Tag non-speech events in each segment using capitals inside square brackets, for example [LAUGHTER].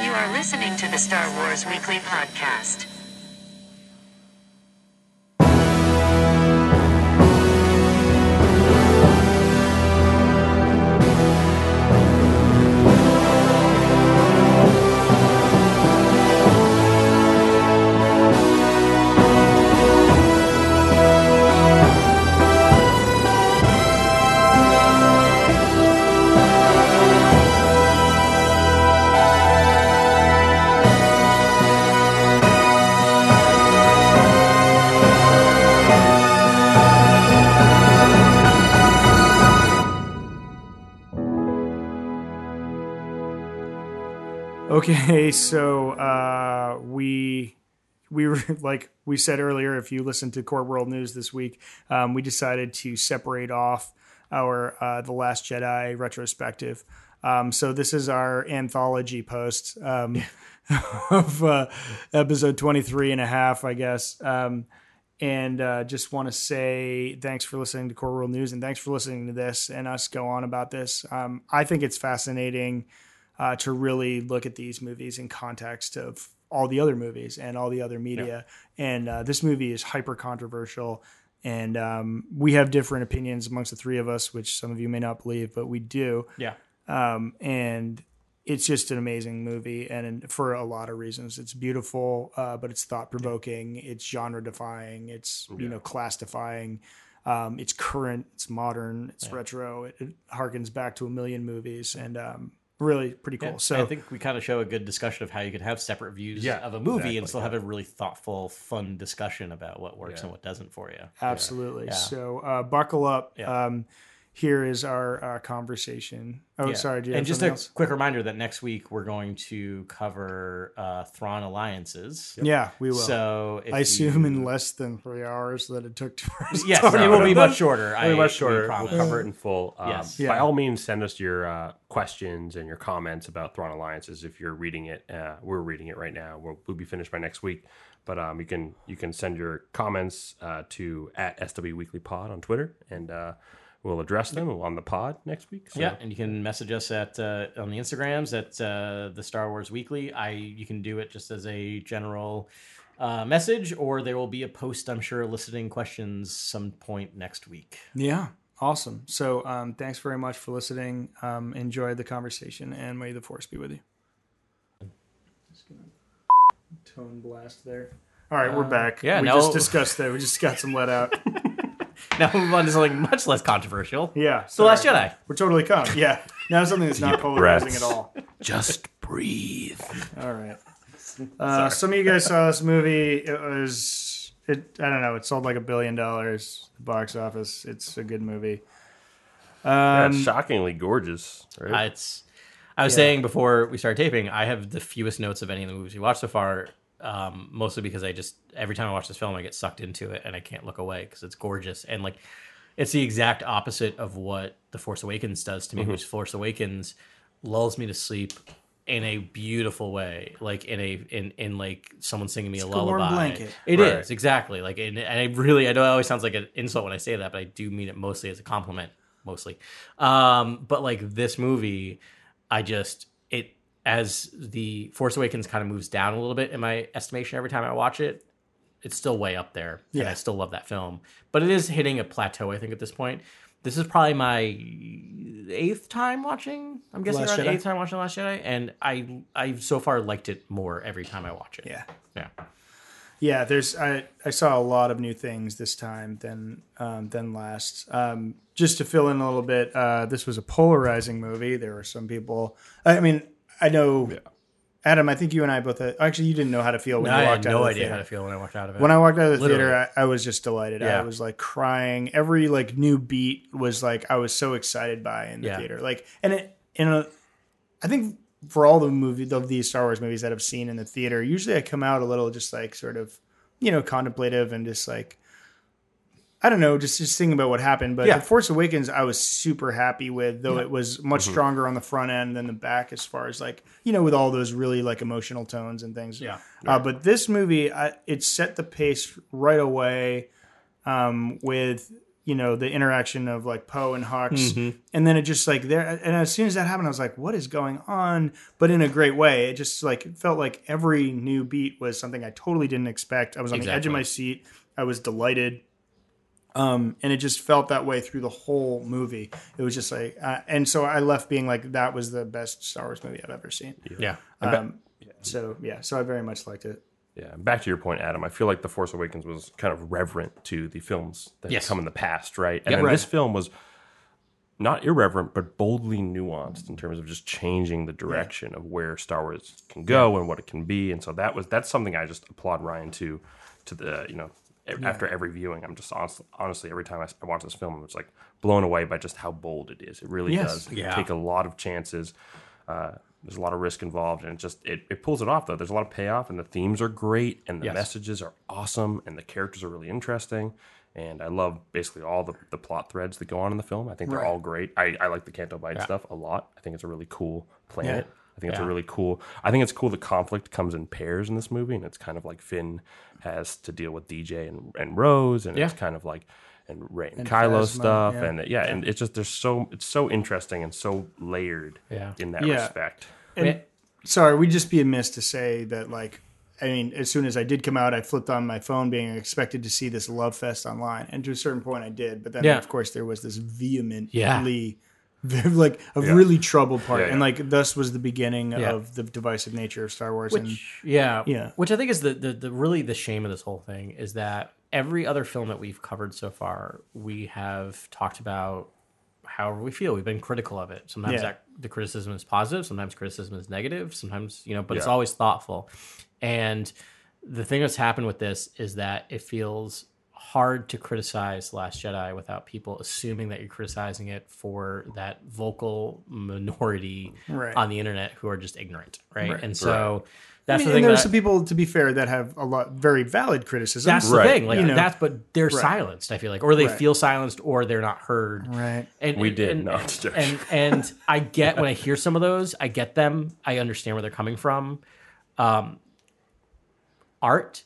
are listening to the Star Wars Weekly Podcast. Okay, [LAUGHS] so uh, we we were [LAUGHS] like we said earlier. If you listened to Core World News this week, um, we decided to separate off our uh, the Last Jedi retrospective. Um, so this is our anthology post um, [LAUGHS] of uh, episode 23 and a half, I guess. Um, and uh, just want to say thanks for listening to Core World News and thanks for listening to this and us go on about this. Um, I think it's fascinating uh, to really look at these movies in context of all the other movies and all the other media. And uh, this movie is hyper controversial. And um, we have different opinions amongst the three of us, which some of you may not believe, but we do. Yeah. Um, and it's just an amazing movie. And, and for a lot of reasons, it's beautiful, uh, but it's thought provoking, it's genre defying, it's, you know, class defying. Um, it's current, it's modern, it's retro. It, it harkens back to a million movies and um, really pretty cool. Yeah, so I think we kind of show a good discussion of how you could have separate views Yeah, of a movie exactly. and still have a really thoughtful, fun discussion about what works Yeah. and what doesn't for you. Absolutely. Yeah. So uh, buckle up. Yeah. Um, here is our uh, conversation. Oh, Yeah. sorry. Do you and have just something a else? quick reminder that next week we're going to cover uh, Thrawn alliances. Yeah, we will. So if I assume you- in less than three hours that it took to. [LAUGHS] yes, start. it will be No. much shorter. It'll I- be much we shorter. We'll promise. cover it in full. Um, Yes. Yeah. By all means, send us your uh, questions and your comments about Thrawn Alliances if you're reading it. Uh, we're reading it right now. We'll, we'll be finished by next week. But um, you can you can send your comments uh, to at SW Weekly Pod on Twitter, and uh, we'll address them on the pod next week. So Yeah, and you can message us at uh, on the Instagrams at uh, the Star Wars Weekly. I you can do it just as a general uh, message, or there will be a post. I'm sure eliciting questions some point next week. [LAUGHS] Yeah. Awesome. So um, thanks very much for listening. Um, enjoy the conversation and may the force be with you. Just gonna Tone blast there. All right, we're back. Uh, yeah, we now- just discussed that. We just got some let [LAUGHS] out. Now move on to something much less controversial. Yeah, The Last sorry. Jedi. We're totally calm. Yeah, now something that's not polarizing breaths. at all. [LAUGHS] just breathe. All right. Uh, some of you guys saw this movie. It was, it, I don't know, it sold like a billion dollars at the box office. It's a good movie. That's Um, shockingly gorgeous. Right? Uh, it's. I was saying before we started taping, I have the fewest notes of any of the movies we watched so far. Um, mostly because I just every time I watch this film, I get sucked into it and I can't look away because it's gorgeous and like it's the exact opposite of what The Force Awakens does to me. Mm-hmm. Which Force Awakens lulls me to sleep in a beautiful way, like in a in in like someone singing me a like a warm lullaby. blanket. It is Right. exactly like, and, and I really, I know it always sounds like an insult when I say that, but I do mean it mostly as a compliment, mostly. Um, but like this movie, I just it as the Force Awakens kind of moves down a little bit in my estimation every time I watch it. It's still way up there, and Yeah. I still love that film, but it is hitting a plateau. I think at this point, this is probably my eighth time watching. I'm guessing Last around Jedi? eighth time watching Last Jedi, and I I so far liked it more every time I watch it. yeah. yeah. Yeah, there's I, I saw a lot of new things this time than um, than last. Um, just to fill in a little bit, uh, this was a polarizing movie. There were some people. I mean, I know Adam. I think you and I both. Had, actually, you didn't know how to feel when I you walked had out. no of the idea theater. how to feel when I walked out of it. when I walked out of the Literally. theater, I, I was just delighted. I Yeah. was like crying. Every like new beat was like I was so excited by in the Yeah. theater. Like, and it in a, I think for all the movie of these Star Wars movies that I've seen in the theater, usually I come out a little just like sort of, you know, contemplative and just like. I don't know, just just thinking about what happened, but Yeah. The Force Awakens, I was super happy with, though it was much Mm-hmm. stronger on the front end than the back, as far as like you know, with all those really like emotional tones and things. Yeah. Uh, but this movie, I, it set the pace right away um, with you know the interaction of like Poe and Hux, Mm-hmm. and then it just like there. And as soon as that happened, I was like, "What is going on?" But in a great way. It just like it felt like every new beat was something I totally didn't expect. I was on the edge of Exactly. my seat. I was delighted, um, and it just felt that way through the whole movie. It was just like, uh, and so I left being like, "That was the best Star Wars movie I've ever seen." Yeah. Um, so yeah, so I very much liked it. Yeah, back to your point, Adam. I feel like The Force Awakens was kind of reverent to the films that Yes. come in the past, right? And Yeah. then Right. this film was not irreverent, but boldly nuanced in terms of just changing the direction of where Star Wars can go and what it can be. And so that was that's something I just applaud Ryan to, to the you know e- after every viewing, I'm just honest, honestly every time I s- I watch this film, I'm just like blown away by just how bold it is. It really Yes. does Yeah. take a lot of chances. Uh, there's a lot of risk involved, and it just it, it pulls it off though. There's a lot of payoff, and the themes are great, and the Yes. messages are awesome, and the characters are really interesting. And I love basically all the, the plot threads that go on in the film. I think they're Right. all great. I, I like the Canto Bight stuff a lot. I think it's a really cool planet. I think it's a Yeah. really cool. I think it's cool. The conflict comes in pairs in this movie, and it's kind of like Finn has to deal with DJ and, and Rose, and it's Yeah. kind of like and Ray and, Kylo Phasma, stuff, yeah. and yeah, and it's just there's so it's so interesting and so layered Yeah. in that Yeah. respect. And- sorry, we'd just be amiss to say that, like, I mean, as soon as I did come out, I flipped on my phone, being expected to see this love fest online, and to a certain point, I did. But then, Yeah. of course, there was this vehemently, Yeah. [LAUGHS] like, a really troubled part, Yeah, yeah. and like, thus was the beginning Yeah. of the divisive nature of Star Wars. and which yeah Yeah. which i think is the, the the really the shame of this whole thing is that every other film that we've covered so far we have talked about however we feel we've been critical of it sometimes Yeah. that the criticism is positive sometimes criticism is negative sometimes you know but it's Yeah. always thoughtful and the thing that's happened with this is that it feels hard to criticize last jedi without people assuming that you're criticizing it for that vocal minority Right. on the internet who are just ignorant right, and so I that's mean, the and thing there are that- some people, to be fair, that have a lot very valid criticism. that's Right. the thing like You know. that's but they're silenced i feel like or they Right. feel silenced or they're not heard Right. and We and- did and, not joke. and and i get when i hear some of those i get them i understand where they're coming from um art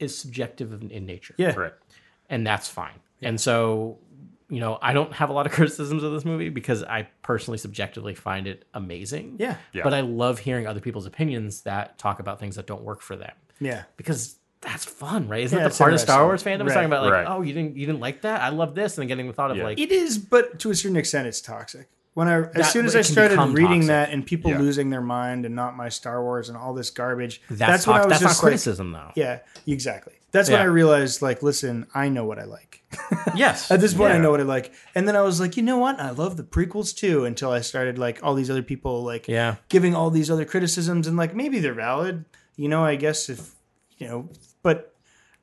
is subjective in, in nature yeah, Correct. and that's fine. And so, you know, I don't have a lot of [LAUGHS] criticisms of this movie because I personally subjectively find it amazing. Yeah. Yeah. But I love hearing other people's opinions that talk about things that don't work for them yeah. because that's fun, right? Isn't Yeah, that the it's part of Star interesting. Wars fandom is Right. talking about like, Right. oh, you didn't you didn't like that? I love this, and then getting the thought of Yeah. like, It is, but to a certain extent, it's toxic. When I, as That- soon as it I can started become reading toxic. that and people Yeah. losing their mind and not my Star Wars and all this garbage, that's, that's when tox- I was that's not just like, criticism though. yeah, exactly. That's when Yeah. I realized, like, listen, I know what I like. [LAUGHS] Yes. At this point, I Yeah. know what I like. And then I was like, you know what? I love the prequels too. Until I started like all these other people like Yeah. giving all these other criticisms and like maybe they're valid. You know, I guess if you know, but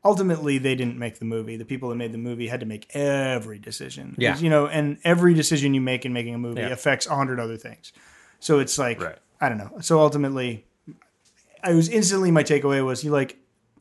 ultimately they didn't make the movie. The people that made the movie had to make every decision. Yeah. you know, and every decision you make in making a movie Yeah. affects a hundred other things. So it's like Right. I don't know. So ultimately, I was instantly my takeaway was you like.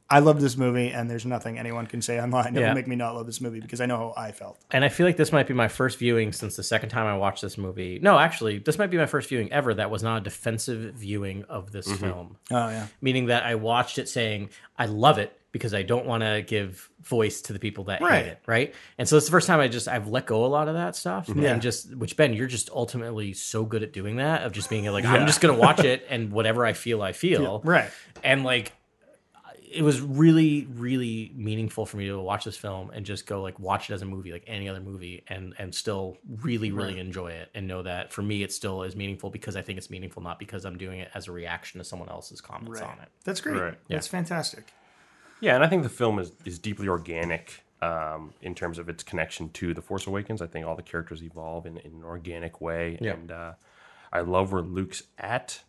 I love this movie, and there's nothing anyone can say online that Yeah. will make me not love this movie because I know how I felt. and I feel like this might be my first viewing since the second time I watched this movie. No, actually, this might be my first viewing ever that was not a defensive viewing of this film. Oh yeah, meaning that I watched it saying I love it because I don't want to give voice to the people that Right. hate it, right? And so it's the first time I just I've let go a lot of that stuff, Yeah. and just which Ben, you're just ultimately so good at doing that of just being like I'm just [LAUGHS] gonna watch it and whatever I feel I feel, right. And like it was really really meaningful for me to watch this film and just go like watch it as a movie like any other movie and and still really really enjoy it and know that for me it still is meaningful because i think it's meaningful not because i'm doing it as a reaction to someone else's comments on it That's great. Right. That's fantastic. Yeah, and I think the film is, is deeply organic um, in terms of its connection to The Force Awakens. I think all the characters evolve in, in an organic way. Yeah. And uh, I love where Luke's at.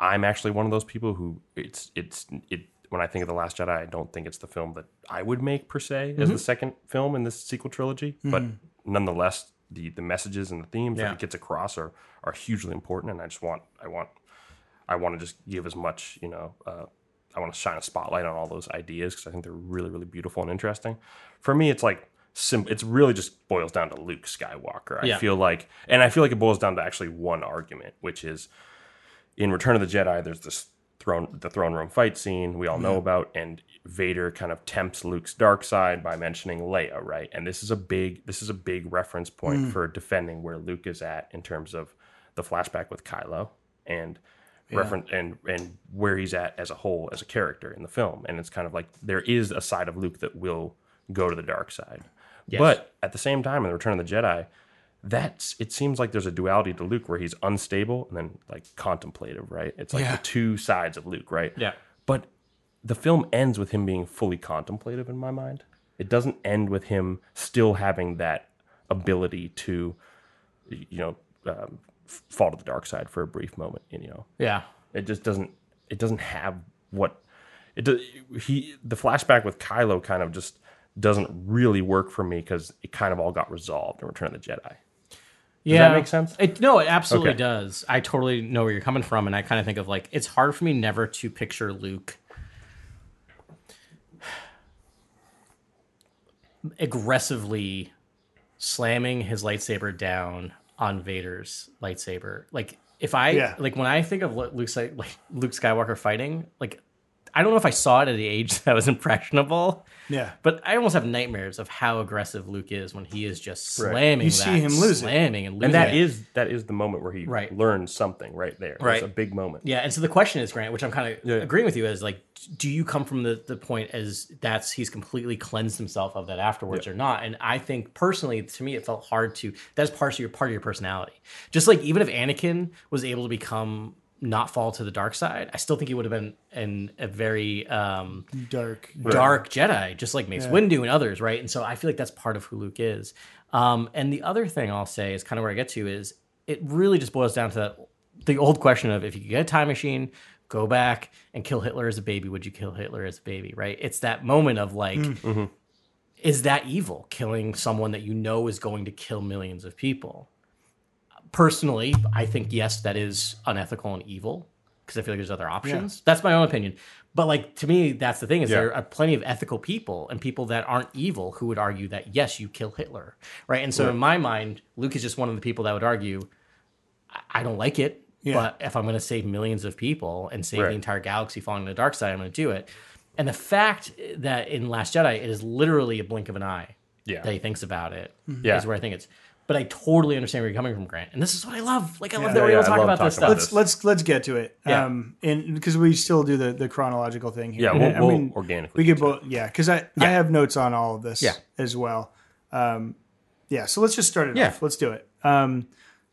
I'm actually one of those people who it's it's it when I think of The Last Jedi, I don't think it's the film that I would make per se Mm-hmm. as the second film in this sequel trilogy. But nonetheless, the the messages and the themes Yeah. that it gets across are are hugely important and I just want I want I want to just give as much, you know, uh, I want to shine a spotlight on all those ideas because I think they're really, really beautiful and interesting. For me, it's like, sim- it's really just boils down to Luke Skywalker. I Yeah. feel like, and I feel like it boils down to actually one argument, which is in Return of the Jedi, there's this throne the throne room fight scene we all know about, and Vader kind of tempts Luke's dark side by mentioning Leia, right? And this is a big this is a big reference point for defending where Luke is at in terms of the flashback with Kylo and reference and and where he's at as a whole as a character in the film. And it's kind of like there is a side of Luke that will go to the dark side. But at the same time, in the Return of the Jedi, that's it seems like there's a duality to Luke where he's unstable and then like contemplative, right? It's like Yeah. the two sides of Luke, right? Yeah. But the film ends with him being fully contemplative in my mind. It doesn't end with him still having that ability to, you know, um, f- fall to the dark side for a brief moment. You know, Yeah. it just doesn't. It doesn't have what it do, he the flashback with Kylo kind of just doesn't really work for me because it kind of all got resolved in Return of the Jedi. yeah. make sense? It, no, it absolutely Okay. does. I totally know where you're coming from, and I kind of think of like it's hard for me never to picture Luke aggressively slamming his lightsaber down on Vader's lightsaber. Like if I Yeah. like when I think of Lu- Luke Sky- like Luke Skywalker fighting, like I don't know if I saw it at the age [LAUGHS] that I was impressionable. Yeah. But I almost have nightmares of how aggressive Luke is when he is just Right. slamming. You that, see him lose it. slamming and losing. And it. that is that is the moment where he Right. learns something right there. It's Right. a big moment. yeah. And so the question is, Grant, which I'm kind of Yeah. agreeing with you, is like, do you come from the the point as that's he's completely cleansed himself of that afterwards or not? And I think personally, to me, it felt hard to. That's part of your part of your personality. Just like even if Anakin was able to become not fall to the dark side, I still think he would have been in a very um, Dark. dark Jedi, just like Mace Windu and others, right? And so I feel like that's part of who Luke is. Um, and the other thing I'll say is kind of where I get to is it really just boils down to that the old question of if you could get a time machine, go back and kill Hitler as a baby, would you kill Hitler as a baby, right? It's that moment of like, is that evil killing someone that you know is going to kill millions of people? Personally, I think yes, that is unethical and evil because I feel like there's other options. That's my own opinion. But like to me, that's the thing is there are plenty of ethical people and people that aren't evil who would argue that yes, you kill Hitler, right? And so in my mind, Luke is just one of the people that would argue, I, I don't like it, Yeah. but if I'm going to save millions of people and save Right. the entire galaxy falling to the dark side, I'm going to do it. And the fact that in Last Jedi, it is literally a blink of an eye Yeah. Mm-hmm. that he thinks about it is Yeah. where I think it's. But I totally understand where you're coming from, Grant. And this is what I love. Like I love that Yeah, we're yeah, able I to talk love about this talking stuff. about Let's let's let's get to it. Yeah. Um, and because we still do the the chronological thing here. Yeah, we'll- I we'll mean, organically We could get to both. Yeah, because I I have notes on all of this. Yeah. as well. Um, yeah. So let's just start it Yeah. off. Let's do it. Um,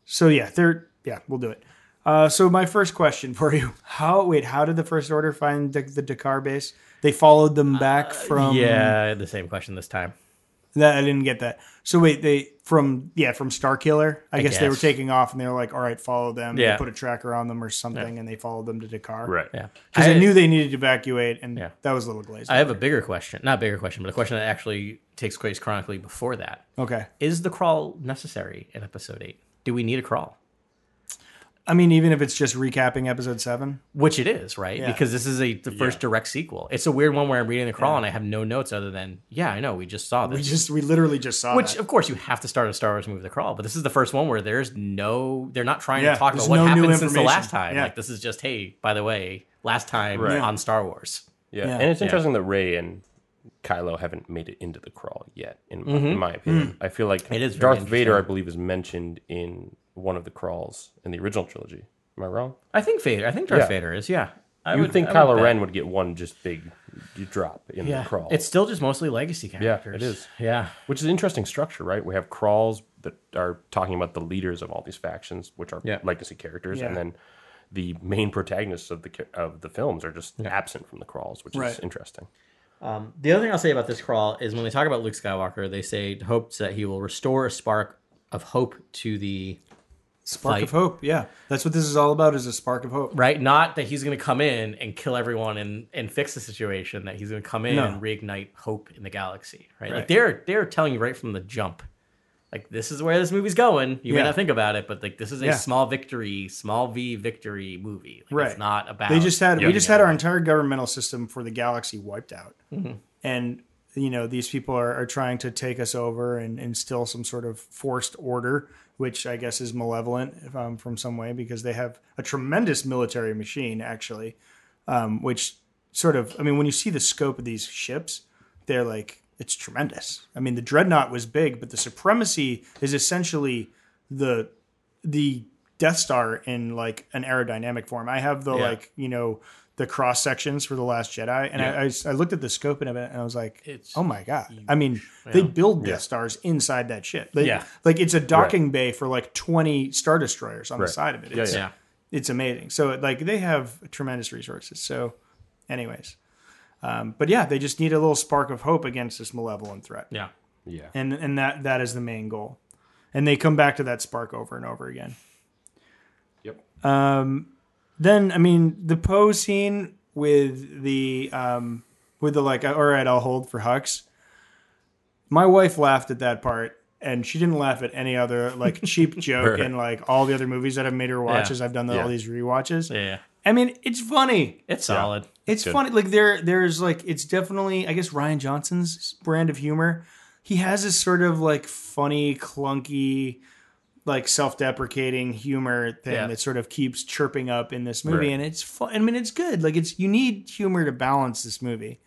so yeah, there. Yeah, we'll do it. Uh, so my first question [LAUGHS] for you: How wait? How did the First Order find the, the Dakar base? They followed them back from. Mm-hmm. yeah, I had the same question this time. That I didn't get that. So wait, they from yeah from Star Killer. I, guess, they were guess. taking off and they were like, all right, follow them. They Yeah. put a tracker on them or something, and they followed them to Dakar. Right. Yeah, Because I, knew they needed to evacuate, and Yeah. that was a little glazed. I have a bigger question, not bigger question, but a question that actually takes place chronically before that. okay. Is the crawl necessary in Episode Eight? Do we need a crawl? I mean, even if it's just recapping episode seven. Which it is, right? Because this is a the first direct sequel. It's a weird one where I'm reading the crawl and I have no notes other than yeah, I know we just saw this. We just we literally just saw Which, that. of course, you have to start a Star Wars movie with a crawl, but this is the first one where there's no, they're not trying Yeah, to talk there's about what no new happened since the information. last time. Yeah. Like, this is just, hey, by the way, last time Right. on Star Wars. Yeah. Yeah. And it's interesting that Ray and Kylo haven't made it into the crawl yet, in, my in my opinion. I feel like Mm-hmm. Mm. It is very Darth Vader, I believe, is mentioned in one of the crawls in the original trilogy. Am I wrong? I think Vader, I think Darth Yeah. Vader is, yeah. I you would, think I Kylo bet. Ren would get one just big drop in yeah. the crawl. It's still just mostly legacy characters. it is. Yeah. which is an interesting structure, right? We have crawls that are talking about the leaders of all these factions, which are Yeah. legacy characters, Yeah. and then the main protagonists of the ca- of the films are just absent from the crawls, which Right. is interesting. The other thing I'll say about this crawl is when they talk about Luke Skywalker, they say hopes that he will restore a spark of hope to the spark fight. of hope. Yeah, that's what this is all about. Is a spark of hope. right? Not that he's going to come in and kill everyone and, and fix the situation. That he's going to come in No. and reignite hope in the galaxy, right? Right. Like they're they're telling you right from the jump, like this is where this movie's going. You Yeah. may not think about it, but like this is a Yeah. small victory, small v victory movie. Like, Right. It's not about They just had we Yeah. just had our entire governmental system for the galaxy wiped out, and you know these people are, are trying to take us over and instill some sort of forced order, which I guess is malevolent um, from some way because they have a tremendous military machine actually um, which sort of, I mean, when you see the scope of these ships, they're like, it's tremendous. I mean, the dreadnought was big, but the supremacy is essentially the the Death Star in like an aerodynamic form. I have the Yeah. like you know the cross sections for the Last Jedi, and I- I, s- I looked at the scope of it, and I was like, It's oh my god! I mean, they build Death Stars inside that ship. They- Yeah. like it's a docking bay for like twenty Star Destroyers on Right. the side of it. Yeah, It's, yeah. it's amazing. So like they have tremendous resources. So, anyways, um, but yeah, they just need a little spark of hope against this malevolent threat Yeah. Yeah. and and that that is the main goal and they come back to that spark over and over again Yep. then i mean the poe scene with the um with the like all right i'll hold for hux my wife laughed at that part and she didn't laugh at any other [LAUGHS] like cheap joke Right. in like all the other movies that i've made her watch Yeah. as i've done the, Yeah. all these rewatches Yeah. i mean it's funny It's solid. it's good. funny. Like there, there's like it's definitely I guess Ryan Johnson's brand of humor. He has this sort of like funny, clunky, like self-deprecating humor thing Yeah. that sort of keeps chirping up in this movie, Right. and it's fun. I mean, it's good. Like it's you need humor to balance this movie,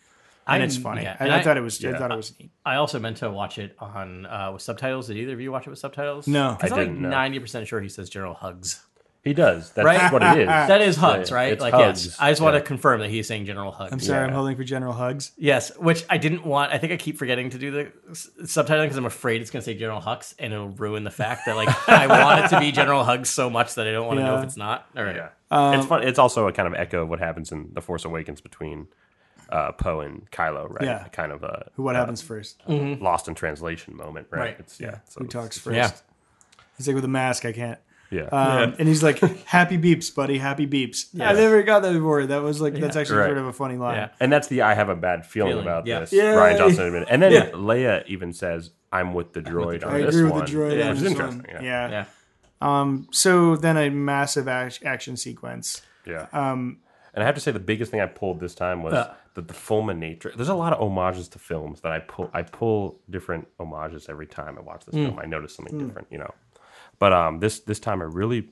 and I- it's funny. yeah, I, and I I- thought it was. I yeah. thought it was neat. I also meant to watch it on uh, with subtitles. Did either of you watch it with subtitles? No. 'Cause I I'm like didn't, no. ninety percent sure he says General Hugs. He does. That's Right? what it [LAUGHS] is. That is Hugs, Yeah, right? it's Like yes. Hugs. I just want to Yeah. confirm that he's saying General Hugs. I'm sorry, I'm Yeah. holding for General Hugs. Yes, which I didn't want. I think I keep forgetting to do the s- subtitling because I'm afraid it's going to say General Hux and it'll ruin the fact that like I want it to be General Hugs so much that I don't want to know Yeah. if it's not. All right. Yeah. Um, it's fun. It's also a kind of echo of what happens in The Force Awakens between uh, Poe and Kylo, right? Yeah. Kind of a What happens first? lost in translation moment, right? Right. It's, yeah. So Who it's- talks first? Yeah. He's like with a mask. I can't. Yeah. Um, And he's like, "Happy beeps, buddy. Happy beeps." I never got that before. That was like that's actually Right. sort of a funny line. Yeah. and that's the I have a bad feeling, Feeling, about yeah. this. Yeah. Ryan Johnson admitted. And then Leia even says, I'm with the droid on I this agree one. with the droid. Yeah, on which is this interesting. one. Yeah. Yeah. Yeah. So then a massive ac- action sequence. Yeah. Um, and I have to say, the biggest thing I pulled this time was Uh. the, the fulminator. There's a lot of homages to films that I pull. I pull different homages every time I watch Hmm. this film. I notice something different, you know. But um, this this time I really,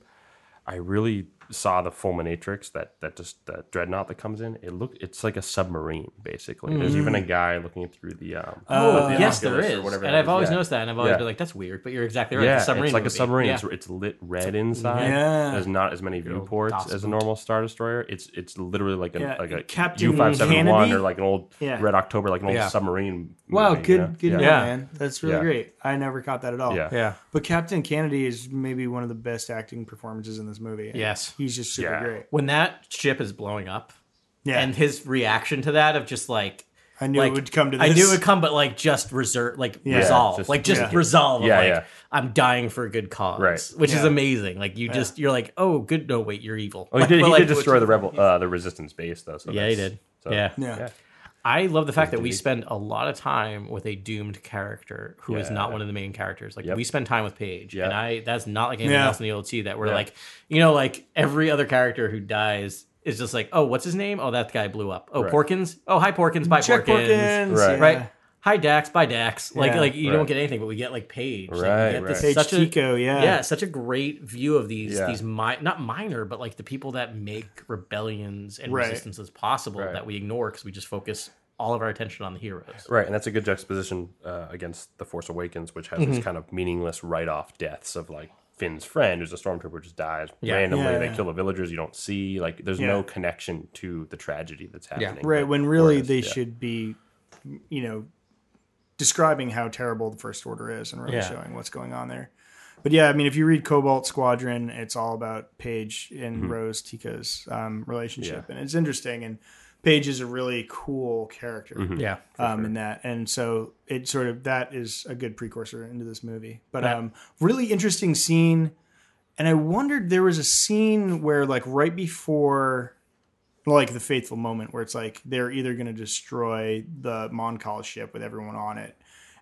I really saw the fulminatrix that that just the dreadnought that comes in. It look it's like a submarine basically. Hmm. There's even a guy looking through the um. Oh, the yes, there oculus is. or whatever And that I've is, always yeah. noticed that, and I've always Yeah. been like, "That's weird," but you're exactly right. Yeah, it's a submarine. it's like movie. a submarine. Yeah. It's, it's lit red inside. Yeah. There's not as many viewports DOS as a boot. normal star destroyer. It's it's literally like a Yeah, like a Captain U five seven one Kennedy? or like an old Yeah. Red October, like an old Yeah. submarine. Wow, movie, you good, know? good, Yeah. one, Yeah. man. That's really Yeah. great. I never caught that at all. Yeah. yeah. But Captain Kennedy is maybe one of the best acting performances in this movie. And Yes. he's just super Yeah. great. When that ship is blowing up, Yeah, and his reaction to that of just like. I knew like it would come to this. I knew it would come, but like just reserve, like Yeah. resolve, Just- like just yeah. resolve. Yeah, Yeah, like, yeah. I'm dying for a good cause, Right. Which is Yeah. amazing. Like you just, you're like, oh, good. No, wait, you're evil. Oh, he did, But, he like, did destroy which- the rebel, uh, the resistance base though. So Yeah, he that's- did. so- yeah. Yeah. yeah. I love the fact that we Indeed. spend a lot of time with a doomed character who is not Yeah. one of the main characters. Like Yep. we spend time with Paige, Yeah. and I that's not like anything Yeah. else in the OT that we're Yeah. like, you know, like every other character who dies is just like, oh, what's his name? Oh, that guy blew up. Oh, Right. Porkins. Oh, hi Porkins. Bye Check Porkins. Porkins. Right. yeah. Right. Hi Dax. Bye Dax. Like Yeah. like you don't Right. get anything, but we get like Paige. Like, we Right, get this- Paige right. such a- Tico. yeah. yeah, such a great view of these Yeah. these mi- not minor, but like the people that make rebellions and Right. resistances possible Right. that we ignore because we just focus all of our attention on the heroes. Right, and that's a good juxtaposition uh, against The Force Awakens, which has this kind of meaningless write-off deaths of like Finn's friend, who's a stormtrooper, just dies Yeah. randomly. Yeah, they yeah. kill the villagers you don't see. Like, there's Yeah. no connection to the tragedy that's happening. Right, But- when really whereas- they yeah. should be, you know, describing how terrible the First Order is and really Yeah. showing what's going on there. But yeah, I mean, if you read Cobalt Squadron, it's all about Paige and Mm-hmm. Rose Tika's um, relationship, and it's interesting. And Paige is a really cool character Mm-hmm. Yeah. um, in that, and so it sort of that is a good precursor into this movie. But Yeah. um, really interesting scene, and I wondered there was a scene where like right before, like the fateful moment where it's like they're either going to destroy the Moncal ship with everyone on it,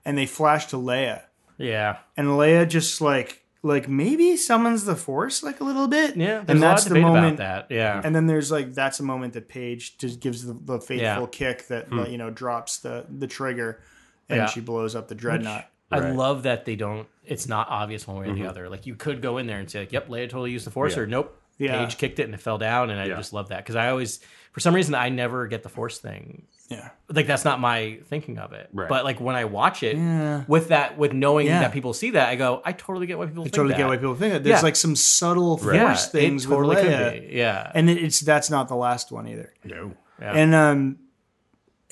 and they flash to Leia, Yeah. and Leia just like like maybe summons the Force like a little bit, Yeah. and that's the moment about that. Yeah. and then there's like that's a moment that Paige just gives the, the faithful Yeah. Hmm. kick that like, you know drops the the trigger, and Yeah. she blows up the dreadnought. I Right. love that they don't it's not obvious one way or the other. Like you could go in there and say like, Yep, Leia totally used the force Yeah. or nope. Mm-hmm. Yeah. Paige kicked it and it fell down, and I Yeah. just love that because I always, for some reason, I never get the force thing. Yeah. Like that's not my thinking of it. Right. But like when I watch it Yeah. with that, with knowing Yeah. that people see that, I go, I totally get why people. I think totally that. get why people think that. There's Yeah. like some subtle force Yeah, it things totally with could Leia. be. Yeah. And it, it's that's not the last one either. No. Yeah. And um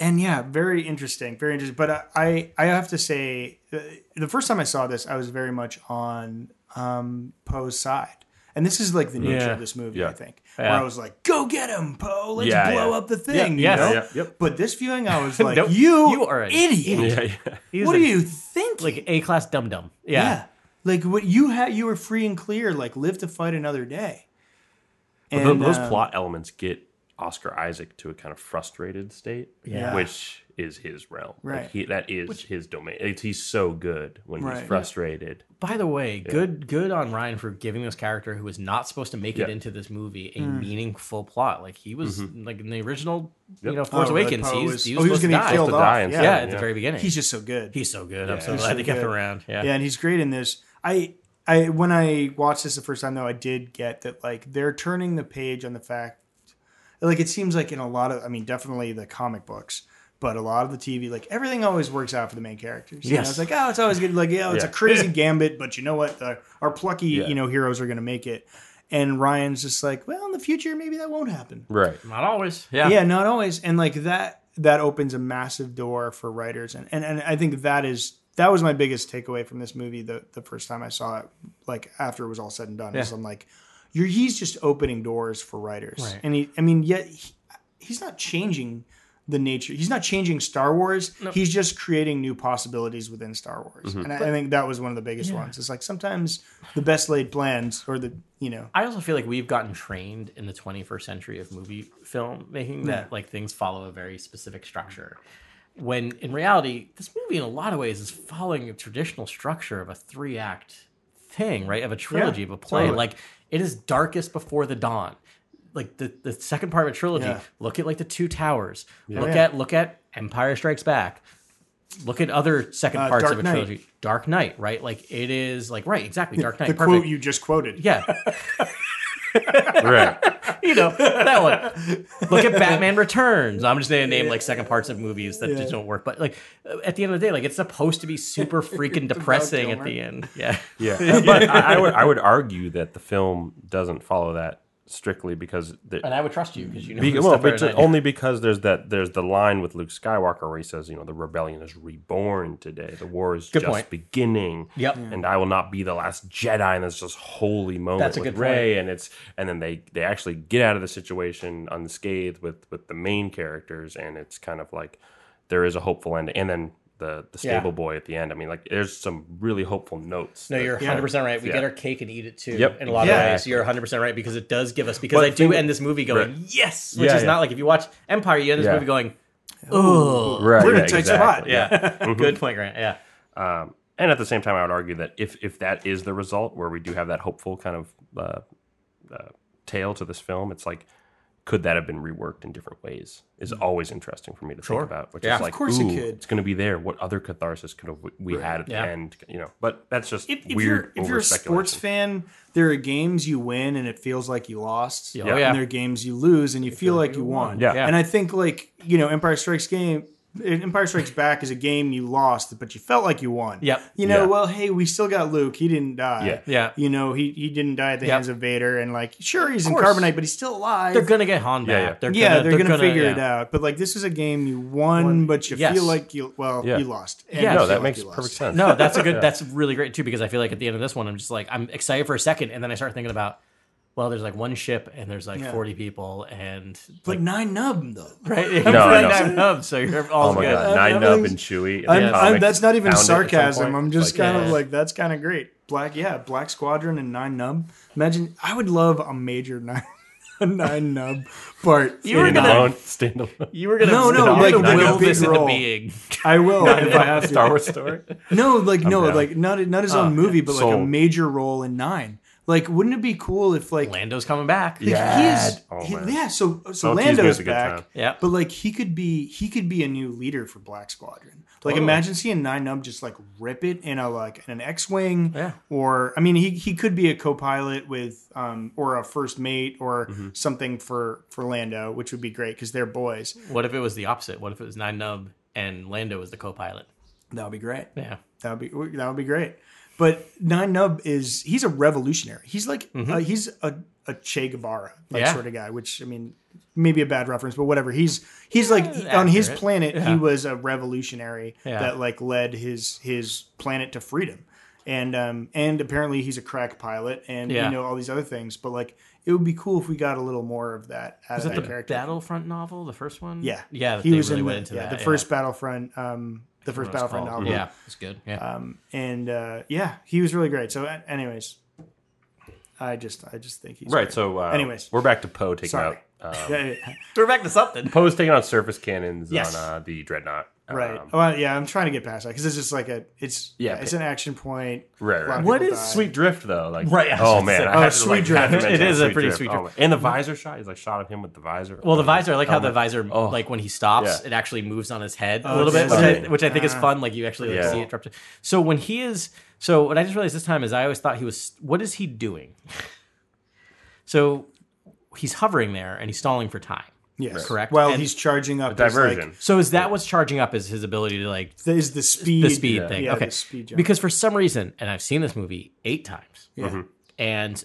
and yeah, very interesting, very interesting. But I I, I have to say uh, the first time I saw this, I was very much on um Poe's side. And this is like the nature Yeah. of this movie, Yeah. I think. Where Yeah. I was like, "Go get him, Poe! Let's Yeah, blow yeah. up the thing." You Yes. know? Yeah, yeah, yep. But this viewing, I was like, Nope. "You, You are an idiot! Yeah, yeah. What a- are you thinking?" like A class dum dum. Yeah. Yeah. Like what you had, you were free and clear. Like live to fight another day. But tho- those um, plot elements get Oscar Isaac to a kind of frustrated state, Yeah. which is his realm. Like, Right. he, that is his domain. It's, he's so good when Right. he's frustrated. By the way, good good on Ryan for giving this character who was not supposed to make it Yeah. Mm-hmm. into this movie a Mm. meaningful plot. Like he was like in the original, you know, Force Oh, right, Awakens. Poe He was, was- he oh, was he was supposed to gonna die. get killed To off. die and Yeah, Yeah. at the yeah. very beginning. He's just so good. He's so good. I'm Yeah. so He's glad so they kept good. him around. Yeah. yeah, and he's great in this. I, I when I watched this the first time though, I did get that like they're turning the page on the fact, like it seems like in a lot of, I mean, definitely the comic books. But a lot of the TV, like everything, always works out for the main characters. You know, Yes. it's like oh, it's always good. Like yeah, it's Yeah. a crazy gambit, but you know what? The, our plucky, Yeah. you know, heroes are going to make it. And Ryan's just like, well, in the future, maybe that won't happen. Right. Not always. Yeah. yeah not always and like that that opens a massive door for writers and and, and i think that is that was my biggest takeaway from this movie the, the first time i saw it like after it was all said and done is i'm like you're he's just opening doors for writers Right. and he i mean yet he, he's not changing the nature he's not changing star wars he's just creating new possibilities within star wars Mm-hmm. and I, I think that was one of the biggest ones it's like sometimes the best laid plans or the you know I also feel like we've gotten trained in the 21st century of movie filmmaking that Yeah. like things follow a very specific structure. When in reality, this movie in a lot of ways is following a traditional structure of a three act thing, right? Of a trilogy, of a play. totally. Like it is darkest before the dawn. Like the, the second part of a trilogy, Yeah. look at like the two towers. Look Yeah. at look at Empire Strikes Back. Look at other second Uh, parts Dark of a Knight. trilogy. Dark Knight, right? Like it is like right, exactly. Dark Knight. the perfect. quote you just quoted yeah. [LAUGHS] Right. you know that one. Look at [LAUGHS] Batman Returns. I'm just gonna name like second parts of movies that just don't work. But like uh, at the end of the day, like it's supposed to be [LAUGHS] super freaking depressing at Kilmer. the end. Yeah, Yeah, but I, I would I would argue that the film doesn't follow that strictly because [LAUGHS] the, and I would trust you because you know. be, this well, stuff better but than ju- I do. only because there's that there's the line with Luke Skywalker where he says, you know, the rebellion is reborn today. The war is Good just point. beginning. Yep. Yeah. And I will not be the last Jedi. And it's this holy moment That's a with good Ray, and it's and then they they actually get out of the situation unscathed with with the main characters, and it's kind of like there is a hopeful end, and then. The, the Yeah. stable boy at the end. I mean, like, there's some really hopeful notes. No, that you're kind 100 of- percent right. We Yeah. get our cake and eat it too. Yep, in a lot of ways, exactly. you're 100 percent right because it does give us because But I do think- end this movie going Right. yes, which Yeah, is yeah. not like if you watch Empire, you end this Yeah. movie going oh, Right, We're in a yeah, tight exactly. spot. yeah. [LAUGHS] Mm-hmm. Good point, Grant. Yeah. Um, and at the same time, I would argue that if if that is the result, where we do have that hopeful kind of uh, uh, tale to this film, it's like, could that have been reworked in different ways? Is Mm. always interesting for me to Sure. think about. Which Yeah. is Of like, course it ooh, could. it's going to be there. What other catharsis could have we- we had at Yeah. the end? You know, but that's just if, if weird. you're if you're a sports over-speculation. fan, there are games you win and it feels like you lost. Yeah. Oh, yeah. And there are games you lose and you feel like you won. Yeah. Yeah. And I think like you know, Empire Strikes Game. Empire Strikes Back is a game you lost, but you felt like you won. Yep. You know, Yeah. well, hey, we still got Luke. He didn't die. Yeah. Yeah. You know, he he didn't die at the Yep. hands of Vader, and like, sure, he's in course. carbonite, but he's still alive. They're gonna get Han back. Yeah, yeah. They're yeah, gonna, they're, gonna, figure yeah. it out. But like, this is a game you won, but you Yes. feel like you well, Yeah. you lost. And Yeah. you No, feel that like makes you lost. perfect sense. No, that's a [LAUGHS] good. That's really great too because I feel like at the end of this one, I'm just like I'm excited for a second, and then I start thinking about, well, there's like one ship and there's like Yeah. 40 people and But like nine nub though. [LAUGHS] right. No, I know. nine hubs, so you're all Oh my good. god, Nine Nub everything's- and Chewie. in I'm, the Yeah. I'm, comics that's not even found it at some sarcasm. point. I'm just [LAUGHS] Like, kind of yeah. like that's kind of great. Black, yeah, Black Squadron and Nine Nub. Imagine I would love a major [LAUGHS] nine, a nine Nub part. You were in gonna- that. standalone, [LAUGHS] [LAUGHS] standalone. You were gonna No, no, you were like, gonna like will a big this into role. [LAUGHS] being. I will if I have to. Star Wars story. No, like no, down. Ah, like not not his own movie, but like a Sold. major role in Nine. Like, wouldn't it be cool if like [LAUGHS] Lando's coming back. like, he is, Oh, he- man. yeah. So so Don't tease me, Lando's it's a good back. time. Yeah. But like he could be he could be a new leader for Black Squadron. Like imagine seeing Nine Nub just like rip it in a like in an X Wing. Yeah. Or I mean he he could be a co pilot with um or a first mate or Mm-hmm. something for for Lando, which would be great because they're boys. What if it was the opposite? What if it was Nine Nub and Lando was the co-pilot? That would be great. Yeah. That would be that would be great. But Nine Nub is he's a revolutionary. He's like uh, he's a a Che Guevara like Mm-hmm. Yeah. sort of guy, which I mean maybe a bad reference, but whatever. He's he's like it's on his Eh, accurate. planet Yeah. he was a revolutionary Yeah. that like led his his planet to freedom. And um and apparently he's a crack pilot and Yeah. you know all these other things, but like it would be cool if we got a little more of that out Is of that that the character. Battlefront novel, the first one? yeah, Yeah. that He they was really in went the, into yeah, that. the first Battlefront, um, the first What it's Battlefront called. novel. Yeah. It's good. Yeah. Um, and uh, yeah, he was really great. So, a- anyways, I just I just think he's Right. So, uh, Anyways. we're back to Poe taking Sorry. out. Um, great. [LAUGHS] Yeah, We're back to something. Poe's taking out surface cannons Yes. on uh, the dreadnought. right. Oh, Um, well, yeah, I'm trying to get past that because it's just like a it's Yeah, yeah, it's an action point. right. Lot Right. of What people is die. sweet drift though? Like, Right, I was Oh just man. saying. I had Oh, to, Swift had Drift. to mention It is a pretty Drift. Swift Oh, Drift. man. and the visor shot. He's like shot at him with the visor. Well, the Oh, visor, I like how the helmet. visor Oh. like when he stops, Yeah. it actually moves on his head Oh, a little bit, does which I, it? which I think is Ah. fun. Like you actually like, Yeah. see it drop. to- So when he is, so what I just realized this time is I always thought he was. What is he doing? [LAUGHS] so he's hovering there and he's stalling for time. Yes, Correct. Well, And- he's charging up his, like, diversion. So is that what's charging up? Is his ability to like th- is the speed the speed thing? Yeah, okay, the speed jump. because for some reason, and I've seen this movie eight times, yeah. Mm-hmm. and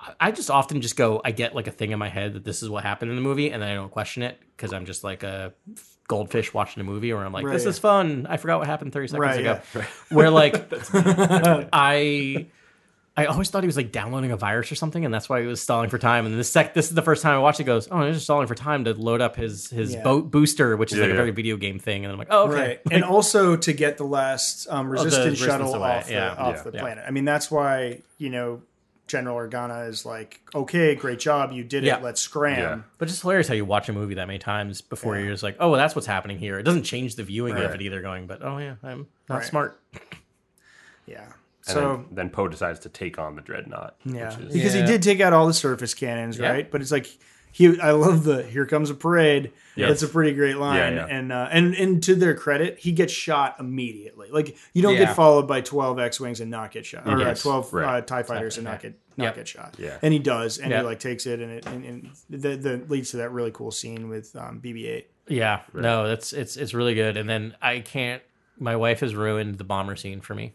I- I just often just go, I get like a thing in my head that this is what happened in the movie, and then I don't question it because I'm just like a goldfish watching a movie where I'm like, Right, this yeah. is fun. I forgot what happened 30 seconds Right, [LAUGHS] ago. yeah. Where like [LAUGHS] I. I always thought he was like downloading a virus or something, and that's why he was stalling for time. And this sec, this is the first time I watched it. Goes, oh, he's just stalling for time to load up his his Yeah. boat booster, which is Yeah, like yeah. a very video game thing. And then I'm like, oh, okay, [LAUGHS] Oh, Right, and also to get the last um, resistance resistance shuttle away, off the, yeah. off the Yeah. Yeah. planet. I mean, that's why you know General Organa is like, "Okay, great job, you did Yeah. it. Let's scram." Yeah. But it's hilarious how you watch a movie that many times before you're just like, oh, well, that's what's happening here. It doesn't change the viewing of Right. it either. Going, but oh yeah, I'm not Right. smart. Yeah. And So then, then Poe decides to take on the dreadnought. Yeah, Which is, because Yeah. he did take out all the surface cannons, Yeah. right? But it's like he, I love the "Here comes a parade." Yeah. That's a pretty great line, Yeah, yeah. and uh, and and to their credit, he gets shot immediately. Like you don't Yeah. get followed by twelve X wings and not get shot, or uh, Yes, twelve right. uh, Tie fighters and not get not Yep. get shot. Yeah. and he does, and Yeah. he like takes it, and it and, and the, the leads to that really cool scene with um, BB-8. Yeah, no, that's it's it's really good. And then I can't. My wife has ruined the bomber scene for me.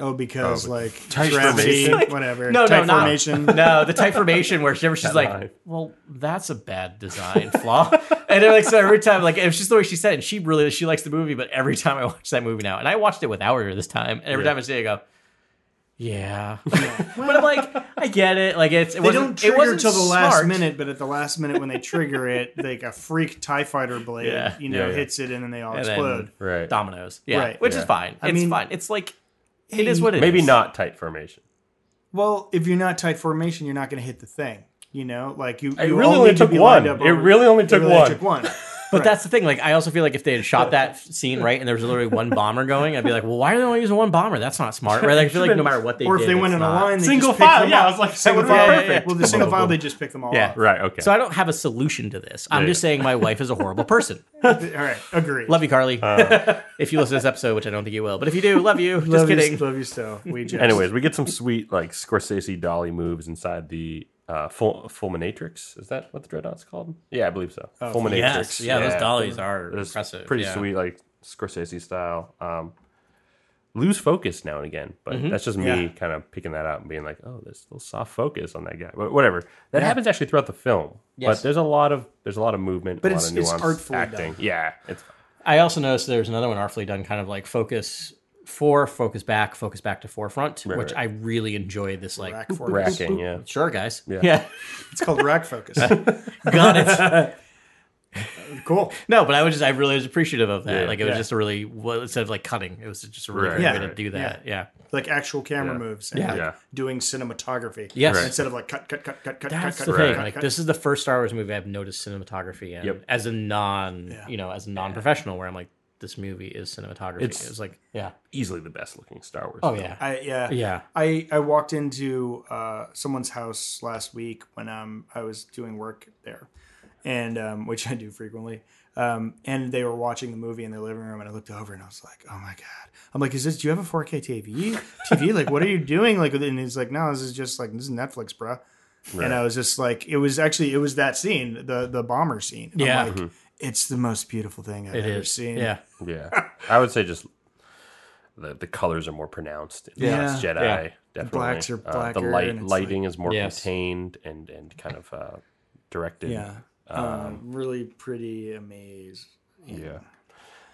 Oh, because like Type gravity, formation. whatever. [LAUGHS] No, Type no, formation. no, [LAUGHS] no. The type formation where she, she's like, line. "Well, that's a bad design flaw." [LAUGHS] and then, like so, every time, like it's just the way she said, it. and she really she likes the movie. But every time I watch that movie now, and I watched it without her this time, and every Yeah. time I see it, I go, [LAUGHS] "Yeah," [LAUGHS] but I'm like, "I get it." Like it's it They wasn't don't trigger it wasn't till the last smart. minute, but at the last minute when they trigger it, like a freak Tie Fighter blade, Yeah. you know, Yeah, yeah. hits it and then they all And then- explode. Right. dominoes. Yeah, Right. which is Yeah. fine. I it's mean- fine. It's like it is what it is. Maybe not tight formation. Well, if you're not tight formation, you're not going to hit the thing. You know, like you. It you really all only need to took be one. lined up It really only It took one. Took one. But that's the thing. Like, I also feel like if they had shot that f- scene right and there was literally one bomber going, I'd be like, well, why are they only using one bomber? That's not smart, right? Like, I feel like no matter what they or if did, they went it's in a not. line, they Single just picked file, them yeah, up. I was like, that single would've been file. perfect. Well, the single file, they just pick them all Yeah. up. Right. Okay. So I don't have a solution to this. I'm Yeah, just yeah. saying my wife is a horrible person. All right, agree. Love you, Carly. [LAUGHS] if you listen to this episode, which I don't think you will, but if you do, love you. Just love kidding. You, love you still. [LAUGHS] We just. Anyways, we get some sweet like Scorsese dolly moves inside the uh, ful- Fulminatrix. Is that what the Dreadnought's called? Yeah, I believe so. Fulminatrix. Oh, Yes. Yeah, those dollies are It was impressive. Pretty yeah. sweet, like Scorsese style. Um, lose focus now and again, but that's just me Mm-hmm. Yeah. kind of picking that up and being like, oh, there's a little soft focus on that guy. But whatever. That happens actually throughout the film. Yes. But there's a lot of there's a lot of movement, But a lot it's- of it's nuance, artfully acting. Yeah, it's I also noticed there's another one artfully done, kind of like focus four, focus back, focus back to forefront, which right. I really enjoyed this, like, Rack focus. racking. Yeah, sure, guys. Yeah. It's called rack focus. yeah. Got it. cool. No, but I was just I really was appreciative of that. Yeah. like it was Yeah. just a really well, instead of like cutting, it was just a really Right. good Yeah. way to do that. Yeah. Like actual camera Yeah. moves. And Yeah. Like Yeah. Doing cinematography. Yes. Right. Instead of like cut, cut, cut, cut, cut, That's cut, the cut, thing. cut, Like cut. this is the first Star Wars movie I've noticed cinematography in Yep. as a non you know, as a non professional where I'm like, this movie is cinematography. It's- it was like Yeah. easily the best looking Star Wars. Oh film. yeah. I yeah. Yeah. I I walked into uh, someone's house last week when um I was doing work there, and um, which I do frequently. Um, and they were watching the movie in their living room, and I looked over and I was like, "Oh my god!" I'm like, "Is this? Do you have a 4K TV? TV? Like, what are you doing?" Like, and he's like, "No, this is just like this is Netflix, bro." And I was just like, it was actually it was that scene, the the bomber scene. I'm Yeah. like, it's the most beautiful thing I've It ever is. seen. Yeah. Yeah, I would say just the the colors are more pronounced. In Yeah. yeah, Last Jedi Yeah. definitely. Blacks are Uh, the blacker, light and it's lighting is more Yes. contained and and kind of uh, directed. yeah, um, really pretty amaze. yeah.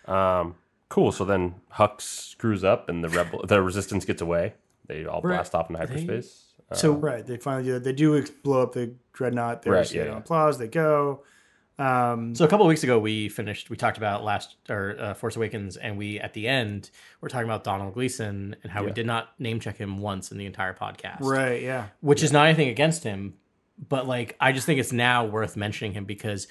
Um, cool. So then Hux screws up, and the rebel the Resistance gets away. They all blast off in hyperspace. Uh, So right, they finally do that. They do ex- blow up the dreadnought. They're Right, set yeah, on yeah. applause. They go. So a couple of weeks ago, we finished. We talked about last or uh, Force Awakens, and we at the end we're talking about Donald Gleason and how we did not name check him once in the entire podcast, Right. Yeah. which is not anything against him, but like I just think it's now worth mentioning him because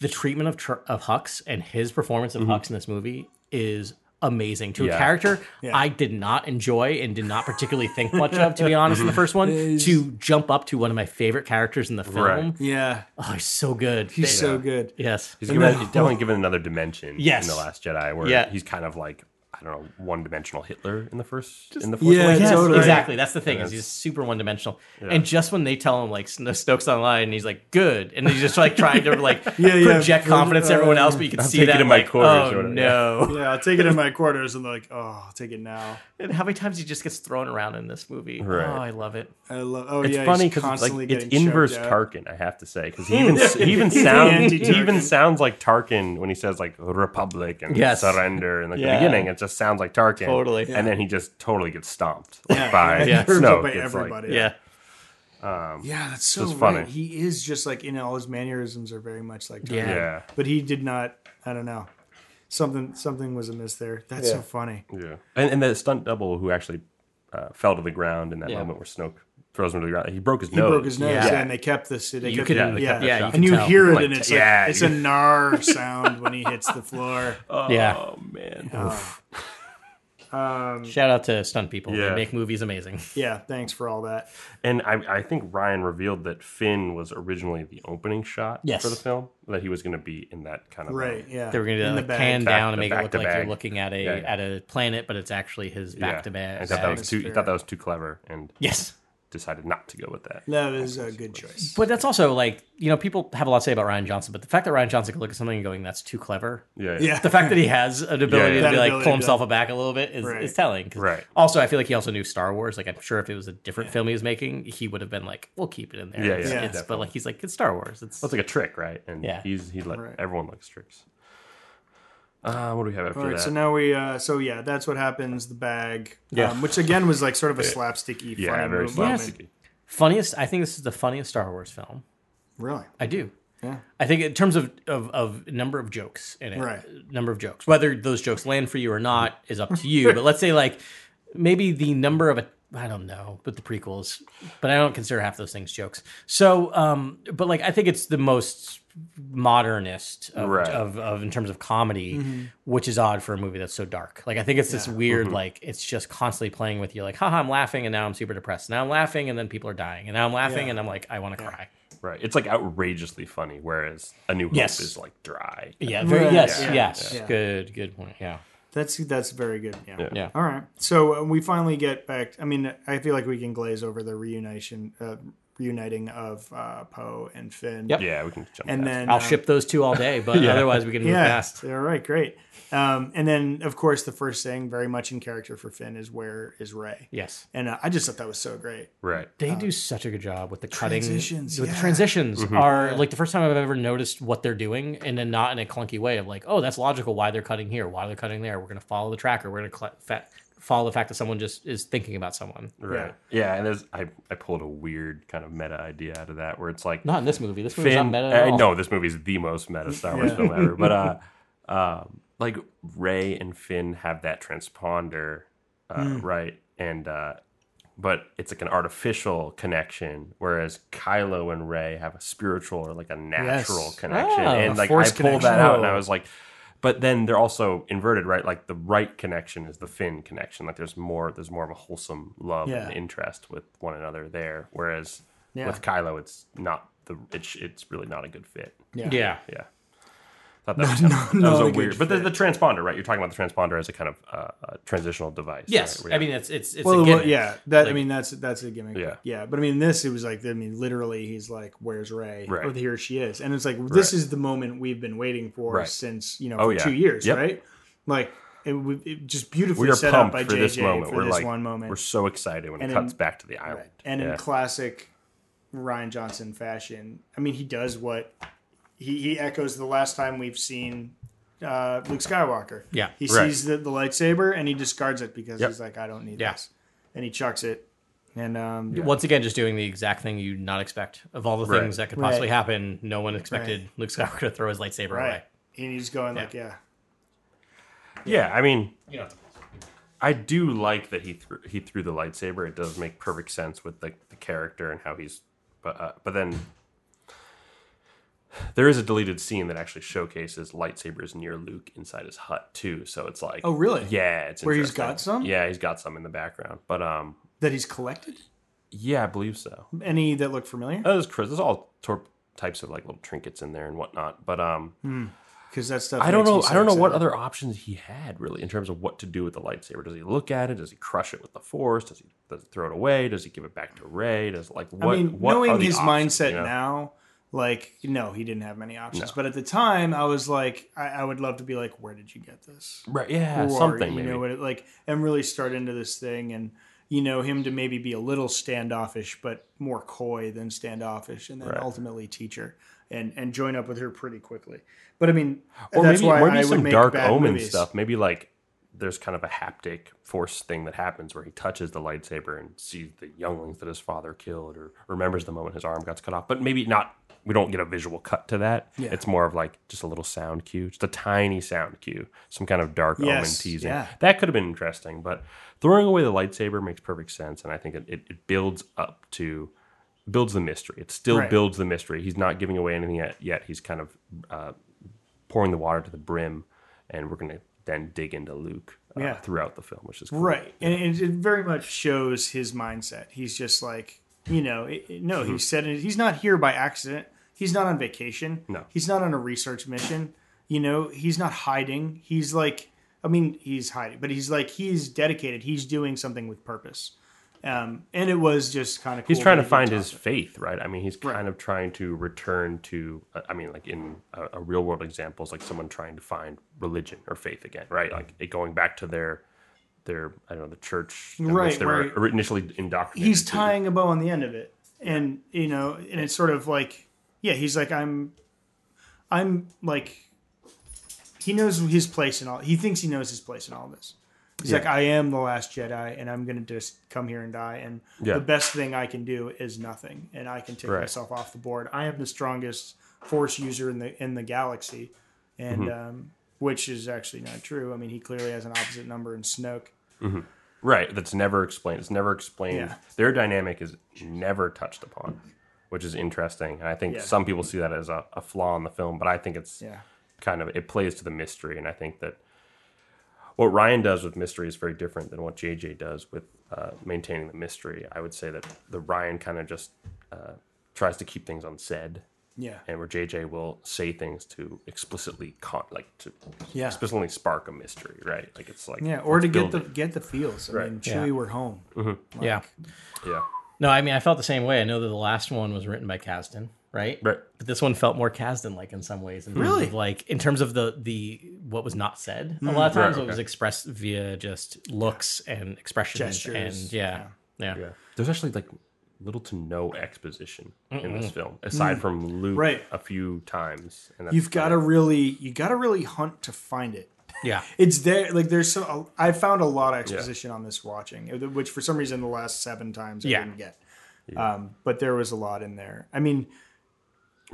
the treatment of Tr- of Hux and his performance of Hux in this movie is amazing to Mm-hmm. Yeah. a character I did not enjoy and did not particularly think much of to be honest Mm-hmm. in the first one to jump up to one of my favorite characters in the film Right. Yeah. oh he's so good He's They- so good. yes He's, given, he's definitely given another dimension Yes. in the Last Jedi, where Yeah. he's kind of like I don't know one dimensional Hitler in the first in the fourth. yeah, Awakens. Yes, Totally. exactly. That's the thing is Yeah. he's super one dimensional. And just when they tell him like Sno- Snoke's online, and he's like good, and he's just like trying to [LAUGHS] like Yeah, yeah. project confidence to everyone else, but you can I'll see take it that in my like, quarters or oh whatever. no. Yeah, I'll take it in my quarters, and like, oh, I'll take it now. And how many times he just gets thrown around in this movie? Right. Oh, I love it. I love. Oh It's yeah, funny he's because constantly like, it's getting choked inverse out. Tarkin, I have to say, because [LAUGHS] he even he even sounds he even Anti-Tarkin. sounds like Tarkin when he says like Republic and Yes. surrender and like Yeah. the beginning, it just sounds like Tarkin Totally. Yeah. and then he just totally gets stomped like, Yeah, by yeah, he's Snoke. hurt by It's like- everybody. Yeah. Yeah, that's so It's funny. funny. He is just like in all his mannerisms are very much like Tarkin. Yeah. yeah, But he did not. I don't know. Something something was amiss there. That's so funny. yeah, and and the stunt double who actually uh, fell to the ground in that moment where Snoke throws him to the ground, he broke his He nose. broke his nose, Oh, yeah. yeah, and they kept this. They You kept could- it- yeah, they yeah, kept that shot. and You you could tell. hear it, Like, and it's yeah, like it's you- a [LAUGHS] gnar sound when he hits the floor. yeah. Um, Oh man, Shout out to stunt people. Yeah. They make movies [LAUGHS] amazing. Um, Yeah, thanks for all that. And I, I think Ryan revealed that Finn was originally the opening shot Yes. for the film, that he was going to be in that kind of um, Right? Yeah, They were gonna do In that, the like, bag. pan Back down to and make back it look to like back. you're looking at a Yeah, yeah. at a planet, but it's actually his yeah. back to back. I thought that was too. He Atmosphere. thought that was too clever, and Yes. decided not to go with that. That was a good choice. But that's also like, you know, people have a lot to say about Ryan Johnson, but the fact that Ryan Johnson could look at something and going, that's too clever. Yeah, Yeah. The fact that he has an ability to yeah. That be like ability pull to- himself back a little bit is, Right. is telling. 'Cause Right. Also, I feel like he also knew Star Wars. Like, I'm sure if it was a different film he was making, he would have been like, "We'll keep it in there." Yeah, It's- yeah, it's- but definitely. like, he's like, "It's Star Wars." It's Well, it's like a trick, right? And Yeah. he's he let Right. everyone likes tricks. Uh, what do we have after All right, that? so now we, uh, so yeah, that's what happens. The bag, Yeah. um, which again was like sort of a slapsticky, yeah, funny very mo- slow. moment. funniest. I think this is the funniest Star Wars film. Really, I do. Yeah. I think in terms of, of, of number of jokes in it, Right. number of jokes, whether those jokes land for you or not is up to you. but let's say like maybe the number of a, I don't know with the prequels, but I don't consider half those things jokes. So, um, but like I think it's the most modernist of, Right. of, of in terms of comedy, Mm-hmm. which is odd for a movie that's so dark. Like I think it's this weird like it's just constantly playing with you. Like, haha, I'm laughing and now I'm super depressed. Now I'm laughing and then people are dying and now I'm laughing Yeah. and I'm like I want to cry. Right, it's like outrageously funny, whereas A New Hope Yes. is like dry. Yeah, very Right. yes, Yeah. yes. Yeah. Good, good point. Yeah. that's that's very good. Yeah. Yeah. All right, so uh, we finally get back. I mean, I feel like we can glaze over the reunition, uh, reuniting of uh, Poe and Finn. Yep. Yeah, we can jump. And past then I'll um, ship those two all day, [LAUGHS] but otherwise we can move Yeah. fast. All right, great. Um, and then, of course, the first thing, very much in character for Finn, is where is Ray? Yes. And uh, I just thought that was so great. it. right. They do such a good job with the cutting Transitions, With the yeah. Um, transitions are like the first time I've ever noticed what they're doing and then not in a clunky way of like, oh, that's logical why they're cutting here, why they're cutting there. We're gonna follow the tracker. We're gonna cl- fa- follow the fact that someone just is thinking about someone. Right. Yeah, and there's I, I pulled a weird kind of meta idea out of that where it's like Not in this movie. This movie's Finn. not meta at I all. know this movie's the most meta Star Wars film ever, [LAUGHS] but uh, um, like Ray and Finn have that transponder, uh, Hmm. right? And uh, but it's like an artificial connection, whereas Kylo and Ray have a spiritual or like a natural Yes. connection. Ah, and a like I force pulled that out, and I connection. was like. But then they're also inverted, right? Like the right connection is the Finn connection. Like there's more, there's more of a wholesome love Yeah. and interest with one another there. Whereas Yeah. with Kylo, it's not the it's it's really not a good fit. Yeah. yeah. Yeah. Thought that was, kind of, that not was a a good weird, but the, the transponder, right? You're talking about the transponder as a kind of uh, uh, transitional device. Yes, right? I mean it's it's it's a Well, well, gimmick. yeah. That I Like- mean, that's that's a gimmick. Yeah. yeah. But I mean, this it was like I mean, literally, he's like, "Where's Ray?" Right. Or here she is, and it's like this Right. is the moment we've been waiting for Right. since you know Oh, for yeah. two years, Yep. right? Like it, w- it just beautifully we are set up pumped by for JJ this moment. for we're this like, one moment. we're so excited when And it in- cuts back to the island. Right. And yeah. in classic Ryan Johnson fashion, I mean, he does what he, he echoes the last time we've seen uh, Luke Skywalker. Yeah. He Right. sees the, the lightsaber and he discards it because Yep. he's like, I don't need Yeah. this. And he chucks it. And um, Once again, just doing the exact thing you'd not expect of all the Right. things that could possibly Right. happen. No one expected Luke Skywalker to throw his lightsaber away. right. And he's going, like, yeah. yeah, I mean, You know, I do like that he threw he threw the lightsaber. It does make perfect sense with the, the character and how he's. But uh, but then there is a deleted scene that actually showcases lightsabers near Luke inside his hut too. So it's like, Oh, really? Yeah, it's Where he's interesting. got some? Yeah, he's got some in the background. But um, That he's collected? yeah, I believe so. Any that look familiar? Oh, there's Chris. There's all tor- types of like little trinkets in there and whatnot. But um, Because that stuff. I don't makes me know. so I don't know what excited. other options he had really in terms of what to do with the lightsaber. Does he look at it? Does he crush it with the force? Does he, does he throw it away? Does he give it back to Ray? Does like what? I mean, what are knowing the his options, mindset you know? now, like, no, he didn't have many options. But at the time, I was like, I, I would love to be like, where did you get this? right? Yeah, Or, something. you Maybe. know, what it, like, and really start into this thing, and you know, him to maybe be a little standoffish, but more coy than standoffish, and then Right. ultimately teacher. And, and join up with her pretty quickly, but I mean, or that's maybe, why maybe I would some make dark bad omen movies. stuff. Maybe like there's kind of a haptic force thing that happens where he touches the lightsaber and sees the younglings that his father killed, or remembers the moment his arm got cut off. But maybe not. We don't get a visual cut to that. Yeah. It's more of like just a little sound cue, just a tiny sound cue, some kind of dark omen Yes, teasing. yeah. That could have been interesting, but throwing away the lightsaber makes perfect sense, and I think it, it, it builds up to builds the mystery. It still Right. builds the mystery. He's not giving away anything yet. yet. He's kind of uh, pouring the water to the brim, and we're going to then dig into Luke uh, Yeah. throughout the film, which is cool. Right. And it, it very much shows his mindset. He's just like, you know, it, it- no, Mm-hmm. he said it, he's not here by accident. He's not on vacation. No. He's not on a research mission. You know, he's not hiding. He's like, I mean, he's hiding, but he's like, he's dedicated. He's doing something with purpose. Um, and it was just kind of cool. He's trying that to he find did his talk faith, right? I mean, he's Right. kind of trying to return to, uh, I mean, like in a, a real world example, it's like someone trying to find religion or faith again, right? Like it going back to their, their I don't know, the church, in which Right, They right. were initially indoctrinated. he's to. tying a bow on the end of it and you know and it's sort of like yeah he's like i'm i'm like he knows his place in all he thinks he knows his place in all this he's like i am the last jedi and i'm gonna just come here and die and Yeah. the best thing i can do is nothing and i can take Right. myself off the board i am the strongest force user in the in the galaxy and Mm-hmm. um which is actually not true. I mean, he clearly has an opposite number in Snoke. Right. That's never explained. It's never explained. Yeah. Their dynamic is never touched upon, which is interesting. And I think Yeah. some people see that as a, a flaw in the film, but I think it's Yeah. kind of, it plays to the mystery. And I think that what Ryan does with mystery is very different than what JJ does with uh, maintaining the mystery. I would say that the Ryan kind of just uh, tries to keep things unsaid. Yeah. And where JJ will say things to explicitly, con- like to Yeah. explicitly spark a mystery, right? Like it's Mm-hmm. like Yeah, or let's to get build the it. get the feels. I mean, Yeah. Chewie, we're home. yeah. yeah, No, I mean I felt the same way. I know that the last one was written by Kasdan, right? right, But this one felt more Kasdan like in some ways. In terms Really? of, like in terms of the the what was not said. A lot of times Hmm. Right, it was okay. expressed via just looks and expressions Gestures, and yeah. Yeah. Yeah. There's actually like little to no exposition in this film, aside from Luke Mm. Right. a few times. And that's You've got to about really you got to really hunt to find it. Yeah. It's there. Like there's so I found a lot of exposition on this watching, uh, which for some reason the last seven times I Yeah. didn't get. Um, but there was a lot in there. I mean,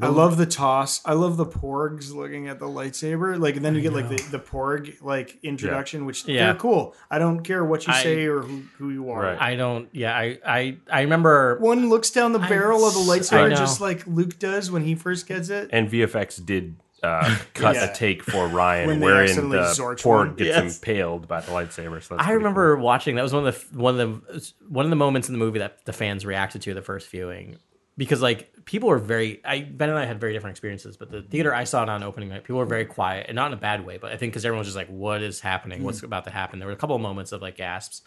I love the toss. I love the porgs looking at the lightsaber. Like and then you get like the, the porg like introduction, which Yeah. they're cool. I don't care what you I- say or who, who you are. Right. I don't yeah, I I, I remember One looks down the barrel of the I lightsaber know. just like Luke does when he first gets it. And VFX did [LAUGHS] uh, cut Yeah. a take for Ryan When they wherein accidentally the zorch one. Porg gets Yes. impaled by the lightsaber. So that's I pretty remember watching that was one of the one of the one of the moments in the movie that the fans reacted to the first viewing because like people are very I Ben and I had very different experiences, but the theater I saw it on opening night, people were very quiet and not in a bad way, but I think because everyone was just like, what is happening? Hmm. What's about to happen? There were a couple of moments of like gasps.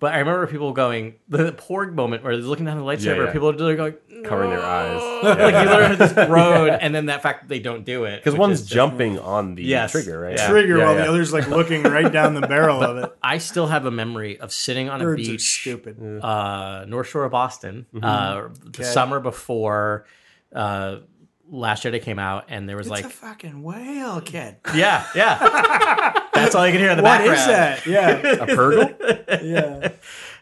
But I remember people going the, the Porg moment where they're looking down the lightsaber, yeah. people are going Covering their "No." [LAUGHS] eyes. like Yeah. [LAUGHS] you literally have this road, and then that fact that they don't do it Because which one's is just- jumping on the Yes. trigger, right? Yeah. trigger Yeah, while yeah. the other's like looking right down the barrel of [LAUGHS] it. I still have a memory of sitting on a Birds are beach stupid. uh, North Shore of Boston, Mm-hmm. uh, the summer before uh, Last Jedi came out, and there was it's like, a fucking whale, kid. yeah, yeah, [LAUGHS] that's all you can hear in the What is background. that? [LAUGHS] Yeah, A purgle? yeah.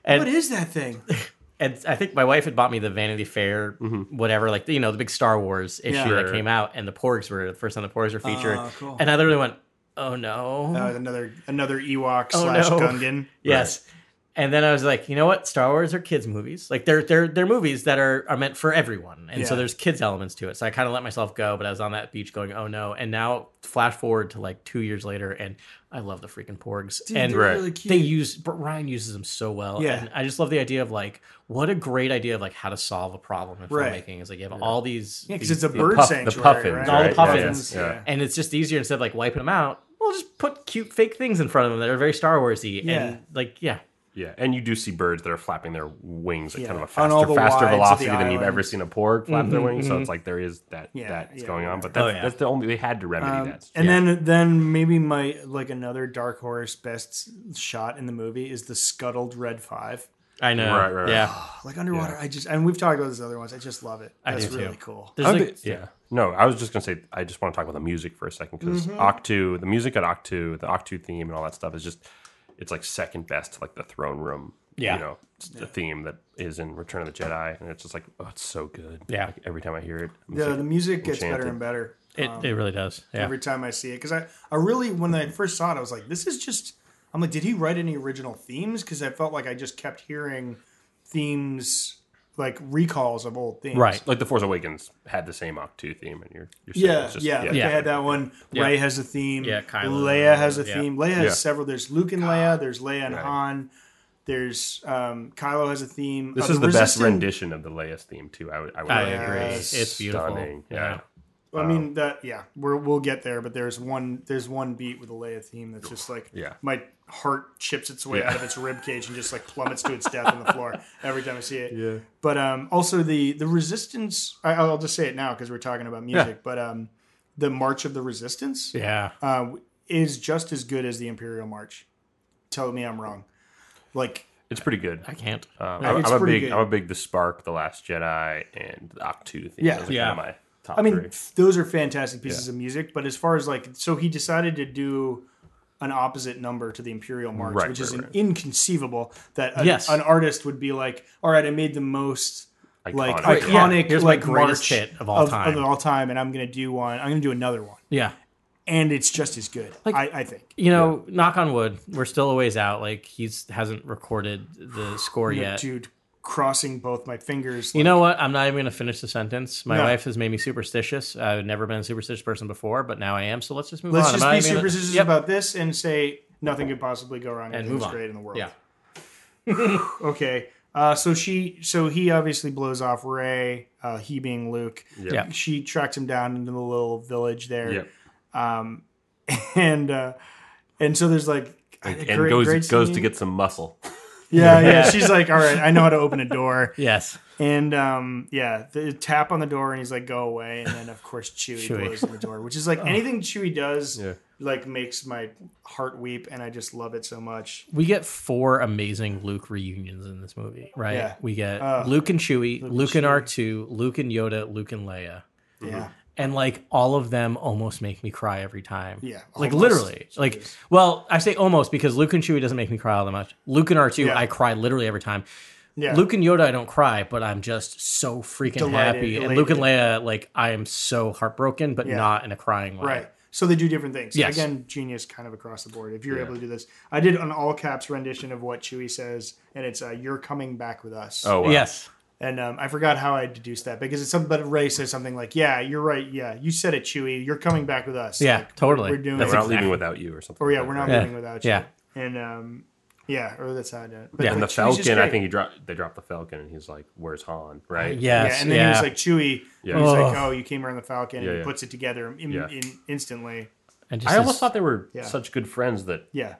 And- what is that thing? [LAUGHS] And I think my wife had bought me the Vanity Fair, Mm-hmm. whatever, like you know, the big Star Wars issue Yeah. that came out, and the Porgs were the first time the Porgs were featured, Oh, cool. and I literally went, oh no, Uh, another another Ewok Oh, slash no. Gungan. Yes. And then I was like, you know what? Star Wars are kids' movies. Like they're they're they're movies that are, are meant for everyone. And so Yeah. there's kids elements to it. So I kind of let myself go, but I was on that beach going, oh no. And now flash forward to like two years later, and I love the freaking porgs. and they're Right. really they cute. use but Ryan uses them so well. Yeah. And I just love the idea of like what a great idea of like how to solve a problem in Right. filmmaking is like you have all these Yeah, because these- it's a these bird puff- the sanctuary. puffins, right? all the right? puffins. Yeah, yeah. [LAUGHS] and it's just easier instead of like wiping them out, we'll just put cute fake things in front of them that are very Star Warsy. Yeah. And like, yeah. Yeah, and you do see birds that are flapping their wings at Yeah, kind of a on all faster, the wides faster of the velocity than you've island. ever seen a porg flap their wings. So it's like there is that Yeah, that's yeah, going on, but yeah. that's, Oh, yeah. that's the only they had to remedy that. And Yeah. then, then maybe my like another dark horse best shot in the movie is the scuttled Red Five. [SIGHS] I know. Right, right, Yeah. Like underwater, I just and we've talked about this other ones. I just love it. I That's do, too. really cool. There's I like, think- yeah. No, I was just gonna say I just want to talk about the music for a second because Mm-hmm. Octu, the music at Octu, the Octu theme and all that stuff is just it's like second best to like the throne room. Yeah. You know, it's the theme that is in Return of the Jedi, and it's just like oh, it's so good. Yeah. Like, every time I hear it, I'm just The, like, the music gets better Enchanted. and better it, it really does. Yeah. every time I see it because I, I really when I first saw it, I was like, this is just. I'm like, did he write any original themes? Because I felt like I just kept hearing themes like recalls of old themes. right. like the Force Awakens had the same Octu theme, and you're, you're saying Yeah, it's just, yeah, like Yeah. They had that one. Yeah. Ray has a theme. Yeah, Kylo. Leia has a Yeah. theme. Leia has Yeah. several. There's Luke and Leia. There's Leia and Right. Han. There's um, Kylo has a theme. This Uh, is the best Resistance- rendition of the Leia's theme too. I would, I would I argue. agree. Yes. It's beautiful. Stunning. Yeah. Yeah. I mean that. Yeah, we're, we'll get there. But there's one. There's one beat with a Leia theme that's just like Yeah. my heart chips its way Yeah. out of its rib cage and just like plummets to its death on the floor every time I see it. Yeah. But um, also the the Resistance. I, I'll just say it now because we're talking about music. But um, the March of the Resistance. Yeah. uh, is just as good as the Imperial March. Tell me I'm wrong. Like It's pretty good. I can't. Um, Yeah, I'm, it's I'm a pretty big, good. I'm a big The Spark, The Last Jedi, and the Octu theme. Yeah. Those are Yeah. Kind of my top I mean, three. those are fantastic pieces of music. But as far as like, so he decided to do an opposite number to the Imperial March, Right, which right, is an right. inconceivable that an, Yes. an artist would be like, all right, I made the most. Like Iconic. iconic, Right, yeah. Here's my like greatest March hit of all time. all time, and I'm gonna do one. I'm gonna do another one, Yeah. and it's just as good. Like- I, I think. You know, knock on wood, we're still a ways out. Like he's hasn't recorded [GASPS] the score yet. Dude, crossing both my fingers. You know what? I'm not even going to finish the sentence. My No. wife has made me superstitious. I've never been a superstitious person before, but now I am. So let's just move Let's on. I'm just not be even gonna- superstitious Yep. about this and say nothing could possibly go wrong. and Everything's move on. great in the world. Yeah. Okay. Uh, so she, so he obviously blows off Ray. Uh, he being Luke. Yeah. She tracks him down into the little village there, Yep. [LAUGHS] and uh, and so there's like a And great- goes great goes to scene. get some muscle. [LAUGHS] yeah yeah. She's like, all right, I know how to open a door, Yes. and um, yeah, the tap on the door, and he's like, go away, and then of course Chewie, Chewie. blows on the door, which is [LAUGHS] like anything Chewie does. Oh. Yeah. Like makes my heart weep, and I just love it so much. We get four amazing Luke reunions in this movie, right? Yeah. We get Oh. Luke and Chewie, Luke and R2, Luke and Yoda, Luke and Leia. Mm-hmm. Yeah, and like all of them almost make me cry every time. Yeah, like almost. literally. Like, Jeez. well, I say almost because Luke and Chewie doesn't make me cry all that much. Luke and R two, Yeah. I cry literally every time. yeah. Luke and Yoda, I don't cry, but I'm just so freaking Delighted, happy. And Luke and elated. Leia, like, I am so heartbroken, but Yeah. not in a crying way. Right. So they do different things. Yes. Again, genius kind of across the board. If you're able to do this, I did an all caps rendition of what Chewie says, and it's uh, "You're coming back with us." Oh wow. Yes. And um, I forgot how I deduced that because it's something. But Ray says something like, "Yeah, you're right. Yeah, you said it, Chewie. You're coming back with us. Yeah, Like, totally. We're doing. Yeah, we're it. not leaving without you or something. or yeah, like we're that, not right? leaving without you. Yeah. And um, Yeah, or that's how I do it. But Yeah, like, And the Chewie's just Falcon, I great. Uh, think he dropped. They dropped the Falcon, and he's like, "Where's Han?" Right? Yeah, Yes. and then he was like Chewie. Yeah. He was like, Ugh. "Oh, you came around the Falcon." and Yeah, he yeah. puts it together in, Yeah. in, instantly. And just I almost this- thought they were Yeah. such good friends that Yeah,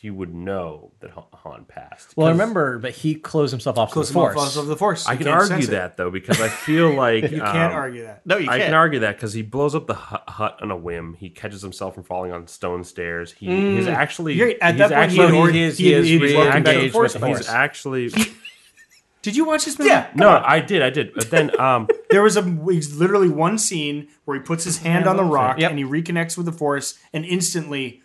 he would know that Han- Han passed. Well, I 'Cause remember, but he closed himself off to the force. of the Force. I You can can't argue sense it. that though because [LAUGHS] I feel like You can't um, argue that. no, you I can't. can argue that because he blows up the hu- hut on a whim. He catches himself from falling on stone stairs. He, He's actually Mm. You're- at he's that point, he actually, had already- he is- he he had- is he was he's welcome back to the re-engaged Force. with the actually, Force. he's [LAUGHS] actually Did you watch this movie? Yeah. no. I did, I did. But then, um, [LAUGHS] [LAUGHS] There was a he's literally one scene where he puts his hand on the rock Yep. and he reconnects with the Force, and instantly,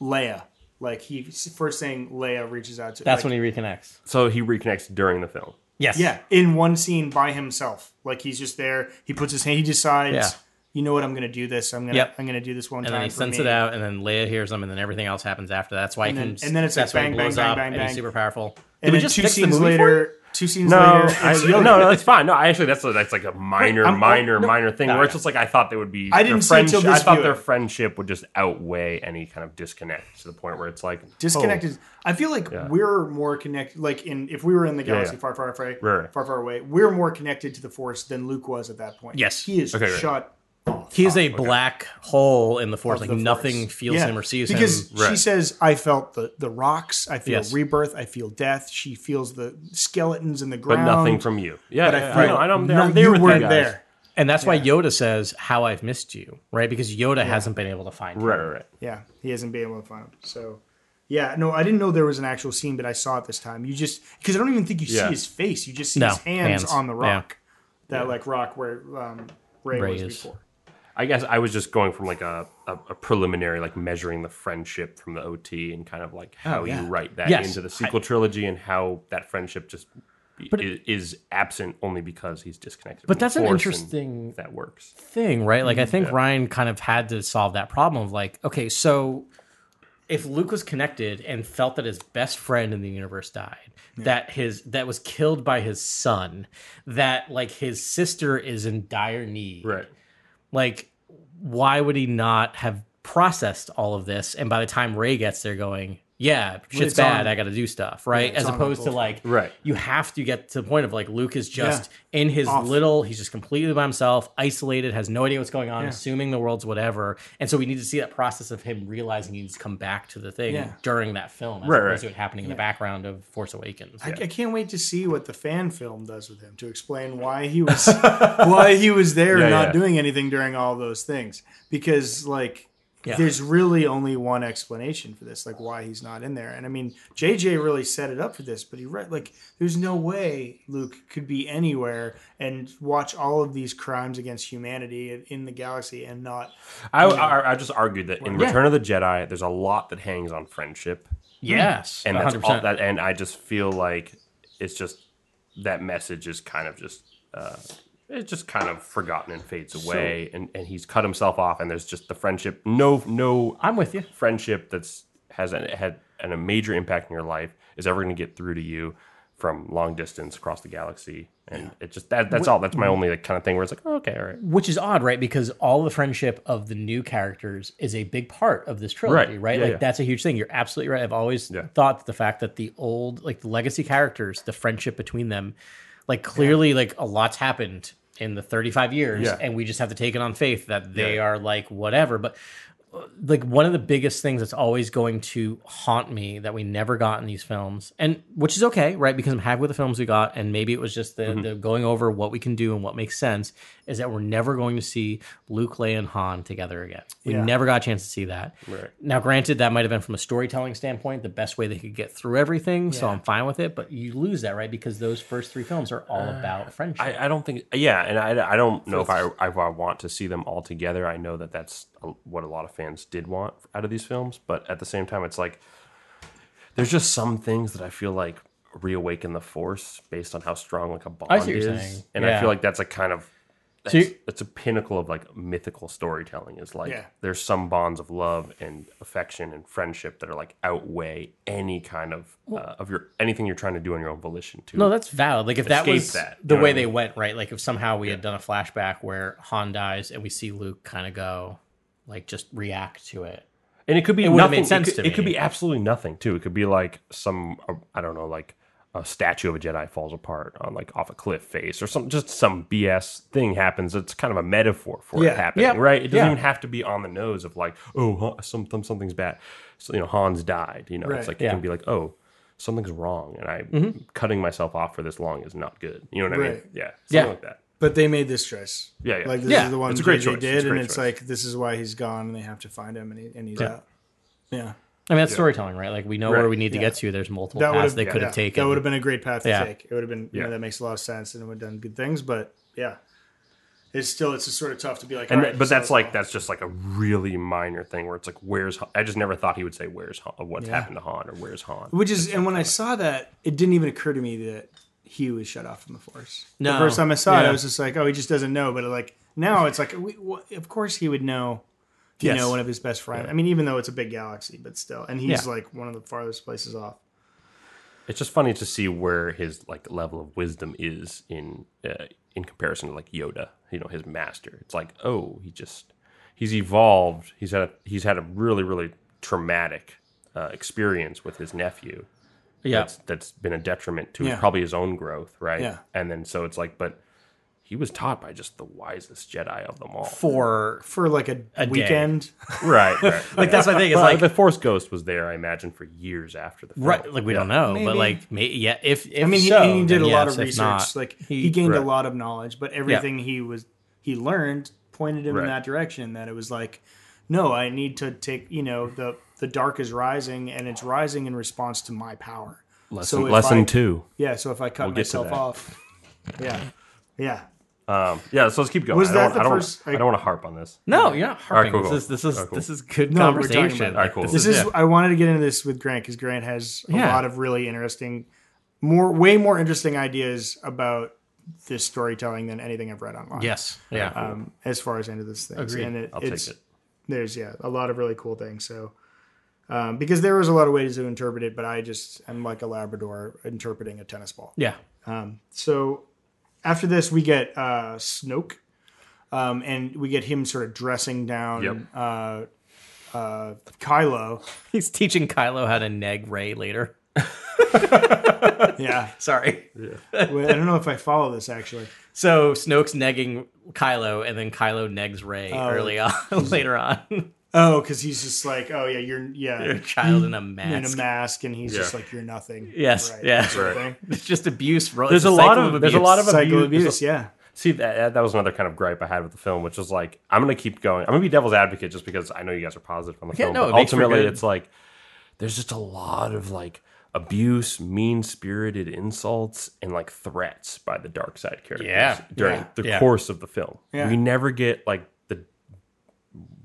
Leia, like he first thing Leia reaches out to. That's like, when he reconnects. so he reconnects during the film. Yes. yeah, in one scene by himself, like he's just there. He puts his hand. He decides, Yeah. you know what, I'm gonna do this. I'm gonna Yep. I'm gonna do this one And time. then he for sends me. it out, and then Leia hears him, and then everything else happens after. that. That's why And he then- can. and then it's like that's why he bang, bang, blows bang, up, bang, and bang. he's super powerful. Did And we then just two fix the scenes movie for later, you? two scenes No, later, I, it's no, Yoda. no, it's fine. No, I actually that's a, that's like a minor, I'm- minor, no. minor thing No, where it's yeah. just like I thought they would be. I their didn't see it till friendship- this I thought viewing. their friendship would just outweigh any kind of disconnect to the point where it's like Oh. disconnected. I feel like we're more connected. Like in if we were in the galaxy yeah. far, far, far, Right, right. far, far away, we're more connected to the Force than Luke was at that point. Yes. he is Okay, right. shut. He is a black hole in the force. Oh, of Like the nothing Force. feels Yeah. him or sees because him. she Right. says, "I felt the the rocks. I feel Yes. rebirth. I feel death. She feels the skeletons in the but ground. nothing from you. Yeah, But yeah, I I feel know. I know. I'm there, no, I'm there you with you weren't guys. there. And that's why Yoda says, "How I've missed you," right? Because Yoda hasn't been able to find Right, him. right, right. Yeah, he hasn't been able to find him. So, yeah, no, I didn't know there was an actual scene, but I saw it this time. You just because I don't even think you Yeah. see his face; you just see No, his hands, hands. on the Yeah. rock, that like rock where um, Ray, Ray was is. before. I guess I was just going from like a, a, a preliminary, like measuring the friendship from the OT and kind of like how yeah. you write that Oh, Yes. into the sequel trilogy and how that friendship just But is, is absent only because he's disconnected. But from the that's an Force and interesting- that works. thing, right? Like I think Ryan kind of had to solve that problem of like, okay, so if Luke was connected and felt that his best friend in the universe died, that his that was killed by his son, that like his sister is in dire need. Right. Like why would he not have processed all of this and by the time Ray gets there going, yeah, shit's it's bad, on- I got to do stuff, right? it's As on opposed to unfold. like Right. you have to get to the point of like Luke is just in his Off. little, he's just completely by himself, isolated, has no idea what's going on, Yeah. assuming the world's whatever. And so we need to see that process of him realizing he needs to come back to the thing Yeah. during that film as Right, opposed right. to it happening in the background of Force Awakens. I, I can't wait to see what the fan film does with him to explain why he [LAUGHS] was why he was there Yeah, and not yeah. doing anything during all those things because like Yeah. there's really only one explanation for this like why he's not in there and I mean JJ really set it up for this but he read like there's no way Luke could be anywhere and watch all of these crimes against humanity in- in the galaxy and not I, I, I just argued that in Yeah. Return of the Jedi, there's a lot that hangs on friendship, yes. and that's 100%. all that. And I just feel like it's just that message is kind of just uh, it's just kind of forgotten and fades away, and, and he's cut himself off, and there's just the friendship. No, no I'm with you. friendship that's has an, had an, a major impact in your life is ever going to get through to you from long distance across the galaxy, and it just that that's all. That's my only like, kind of thing where it's like, oh, okay, all right. Which is odd, right? Because all the friendship of the new characters is a big part of this trilogy, right? Right. Yeah, like yeah. that's a huge thing. You're absolutely right. I've always thought that the fact that the old, like the legacy characters, the friendship between them, like clearly, like a lot's happened in the 35 years, Yeah. and we just have to take it on faith that they are like whatever. But like one of the biggest things that's always going to haunt me that we never got in these films, and which is okay, right? Because I'm happy with the films we got, and maybe it was just the, the going over what we can do and what makes sense is that we're never going to see Luke, Leia, and Han together again. We Yeah. never got a chance to see that. Right. Now, granted, that might have been from a storytelling standpoint the best way they could get through everything, so Yeah. I'm fine with it. But you lose that, right? Because those first three films are all about friendship. I, I don't think yeah and i, I don't know if I, if I want to see them all together i know that that's a- what a lot of fans did want out of these films but at the same time it's like there's just some things that i feel like reawaken the force based on how strong like a bond what you're is saying. and Yeah. i feel like that's a kind of So that's, you- that's a pinnacle of like mythical storytelling is like Yeah. there's some bonds of love and affection and friendship that are like outweigh any kind of uh, of your anything you're trying to do on your own volition to No, Mm-hmm. that's valid. Like if that escape was that, you the know way what I they mean? went, right? Like if somehow we had done a flashback where Han dies and we see Luke kind of go, like just react to it. and it could be It would've nothing. made sense it, could, to it could me. be absolutely nothing too. It could be like some uh, I don't know, like a statue of a Jedi falls apart on like off a cliff face or some just some BS thing happens. It's kind of a metaphor for Yeah. it happening, Yeah. right? It doesn't Yeah. even have to be on the nose of like oh huh, some, some something's bad. So you know Hans died. You know Right. it's like it Yeah. Mm-hmm. can be like oh something's wrong and I cutting myself off for this long is not good. You know what I mean? Right. Yeah, something Yeah. like that. But they made this choice. Yeah, yeah. Like this Yeah, is the one it's a great JJ choice. It's a did, and great it's choice. like this is why he's gone, and they have to find him, and, he, and he's out. Yeah, I mean, that's storytelling, right? Like we know Right. where we need to Yeah. get to. There's multiple that paths would they could have taken. That would have been a great path to Yeah. take. It would have been. You Yeah. know, that makes a lot of sense, and it would have done good things. But yeah, it's still it's just sort of tough to be like. And all that- right, but so- that's like that's just like a really minor thing where it's like where's Han? I just never thought he would say where's Han, what's Yeah. happened to Han or where's Han. Which is, and when I saw that, it didn't even occur to me that he was shut off from the Force. the No. first time I saw it, I Yeah. was just like, oh, he just doesn't know. But like now, it's like, we, wha- of course he would know. You Yes. know, one of his best friends. I mean, even though it's a big galaxy, but still, and he's Yeah. like one of the farthest places off. It's just funny to see where his like level of wisdom is in uh, in comparison to like Yoda, you know, his master. It's like oh, he just he's evolved. He's had a, he's had a really really traumatic uh, experience with his nephew. yeah. that's, that's been a detriment to Yeah. probably his own growth, right? Yeah. And then so it's like, but he was taught by just the wisest Jedi of them all, [LAUGHS] For for like a, A day. weekend. right? [LAUGHS] right like that's my thing. It's Well, like the Force Ghost was there, I imagine, for years after the film. right. Like we don't know, Maybe. but like may, yeah. If, if I mean, he, so, he did then a lot yes, of if research. not- like he, gained a Right. lot of knowledge, but everything he was he learned pointed him in Right. that direction. That it was like, no, I need to take. You know, the the dark is rising, and it's rising in response to my power. Lesson, if lesson I- two. Yeah. So if I cut We'll get to myself that. off, yeah, yeah. Um, yeah, so let's keep going. Was I don't, that the I don't, first- I don't want to harp on this. no, you're not harping. cool, cool. This is this is All right, cool. this is good No, we're talking about conversation. it. Like, All right, cool. This So- is. yeah. I wanted to get into this with Grant because Grant has a Yeah. lot of really interesting, more way more interesting ideas about this storytelling than anything I've read online. yes. Yeah. um, as far as into this thing. Agreed. And it, I'll it's take it. there's yeah a lot of really cool things. So um, because there was a lot of ways to interpret it, but I just am like a Labrador interpreting a tennis ball. [LAUGHS] yeah. So after this, we get uh, Snoke, um, and we get him sort of dressing down Yep. uh, uh, Kylo. He's teaching Kylo how to neg Ray later. [LAUGHS] Yeah, Sorry. Wait, I don't know if I follow this actually. So Snoke's negging Kylo, and then Kylo negs Ray Oh. early on. [LAUGHS] later on, Oh, because he's just like, oh yeah, you're yeah. a child in a mask. in a mask, and he's just Yeah. like, "You're nothing." Yes. Right. Yeah. Sort of thing. It's just abuse, bro. There's It's a lot cycle of- there's a lot of abuse. Psycho Abuse- abuse, yeah. See, that, that was another kind of gripe I had with the film, which was like, I'm going to keep going. I'm going to be devil's advocate just because I know you guys are positive on the Yeah, film. no, but it makes for ultimately, good- it's like, there's just a lot of like abuse, mean spirited insults, and like threats by the dark side characters Yeah. during Yeah. the Yeah. course of the film. Yeah. We never get like the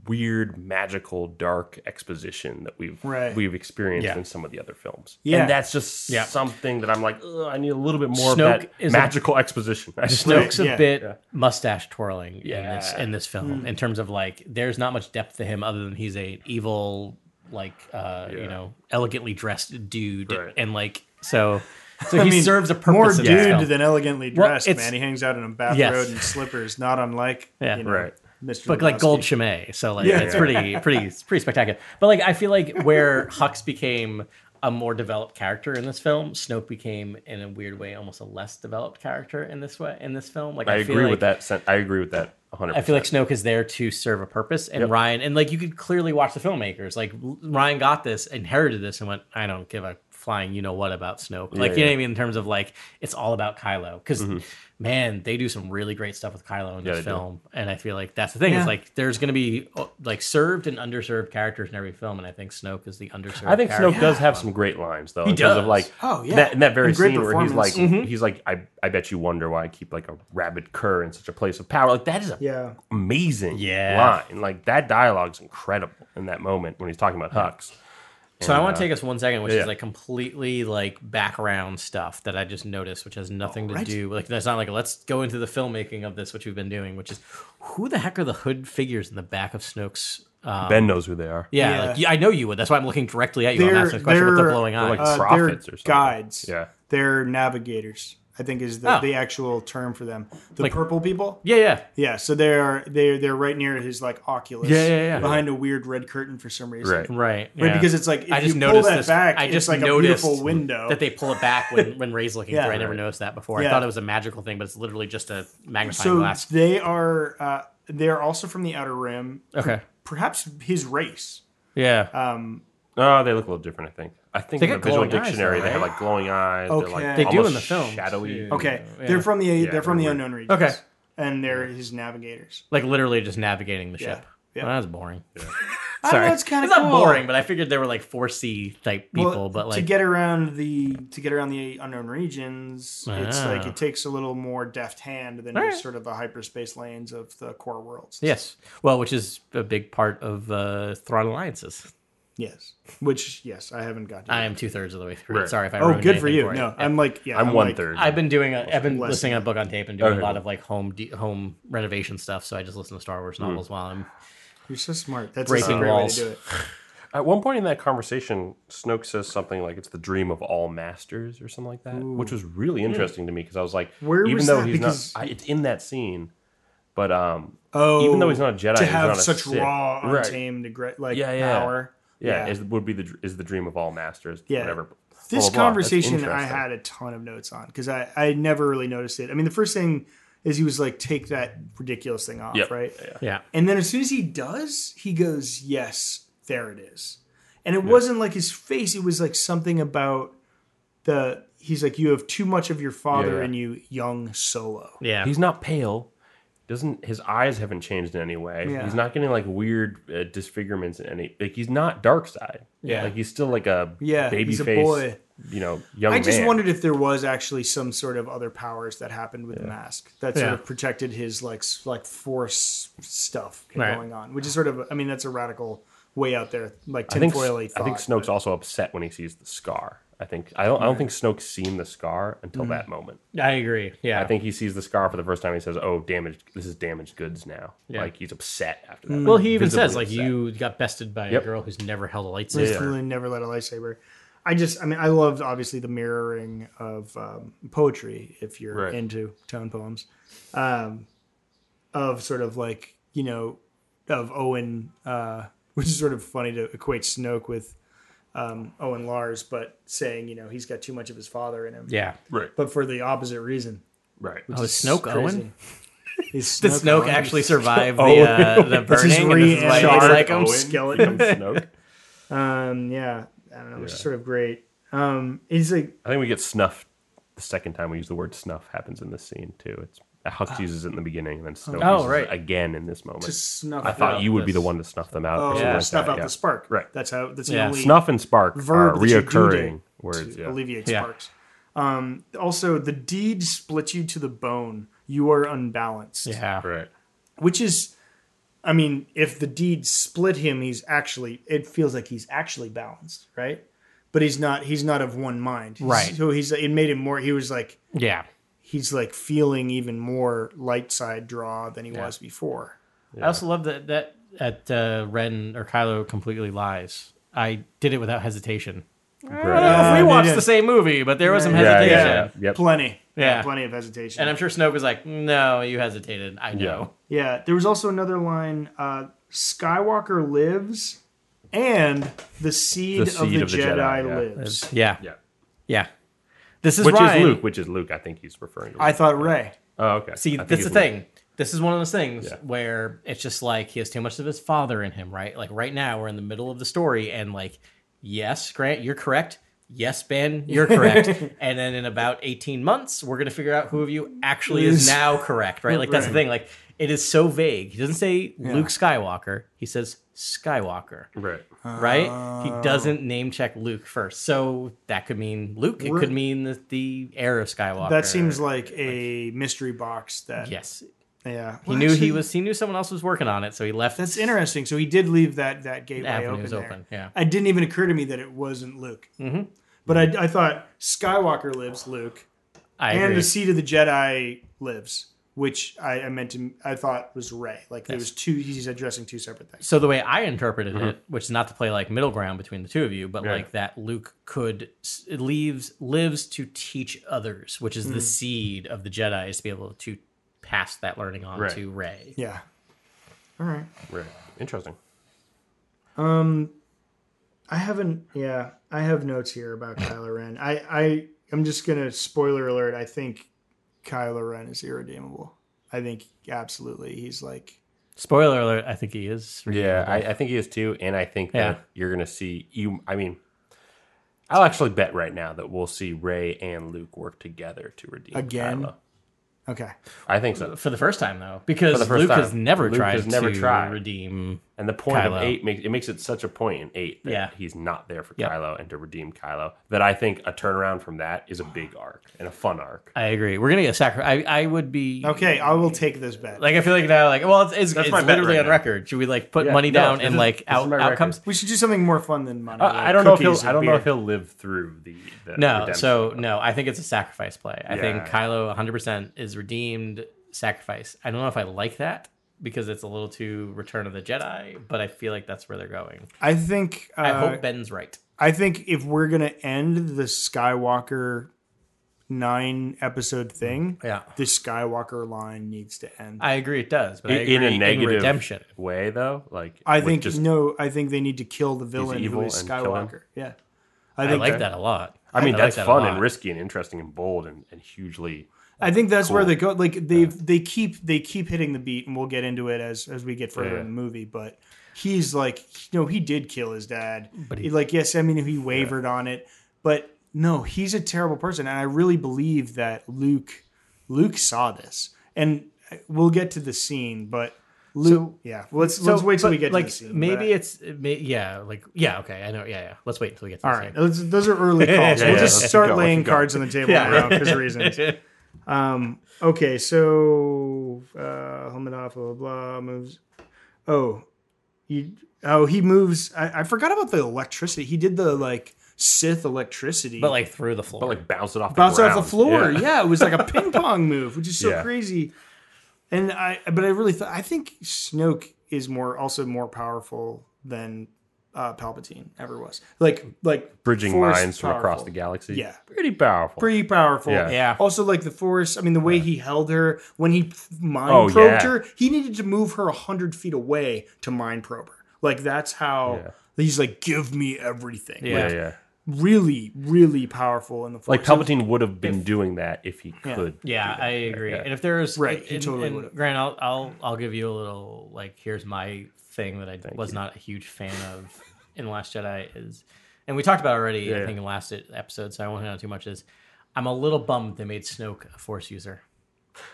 weird magical dark exposition that we've Right. we've experienced Yeah. in some of the other films Yeah. and that's just Yeah. something that i'm like "Ugh, i need a little bit more Snoke of that is a- magical exposition [LAUGHS] i just need- Snoke's a Yeah. bit mustache twirling in this Yeah. Hmm. in this film in terms of like there's not much depth to him other than he's a evil like uh Yeah. you know elegantly dressed dude Right. and like so [LAUGHS] so I he mean, serves a purpose More in dude this film. than elegantly Well, dressed, it's- man. He hangs out in a bathrobe Yes. and slippers, not unlike Yeah. you know, Right. Mr. but like Lebowski. gold chimay. So like Yeah. it's Yeah. pretty pretty it's pretty spectacular. But like I feel like where Hux became a more developed character in this film, Snoke became in a weird way almost a less developed character in this way in this film. Like I, I feel agree like, with that. sen- I agree with that 100. I feel like Snoke is there to serve a purpose, and Ryan, and like you could clearly watch the filmmakers. Like L- Ryan got this, inherited this, and went, I don't give a flying, you know what about Snoke? Like you know yeah. Mm-hmm. what I mean? In terms of like, it's all about Kylo, because man, they do some really great stuff with Kylo in Yeah, this they do. film, and I feel like that's the thing Yeah. is like there's going to be uh, like served and underserved characters in every film, and I think Snoke is the underserved. I think character. Snoke does have some great lines though. He in terms of does. like, Oh, yeah. that, in that very And great scene where he's like, performance. he's like, I, I bet you wonder why I keep like a rabid cur in such a place of power. Like that is a Yeah. amazing Yeah. line. Like that dialogue's incredible in that moment when he's talking about Hux. So I uh, want to take us one second, which yeah. is like completely like background stuff that I just noticed, which has nothing to do. Like that's not like let's go into the filmmaking of this, which we've been doing, which is who the heck are the hood figures in the back of Snoke's? Um, Ben knows who they are. yeah, Yeah. like, yeah, I know you would. That's why I'm looking directly at you. I'm They're- asking the question with the they're, glowing eye. like, Uh, they're prophets or something. guides. Yeah. they're navigators. I think is the, Oh. the actual term for them. The Like- purple people. Yeah, yeah. Yeah, so they are they they're right near his like oculus. Yeah, yeah, yeah. Behind a weird red curtain for some reason. Right. Right. Right, yeah. because it's like if I just you pull noticed that this. back, I just it's like a noticed beautiful window. that they pull it [LAUGHS] back when, when Ray's looking Yeah. through. I never noticed that before. Yeah. I thought it was a magical thing, but it's literally just a magnifying so glass. they are uh, they are also from the outer rim. Okay. Perhaps his race. Yeah. Uh, No, Oh, they look a little different. I think. I think They in the got visual glowing eyes, dictionary though, they have right? like glowing eyes. They're Okay. like They do in almost the film, Shadowy. too. Okay, Yeah. they're from the they're from the they're unknown regions. Okay. and they're his navigators. like literally just navigating the Yeah. ship. Yeah. Well, that's boring. I don't Sorry. know, it's kind of not boring, but I figured there were like 4C type people, but to like get around the to get around the unknown regions, it's Ah. like it takes a little more deft hand than Alright. just sort of the hyperspace lanes of the core worlds. Yes. Well, which is a big part of uh, Thrawn Alliances. Yes. Which yes, I haven't got. To I yet. am two thirds of the way through. Right. Sorry if I. Oh, ruined good for anything you. No, Yeah. I'm like yeah, I'm, I'm one like, third. I've been doing. A, I've been Less. listening to a book on tape and doing Okay. a lot of like home de- home renovation stuff. So I just listen to Star Wars Mm. novels while I'm. You're so smart. That's Breaking a great walls. way to do it. At one point in that conversation, Snoke says something like "It's the dream of all masters" or something like that, which was really interesting to me because I was like, Hmm. Where even was though that? he's Because- not, I, it's in that scene, but um, Oh, even though he's not a Jedi, to he's have not a such Sith. raw, Right. untamed, aggre- like Yeah, yeah. power. yeah, Is, would be the dr- is the dream of all masters. Yeah. whatever. blah, this blah, blah. That's conversation I interesting. had a ton of notes on because I, I never really noticed it. I mean, the first thing is he was like, take that ridiculous thing off, Yep. right? Yeah. And then as soon as he does, he goes, yes, there it is. And it wasn't like his face, it was like something about the. He's like, you have too much of your father yeah. in you, young Solo. Yeah. He's not pale. Doesn't his eyes haven't changed in any way? Yeah. He's not getting like weird uh, disfigurements in any. Like he's not dark side. Yeah. like he's still like a Yeah, baby he's a face, boy. You know, young. I just man. wondered if there was actually some sort of other powers that happened with the mask that sort Yeah. of protected his like s- like force stuff Right. going on, which is sort of I mean that's a radical way out there like I think tinfoily I thought. think Snoke's also upset when he sees the scar. I think I don't. I don't think Snoke's seen the scar until Mm. that moment. I agree. Yeah. I think he sees the scar for the first time. He says, "Oh, damaged. This is damaged goods now." Yeah. Like he's upset after that. Mm. Well, he even Visibly says like upset. you got bested by Yep. a girl who's never held a He's lightsaber. literally never let a lightsaber. I just I mean I loved obviously the mirroring of um, poetry if you're Right. into tone poems, um, of sort of like you know of Owen, uh, [LAUGHS] which is sort of funny to equate Snoke with. Um, Owen Lars, but saying you know he's got too much of his father in him, Yeah. Right. but for the opposite reason. Right. [LAUGHS] Oh, is Snoke Owen? [LAUGHS] Is Did Snoke Owen? [LAUGHS] actually survive the, Oh. uh, [LAUGHS] the That's his burning? And this is re- why he looks Shark like him. Owen. skeleton. Snoke. Um, yeah, I don't know, which is sort of great. Um, he's like I think we get snuffed the second time we use the word snuff happens in this scene too. It's Hux uses it in the beginning and then Snoke Oh, uses right. it again in this moment. Ah. to snuff. I thought out. you would be the that's- one to snuff them out. or Oh, something like snuff that, out yeah. the spark. Right. That's how. That's Yeah. the only Snuff and spark are verb that you do to- reoccurring words. to Yeah. alleviate Yeah. sparks. Um, also, the deed split you to the bone. You are unbalanced. Yeah. Right. Which is, I mean, if the deed split him, he's actually. It feels like he's actually balanced, right? But he's not. He's not of one mind. He's- Right. So he's. It made him more. He was like. Yeah. He's like feeling even more light side draw than he was before. I also love that that at uh, Ren or Kylo completely lies. I did it without hesitation. Right. Uh, we they watched did. the same movie, but there was some Yeah, yeah, hesitation. yeah. Yep. Plenty. Yeah. Plenty of hesitation. And I'm sure Snoke was like, "No, you hesitated. I know." Yeah, there was also another line: uh, "Skywalker lives, and the seed, The of, seed the of the Jedi, Jedi, yeah. lives." Yeah. Yeah. Yeah. This is Which Ryan. is Luke? Which is Luke? I think he's referring to. I Luke. thought Ray. oh, okay. See, I think that's he's the Luke. thing. This is one of those things Yeah. where it's just like he has too much of his father in him, right? Like right now, we're in the middle of the story, and like, yes, Grant, you're correct. Yes, Ben, you're correct. and then in about 18 months, we're going to figure out who of you actually is Is- now correct, right? Like, that's the Right. thing. Like, it is so vague. He doesn't say Luke Skywalker, he says Skywalker, Right. right? he doesn't name check Luke first. So that could mean Luke. It We're- could mean the, the heir of Skywalker. That seems like a mystery box. That Yes, yeah, he knew he was. He knew someone else was working on it, so he left. That's interesting. So he did leave that that gateway Avenue open. was There. open, yeah. it didn't even occur to me that it wasn't Luke. Mm-hmm. But I, I thought Skywalker lives, Luke, I and agree. the seed of the Jedi lives. which I, I meant to I thought was Ray. Like there was two he's addressing two separate things. So the way I interpreted it, which is not to play like middle ground between the two of you, but Mm-hmm. Yeah. like that Luke could s- leaves lives to teach others, which Mm. is the seed of the Jedi, is to be able to pass that learning on Right. to Ray. Yeah. All right. Right. Interesting. I haven't. Yeah, I have notes here about Kylo Ren. I I I'm just gonna spoiler alert. I think Kylo Ren is irredeemable. I think absolutely he's like Spoiler alert: I think he is. Yeah, I, I think he is too, and I think Yeah. that you're gonna see you. I mean, I'll actually bet right now that we'll see Ray and Luke work together to redeem Again? Kylo. okay. I think so. for the first time though, because For the first Luke time. has never Luke tried has never to tried. Mm. redeem. And the point Kylo. of eight makes it makes it such a point in eight that Yeah. he's not there for Yep. Kylo and to redeem Kylo that I think a turnaround from that is a big arc and a fun arc. I agree. We're gonna get sacrificed. I, I would be Okay, I will take this bet. Like I feel like now, like well, it's it's, That's it's my bet literally on right now. record. Should we like put Yeah, money no, down this and is- like this is out, my record. outcomes? we should do something more fun than money. like I don't know if cookies and he'll. I don't know beer. if he'll live through the. the No, redemption. so no, I think it's a sacrifice play. I think Yeah. Kylo 100 percent is redeemed sacrifice. I don't know if I like that because it's a little too Return of the Jedi, but I feel like that's where they're going. I think. Uh, I hope Ben's right. I think if we're gonna end the Skywalker nine episode thing, Yeah. the Skywalker line needs to end. I agree, it does, but I in, agree in a negative redemption. way, though, like I with think just no. I think they need to kill the villain evil who is and kill him? Skywalker. Yeah, I I, think like that a lot. I mean, like that's that a fun lot. and risky and interesting and bold and, and hugely. I think that's where Cool. they go. Like they have they keep they keep hitting the beat, and we'll get into it as as we get further Yeah. in the movie. But he's like, you know, he did kill his dad. But he- he, like, yes, I mean, he wavered on it, but no, he's a terrible person, and I really believe that Luke Luke saw this, and uh, we'll get to the scene, but. Luke, yeah. Well, let's let's wait till but, we get like to the scene. maybe but- it's it may, yeah, like yeah, okay, I know, yeah, yeah. Let's wait until we get to All the right, scene. those, those are early calls. [LAUGHS] Yeah, we'll yeah, just let's start go, let's laying go. cards on the table Yeah. now because [LAUGHS] reasons. Um, okay, so uh, helmet off, blah blah blah moves. Oh, you. Oh, he moves. I, I forgot about the electricity. He did the like Sith electricity, but like through the floor. But like bounce it off, bounce the off the ground. floor. Yeah. it was like a ping pong move, which is so Yeah. crazy. And I, but I really thought I think Snoke is more also more powerful than uh, Palpatine ever was. Like like [LAUGHS] bridging Force minds from across powerful. the galaxy. Yeah. pretty powerful. pretty powerful. Yeah. Yeah. Also, like the force. I mean, the way he held her when he mind Oh, probed yeah. her, he needed to move her hundred feet away to mind probe her. Like that's how Yeah. he's like, give me everything. Yeah. yeah, Like, yeah. really, really powerful in the force. Like Palpatine would have been doing that if he Yeah. could. Yeah, I agree. And if there's Right, he and, totally and would've. Grant, I'll I'll I'll give you a little like here's my thing that I was not a huge fan of in The Last Jedi is, and we talked about it already I Yeah. think in the last e, episode, so I won't hit on it too much. Is I'm a little bummed they made Snoke a Force user.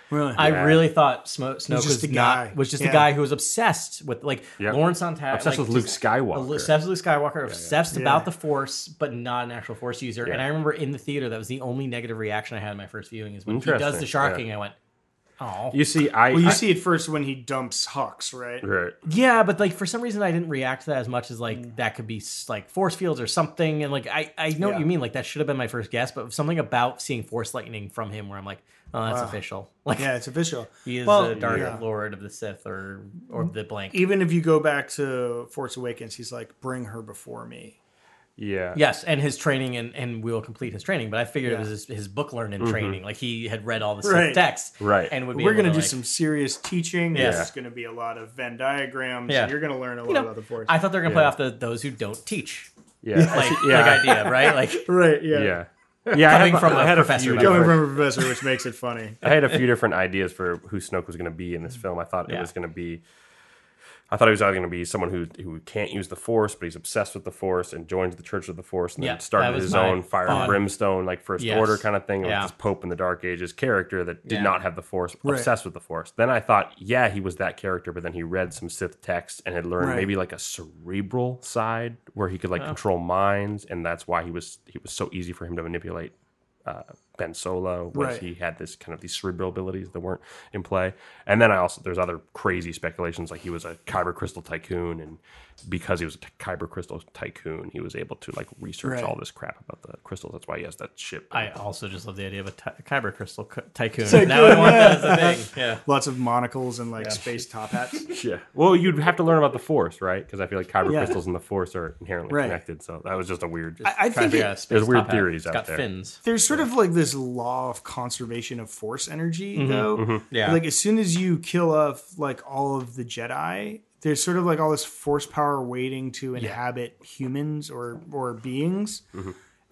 really. I really thought Smo- Snoke was, just the not guy. was just Yeah. the guy who was obsessed with like Yep. Lawrence Ontag, Obsessed like, with Luke just- Skywalker. Obsessed with Luke Skywalker, obsessed Yeah. about the Force, but not an actual Force user. And Yeah. I remember in the theater, that was the only negative reaction I had in my first viewing is when he does the Interesting, shark yeah. king, I went, oh. you see, I. well, you I- see it first when he dumps Hux, right? right. Yeah, but like for some reason, I didn't react to that as much as like Mm. that could be s- like Force fields or something. And like, I, I know Yeah. what you mean. Like, that should have been my first guess, but something about seeing Force lightning from him where I'm like, oh, that's official. [LAUGHS] Like, Yeah, it's official. he is Well, the Dark yeah. Mm. Lord of the Sith or, or the blank. Even if you go back to Force Awakens, he's like, "Bring her before me." [LAUGHS] Yeah. Yes, and his training, and, and we will complete his training. But I figured Yeah. it was his, his book learning training. Like he had read all the Sith Right. texts, Mm-hmm. Right. And would be We're able gonna to, do like- some serious teaching. Yeah. There's gonna be a lot of Venn diagrams. Yeah. and You're gonna learn a lot You know, about the Force. I thought they were gonna play off the those who don't [LAUGHS] teach, Yeah. like, yeah. like idea, [LAUGHS] right? Like right? Yeah. yeah. Yeah. I Coming have- from I a had a professor, few by the way. Coming different- from a professor, which makes it funny. I had a few different ideas for who Snoke was going to be in this film. I thought it Yeah. was going to be. I thought he was either going to be someone who who can't use the Force, but he's obsessed with the Force and joins the Church of the Force, and Yeah, then started that was his my own fire thought. and brimstone, like First Yes. Order kind of thing, Yeah. like this Pope in the Dark Ages character that did Yeah. not have the Force, Right. obsessed with the Force. Then I thought, yeah, he was that character, but then he read some Sith texts and had learned Right. maybe like a cerebral side Oh. where he could like control minds, and that's why he was he was so easy for him to manipulate uh, Ben Solo was Right. he had this kind of these cerebral abilities that weren't in play. And then I also there's other crazy speculations like he was a kyber crystal tycoon and because he was a ty- kyber crystal tycoon, he was able to like research Right. all this crap about the crystals. That's why he has that ship. I also just love the idea of a ty- kyber crystal c- tycoon. Now I want that as a [LAUGHS] thing. Yeah. Lots of monocles and like space top hats. [LAUGHS] yeah. Well, you'd have to learn about the force, right? Because I feel like kyber Yeah. crystals and the force are inherently Right. connected. So that was just a weird. I, I Trying to think figure it- out a space There's weird top hat. theories It's out got there. fins. there's sort of like this law of conservation of force energy though Yeah. like as soon as you kill off like all of the jedi there's sort of like all this force power waiting to inhabit humans or or beings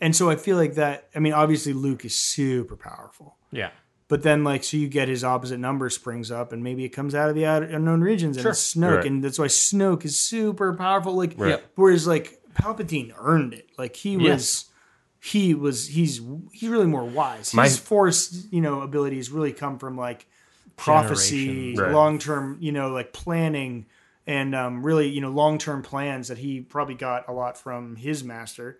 and so i feel like that i mean obviously luke is super powerful Yeah. but then like so you get his opposite number springs up and maybe it comes out of the out- unknown regions and it's snoke Right. and that's why snoke is super powerful like Right. whereas like palpatine earned it like he Yes. was he was he's he's really more wise My- his force you know abilities really come from like prophecy Generation. Right. long-term you know like planning and um, really you know long-term plans that he probably got a lot from his master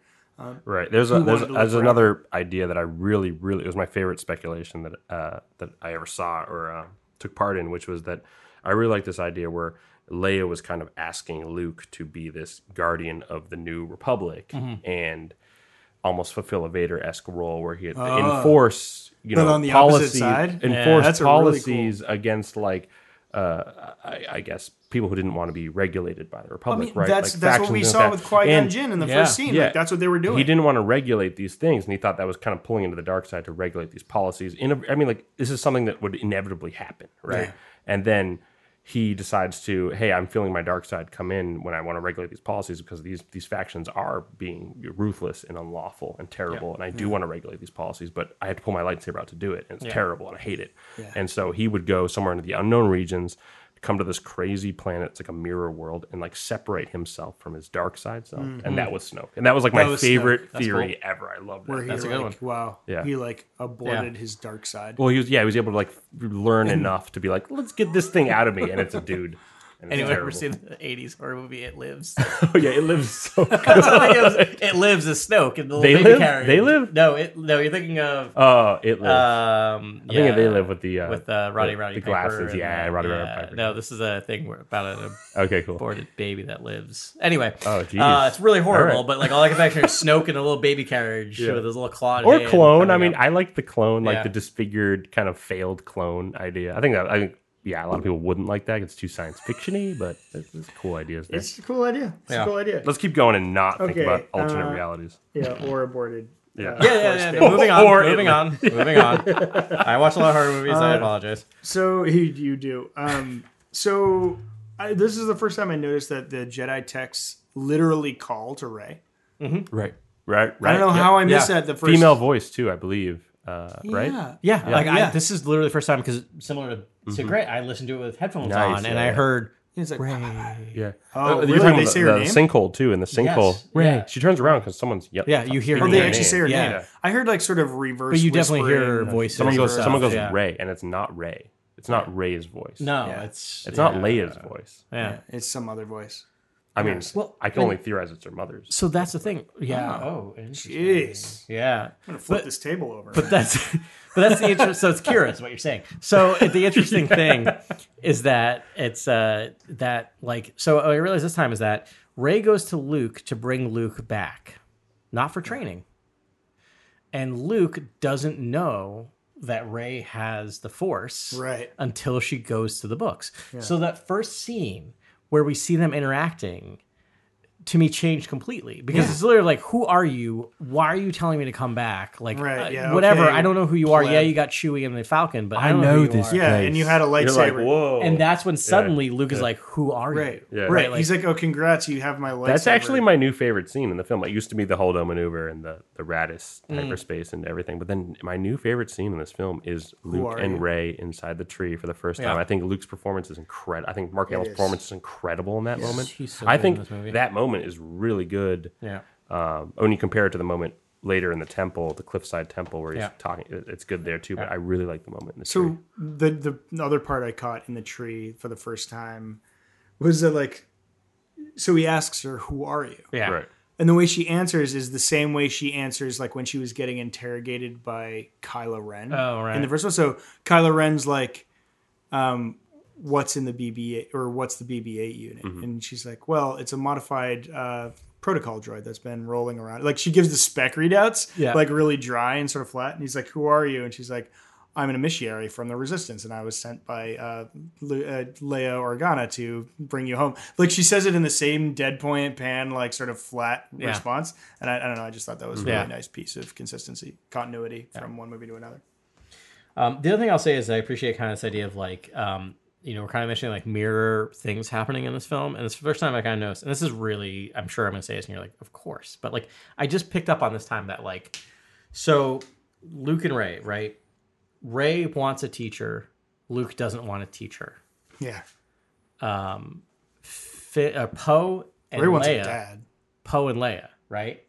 Right. There's a, wanted there's, to live there's forever. another idea that I really really it was my favorite speculation that uh, that I ever saw or uh, took part in, which was that I really like this idea where Leia was kind of asking Luke to be this guardian of the New Republic Mm-hmm. and almost fulfill a Vader esque role where he had to enforce you Ah. But know on the opposite policies side? enforce Yeah, that's a really cool- policies against like. Uh, I, I guess people who didn't want to be regulated by the Republic, right? that's Like that's what factions we and saw stuff. with Qui-Gon And- Jinn in the yeah, first scene yeah. like that's what they were doing he didn't want to regulate these things, and he thought that was kind of pulling into the dark side to regulate these policies. In a, I mean, like this is something that would inevitably happen, right? Yeah. And then he decides to, hey, I'm feeling my dark side come in when I want to regulate these policies because these these factions are being ruthless and unlawful and terrible, and I do want to regulate these policies, but I have to pull my lightsaber out to do it, and it's terrible, and I hate it. And so he would go somewhere into the unknown regions. Come to this crazy planet, it's like a mirror world, and like separate himself from his dark side self, Mm-hmm. and that was Snoke, and that was like my was Snoke. favorite theory ever. I love that. where he That's a good like, wow, Yeah. he like aborted his dark side. well, he was yeah, he was able to like learn enough to be like, let's get this thing out of me, and it's a dude. And [LAUGHS] it's Anyone ever terrible. seen the 80s horror movie It Lives? [LAUGHS] Oh yeah, it lives [LAUGHS] so. That's what I think of. It lives as Snoke and the little They baby Live? carrier. They Live? No, it, no, you're thinking of. Oh, it lives. Um, I think they live with the uh, with uh, Roddy the- Roddy the Piper glasses. and Yeah, the- Roddy yeah. Roddy Piper. No, this is a thing where- about an Okay, cool. aborted baby that lives. Anyway, Oh, geez. uh, it's really horrible. All right. But like all I can picture is Snoke in a little baby carriage Yeah. with his little claw Or hand clone. coming I mean, up. I like the clone, like Yeah. the disfigured kind of failed clone idea. I think that I think yeah, a lot of people wouldn't like that. It's too science fictiony, but it's, it's cool ideas. There. It's a cool idea. It's Yeah. a cool idea. Let's keep going and not Okay, think about alternate uh, realities. Yeah, or aborted. uh, Yeah. yeah, yeah, [LAUGHS] yeah, force no, moving on, Or it moving [LAUGHS] on, moving on. I watch a lot of horror movies. I apologize. So you, you do. Um, so I, this is the first time I noticed that the Jedi texts literally call to Ray. Right. Right. Right. I don't know how I missed Yeah. that the first female voice too, I believe. Uh, right? Yeah. Yeah, like I, Yeah. this is literally the first time because similar to, to Gray, I listened to it with headphones Mm-hmm. Nice, on, yeah, and I yeah. heard "Ah." He's like, Yeah. Oh, Uh, really? You're talking They about say the, her the name? sinkhole too. In the sinkhole, Yes, Ray. yeah. She turns around because somene's yelling. Yeah, you hear oh, her they name. actually say her Yeah. name. I heard like sort of reverse. But you definitely hear her whispering. voices. Someone goes. Herself, uh, Someone goes yeah. Ray, and it's not Ray. It's not Ray's voice. No, Yeah. it's it's yeah. not Leia's voice. Yeah. Yeah, it's some other voice. I mean, Well, I can only theorize it's her mother's. So that's the thing. Yeah. Oh, interesting. Jeez. Yeah. I'm gonna flip But- this table over. But that's [LAUGHS] but that's the interest. So it's Kira is what you're saying. So it- the interesting thing is that it's uh that like so what I realize this time is that Ray goes to Luke to bring Luke back, not for training. And Luke doesn't know that Ray has the Force Right. until she goes to the books. So that first scene where we see them interacting to me changed completely because it's literally like, who are you? Why are you telling me to come back? Like, Right, uh, yeah, whatever. okay, I don't know who you are. Yeah, pleb. you got Chewie and the Falcon, but I, don't know, who you are. Yeah, and you had a You're like, lightsaber. whoa. And that's when suddenly Luke is like, who are Right. you? Yeah. Right. Right, He's like, oh, congrats, you have my lightsaber. That's actually my new favorite scene in the film. It used to be the Holdo maneuver and the the Radis Mm. hyperspace and everything, but then my new favorite scene in this film is Luke are you? and Ray inside the tree for the first time. Yeah. I think Luke's performance is incredible. I think Mark Hamill's is. performance is incredible in that moment. He's so I good in think this movie. that moment is really good. Yeah. Um, when you compare it to the moment later in the temple, the cliffside temple where he's Yeah. talking, it- it's good there too. But I really like the moment in the tree. So the the other part I caught in the tree for the first time was that like, so he asks her, "Who are you?" Yeah. Right. And the way she answers is the same way she answers, like when she was getting interrogated by Kylo Ren. Oh, right. In the first one, so Kylo Ren's like, um, "What's in the BB-8 or what's the BB-8 unit?" Mm-hmm. And she's like, "Well, it's a modified uh, protocol droid that's been rolling around." Like she gives the spec readouts, Yeah. like really dry and sort of flat. And he's like, "Who are you?" And she's like. I'm an emissary from the Resistance, and I was sent by uh, Le- uh, Leia Organa to bring you home. Like she says it in the same dead point pan, like sort of flat Yeah. response. And I, I don't know. I just thought that was a Yeah. really nice piece of consistency, continuity from one movie to another. Um, the other thing I'll say is I appreciate kind of this idea of like, um, you know, we're kind of mentioning like mirror things happening in this film, and it's the first time I kind of noticed. And this is really, I'm sure I'm going to say this, and you're like, of course, but like, I just picked up on this time that like, so Luke and Ray, right? Ray wants a teacher. Luke doesn't want a teacher. Yeah, Fi uh, Poe and everyone's a Leia. dad. Mm-hmm. Poe and Leia, right?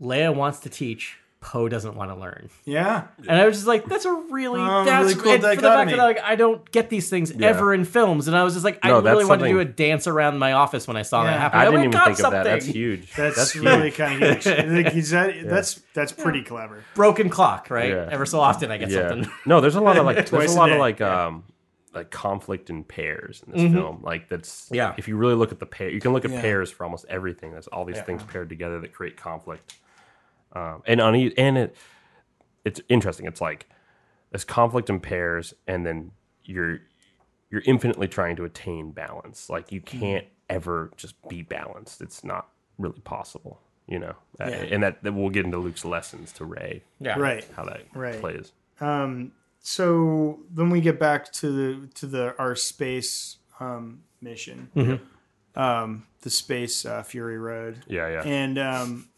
Leia wants to teach. Poe doesn't want to learn. Yeah, And I was just like, that's a really Um, that's really cool and for the fact dichotomy. that like I don't get these things Yeah. ever in films, and I was just like, I No, that's really wanted to do a something- dance around my office when I saw Yeah. that happen. I I'm didn't like, even "Got think of that. That's something." huge. that's, huge. really kind of huge. like, is [LAUGHS] that, That's that's pretty clever. Broken clock, right? Yeah. Ever so often I get yeah. something. No, there's a lot [LAUGHS] of like Twice there's a a lot day. of like um like conflict in pairs in this film. Like that's Mm-hmm. Yeah. If you really look at the pair, you can look at Yeah. pairs for almost everything. That's all these things paired together that create conflict. Um, and on e- and it it's interesting. It's like there's conflict in pairs, and then you're you're infinitely trying to attain balance. Like you Mm-hmm. can't ever just be balanced. It's not really possible. You know, Uh, and that, that we'll get into Luke's lessons to Ray, Yeah. Right. how that Right. plays. So then we get back to the to the our space um, mission, um, the space uh, Fury Road. Mm-hmm. Yeah, yeah. and um,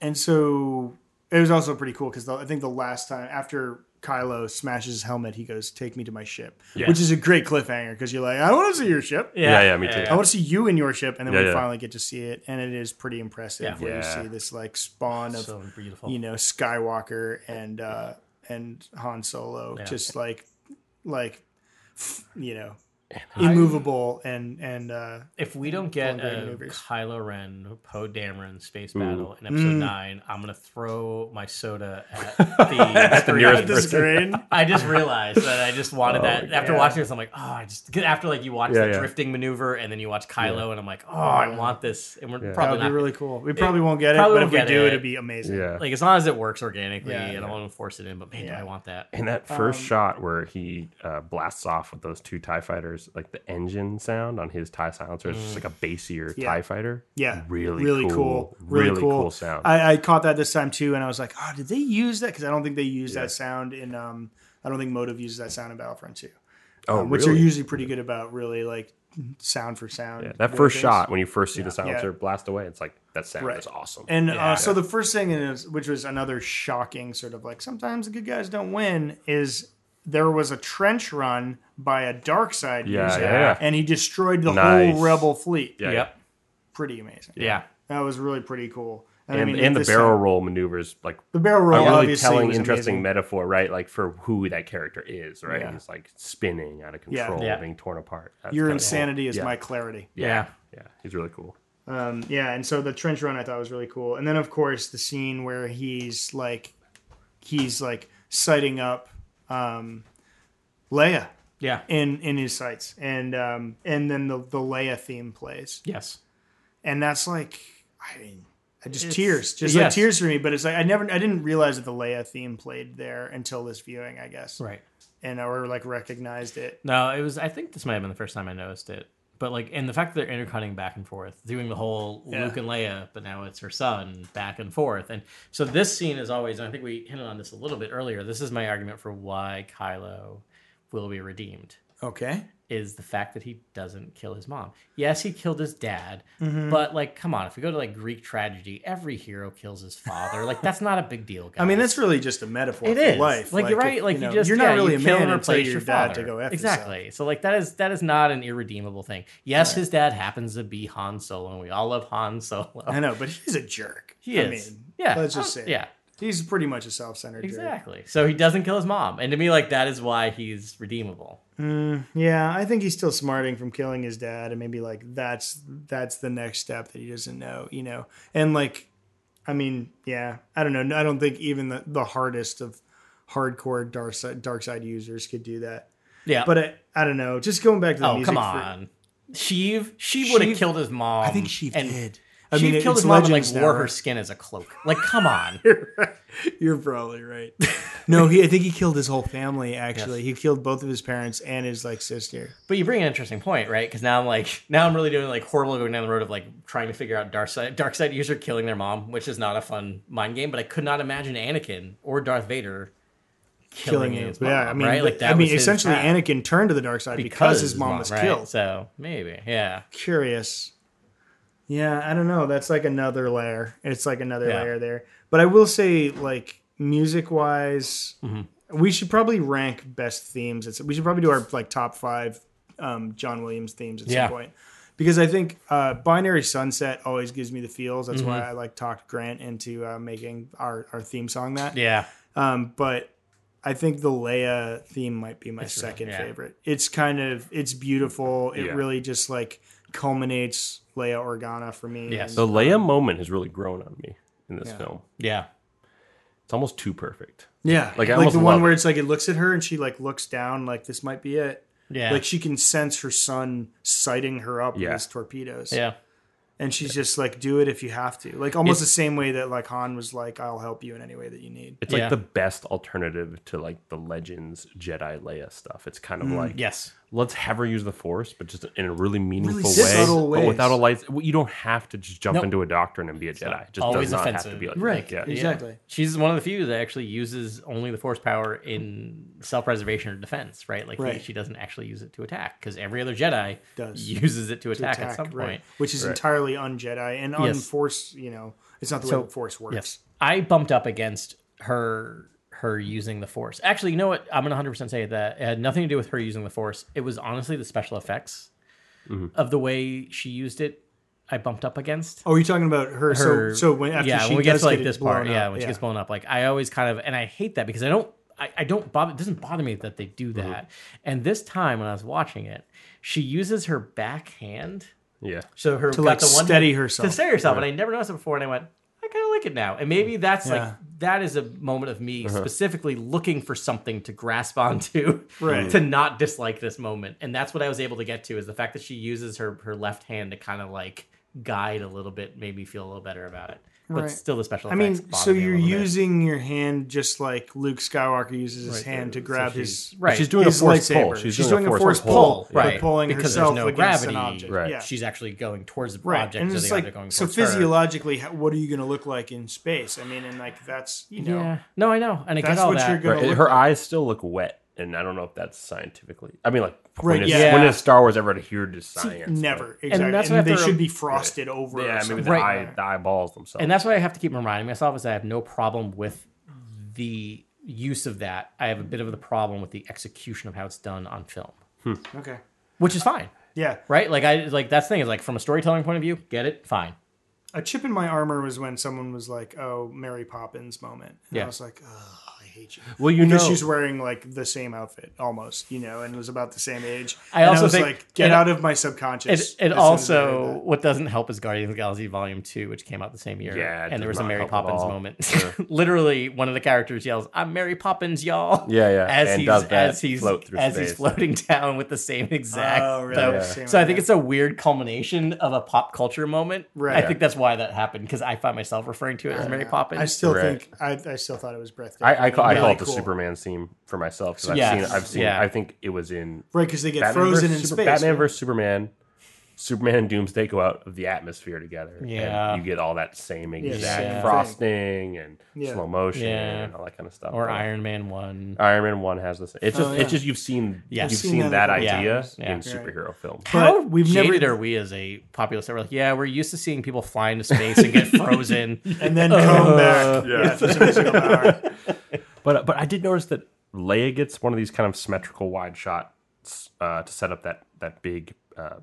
and so it was also pretty cool because I think the last time after Kylo smashes his helmet, he goes, "Take me to my ship," Yeah. which is a great cliffhanger because you're like, "I want to see your ship." Yeah, yeah, me too. I want to see you in your ship, and then Yeah, we yeah. finally get to see it, and it is pretty impressive. Yeah. Where Yeah. you see this like spawn of So beautiful. you know Skywalker and uh, and Han Solo, just like like f- you know immovable and and uh, If we don't get Golden a maneuvers. Kylo Ren, Poe Dameron space battle in Mm. episode nine, I'm gonna throw my soda [LAUGHS] at the, screen. nearest the [LAUGHS] screen. I just realized that I just wanted that after God. watching this. I'm like, oh, I just after like you watch the Yeah, yeah. drifting maneuver and then you watch Kylo, and I'm like, oh, I want this, and we're probably That would not be really cool. We probably won't get it, probably but if won't we get do, it. it. would be amazing. Yeah. like as long as it works organically. Yeah, I don't want to force it in, but man, do I want that? and that first um, shot where he uh, blasts off with those two TIE fighters, like the engine sound on his TIE silencer is just like a bassier TIE fighter. Mm. Yeah, Really, really cool, cool. really, cool. sound. I, I caught that this time too, and I was like, "Oh, did they use that?" Because I don't think they use that sound in. Um, I don't think Motive uses that sound in Battlefront Two, oh, um, which really? they're usually pretty good about, really like sound for sound. Yeah, that doing first things. shot when you first see the silencer Yeah. blast away, it's like that sound Right. is awesome. And uh, so the first thing, is, which was another shocking sort of like sometimes the good guys don't win, is there was a trench run by a dark side Yeah, user, yeah, yeah. and he destroyed the Nice. whole rebel fleet. yeah, Yep. Pretty amazing. Yeah. That was really pretty cool. yeah. and, I mean, and the this- barrel roll maneuvers like the barrel roll, a really obviously telling, was interesting amazing. metaphor, right? Like for who that character is, right? Yeah. He's like spinning out of Yeah. control, Yeah. being torn apart. That's Your kinda cool. insanity is Yeah. my clarity. Yeah. Yeah, he's really cool. Um, yeah, and so the trench run I thought was really cool, and then of course the scene where he's like, he's like sighting up um, Leia Yeah. in in his sights, and um, and then the the Leia theme plays, Yes. and that's like, I mean. I just It's- tears, just like yes. tears for me. But it's like I never, I didn't realize that the Leia theme played there until this viewing, I guess, Right. and or like recognized it. No, it was. I think this might have been the first time I noticed it. But like, and the fact that they're intercutting back and forth, doing the whole Yeah. Luke and Leia, but now it's her son back and forth, and so this scene is always. And I think we hinted on this a little bit earlier. This is my argument for why Kylo will be redeemed. Okay. is the fact that he doesn't kill his mom. Yes, he killed his dad, Mm-hmm. but like, come on, if we go to like Greek tragedy, every hero kills his father. Like, that's not a big deal, guys. I mean, that's really just a metaphor it for is life. Like, you're if, right. like you know, just you're yeah, not really you a kill man and until replace your, your dad to father. go after exactly. So like that is that is not an irredeemable thing. Yes, his dad happens to be Han Solo, and we all love Han Solo. I know, but he's a jerk. [LAUGHS] He I is. mean, yeah. Let's just uh, say. Yeah. He's pretty much a self-centered jerk. Exactly. So he doesn't kill his mom, and to me, like that is why he's redeemable. Yeah, I think he's still smarting from killing his dad, and maybe like that's that's the next step that he doesn't know, you know. And like, I mean, yeah, I don't know. I don't think even the, the hardest of hardcore dark side, dark side users could do that. Yeah, But I, I don't know. Just going back to the oh music. come for- on, Sheev, she would have Sheev- killed his mom. I think she and did. I I mean, killed it's his mom and like legends now, wore her right? skin as a cloak. Like, come on. You're probably right. [LAUGHS] no, he, I think he killed his whole family. Actually, he killed both of his parents and his like sister. But you bring an interesting point, right? Because now I'm like, [LAUGHS] now I'm really doing like horrible going down the road of like trying to figure out dark side, dark side user killing their mom, which is not a fun mind game. But I could not imagine Anakin or Darth Vader killing, him. his mom. Yeah, I mean, right? th- I mean, was his essentially, path. Anakin turned to the dark side because, his mom, was right? killed. So maybe, yeah, Curious. Yeah, I don't know. That's like another layer. It's like another Yeah. layer there. But I will say, like music wise, Mm-hmm. we should probably rank best themes. It's, we should probably do our like top five um, John Williams themes at Yeah. some point. Because I think uh, Binary Sunset always gives me the feels. Mm-hmm. That's why I like talked Grant into uh, making our, our theme song that. yeah. Um, but I think the Leia theme might be my second yeah. favorite. It's kind of it's beautiful. It Yeah. really just like culminates Leia Organa for me. Yes. And The Leia moment has really grown on me in this um, Yeah. film. Yeah. It's almost too perfect. yeah, Like, like, I almost the one love where it. it's like it looks at her and she like looks down like this might be it. Yeah. Like she can sense her son sighting her up Yeah. with his torpedoes. yeah. And she's just like, do it if you have to. Like almost the same way that like Han was like, I'll help you in any way that you need. It's Yeah. like the best alternative to like the Legends Jedi Leia stuff. It's kind of Mm, like Yes. let's have her use the Force, but just in a really meaningful way, subtle but ways. without a light. well, You don't have to just jump Nope. into a doctrine and be a Jedi. It just always does not have offensive. to be like Right. Yeah. Exactly. She's one of the few that actually uses only the force power in self-preservation or defense, right? Like he- Right. she doesn't actually use it to attack because every other Jedi Does. uses it to attack, at some right. point. which is entirely un Jedi and Yes. unforce. You know, it's not the way the force works. Yes. I bumped up against her her using the force. Actually, you know what? I'm gonna 100 percent say that it had nothing to do with her using the force. It was honestly the special effects Mm-hmm. of the way she used it. I bumped up against. Oh, you're talking about her. her. so, so when after yeah, she when we get does to like get this it blown part, yeah, up, when she gets blown up, like I always kind of and I hate that because I don't, I, I don't bother. It doesn't bother me that they do Mm-hmm. that. And this time when I was watching it, she uses her backhand, Yeah. so her got like, the one steady herself. to steady herself, and I never noticed it before, and I went. I kind of like it now, and maybe that's Mm. Yeah. like that is a moment of me specifically looking for something to grasp [LAUGHS] onto, Right. to not dislike this moment, and that's what I was able to get to is the fact that she uses her her left hand to kind of like guide a little bit, made me feel a little better about it. But Right. still, the special. I mean, effects so bother me a you're little bit. using your hand just like Luke Skywalker uses his hand to grab his right. She's doing his a force lightsaber. pull. She's, doing, a force pull, pull, but right. Pulling Because there's herself no against gravity, an object, right. Yeah. she's actually going towards the Right, object, and so it's the object like going so towards her. physiologically, how- what are you going to look like in space? I mean, and like that's you know, Yeah. No, I know, and I That's get all what that. you're gonna- Right. It'll Her look like- eyes still look wet, and I don't know if that's scientifically. I mean, like Right, when, is, yeah. when is Star Wars ever adhered to science? never Like, exactly. And, that's what I they thought- should be frosted over. or yeah, maybe something. the, Right. eye, the eyeballs themselves. and that's what I have to keep reminding myself is I have no problem with the use of that. I have a bit of the problem with the execution of how it's done on film, okay. which is fine, Yeah, right? Like I like that's the thing is like from a storytelling point of view, get it, fine. a chip in my armor was when someone was like, "Oh, Mary Poppins moment," and Yeah. I was like, "Ugh, "I hate you." Well, you because know- she's wearing like the same outfit almost, you know, and was about the same age. I And also was think- like, "Get and- out of my And, subconscious." and as soon as I heard also, what doesn't help is Guardians of the Galaxy Volume Two, which came out the same year. Yeah, it and there was does a not Mary help at Poppins all. moment. [LAUGHS] Literally, one of the characters yells, "I'm Mary Poppins, y'all!" Yeah, yeah, As and he's does that as he's float through as he's space. floating [LAUGHS] down with the same exact. Oh, really? So, Yeah. Same so I idea. think it's a weird culmination of a pop culture moment. Right. I think that's why that happened because I find myself referring to it as Mary that. Poppins. I still Right. think I, I still thought it was breathtaking. I, I call, I Really call it the cool. Superman theme for myself. 'cause I've Yes. seen. I've seen. Yeah. I think it was in right because they get Batman frozen versus in Super- space. Batman right? versus Superman. Superman and Doomsday go out of the atmosphere together. Yeah. and you get all that same exact same thing. frosting and Yeah. slow motion Yeah. and all that kind of stuff. or Like, Iron Man One. Iron Man One has this. It's just, Oh, yeah. it's just you've seen, Yes. I've you've seen that a seen, that couple idea times. Yeah. in Right. superhero films. How But we've never- jaded are we as a populace that we're like, yeah, we're used to seeing people fly into space [LAUGHS] and get frozen. and then come back. yeah. Yeah, just invisible power. But but I did notice that Leia gets one of these kind of symmetrical wide shots uh, to set up that that big uh,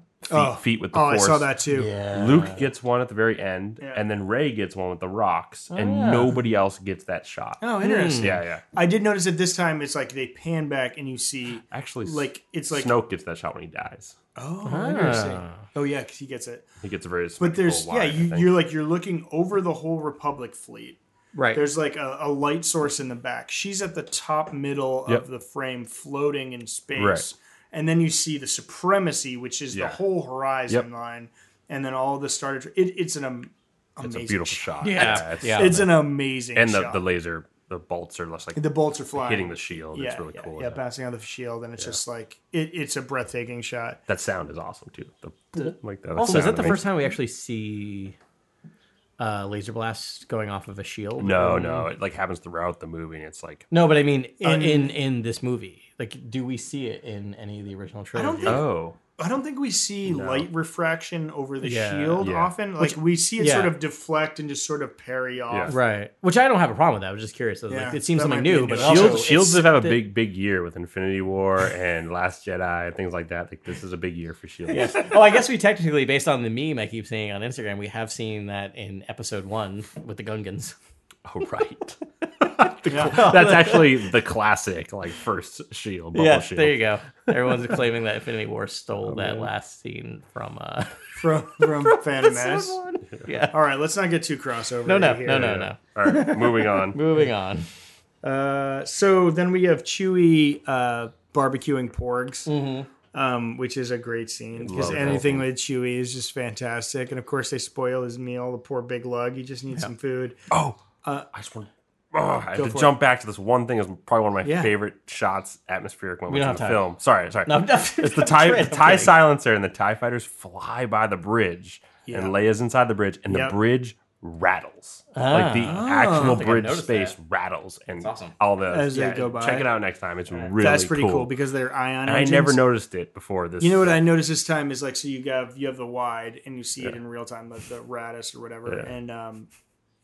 feet, feet with the oh, force. I saw that too. Yeah. Luke gets one at the very end, Yeah. and then Ray gets one with the Oh, rocks, and nobody else gets that shot. Oh, hmm. interesting. Yeah, yeah. I did notice that this time it's like they pan back and you see Actually, S- like it's like Snoke gets that shot when he dies. oh interesting. Oh yeah, because he gets it. He gets a very But there's line, yeah, I you, think. you're like you're looking over the whole Republic fleet. right. There's like a, a light source in the back. She's at the top middle Yep. of the frame, floating in space. Right. And then you see the supremacy, which is Yeah. the whole horizon Yep. line, and then all the starter. It, it's an um, it's amazing. a beautiful shot. Yeah. it's, Yeah. It's an amazing. and the, shot. the laser, the bolts are less like the bolts are flying, hitting the shield. Yeah, it's really yeah, cool. Yeah, bouncing on the shield, and it's just like it, it's a breathtaking shot. that sound is awesome too. The, like that. also, Oh, is that sound the makes- first time we actually see uh, laser blasts going off of a shield? No, no, it like happens throughout the movie. And it's like No, but I mean In- in, in in this movie, like, do we see it in any of the original don't trilogy? think- oh, I don't think we see light refraction over the Yeah. shield Yeah. often. Like we see it yeah. sort of deflect and just sort of parry off. Right, which I don't have a problem with. that. I was just curious. I was Yeah, like, it seems that might something be a new, new but shield. also Shield- it's- Shields have had a big, big year with Infinity War and Last Jedi and things like that. Like this is a big year for Shields. oh, I guess we technically, based on the meme I keep seeing on Instagram, we have seen that in episode one with the Gungans. Oh [LAUGHS] right, Yeah. [LAUGHS] that's actually the classic like first Shield. Bubble yeah, shield. there you go. Everyone's claiming that Infinity War stole that last scene from. Uh, [LAUGHS] from from Phantom Menace. yeah. [LAUGHS] All right, let's not get too crossover. No, no, here. no, no, no. All right, [LAUGHS] moving on. Moving on. [LAUGHS] Uh, so then we have Chewie uh, barbecuing porgs, um, which is a great scene because Love that anything with Chewie is just fantastic. And of course, they spoil his meal. The poor big lug. He just needs some food. Oh, I just want. Oh, I have to for it. jump back to this one thing. Is probably one of my Yeah. favorite shots, atmospheric moments don't in the have time. film. Sorry, sorry. No, no, [LAUGHS] [LAUGHS] It's the tie, Trey, the I'm tie kidding. silencer, and the tie fighters fly by the bridge, Yeah. and Leia's inside the bridge, and Yep. Ah. the bridge rattles. like the actual think I bridge noticed space that. rattles, and awesome. all the As they go by. Check it out next time. It's really That's pretty cool, because they're ion. and I engines. never noticed it before. This, You know what I noticed this time is like so you have you have the wide and you see it in real time like the Radis or whatever Yeah. and um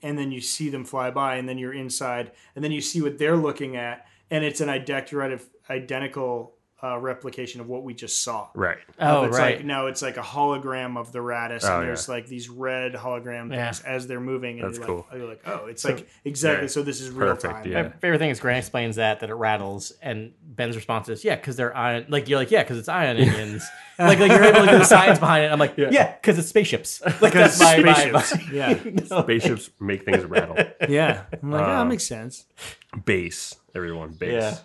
and then you see them fly by and then you're inside and then you see what they're looking at and it's an ident- identical uh, replication of what we just saw. right? Oh, it's right. Like, no, it's like a hologram of the Radis Oh, and there's like these red hologram Yeah. things as they're moving and That's you're, cool. like, you're like oh it's like exactly yeah. so this is real Perfect, time. yeah. My favorite thing is Grant explains that that it rattles, and Ben's response is, "Yeah, because they're ion." Like you're like, "Yeah, because it's ion engines." like like you're able to do the science behind it. I'm like, "Yeah, because it's spaceships." [LAUGHS] [LAUGHS] Like that's my, my- my- Spaceships. [LAUGHS] [LAUGHS] yeah. [LAUGHS] Spaceships make things rattle. Yeah. I'm like, Um, yeah, that makes sense. Base, everyone, base.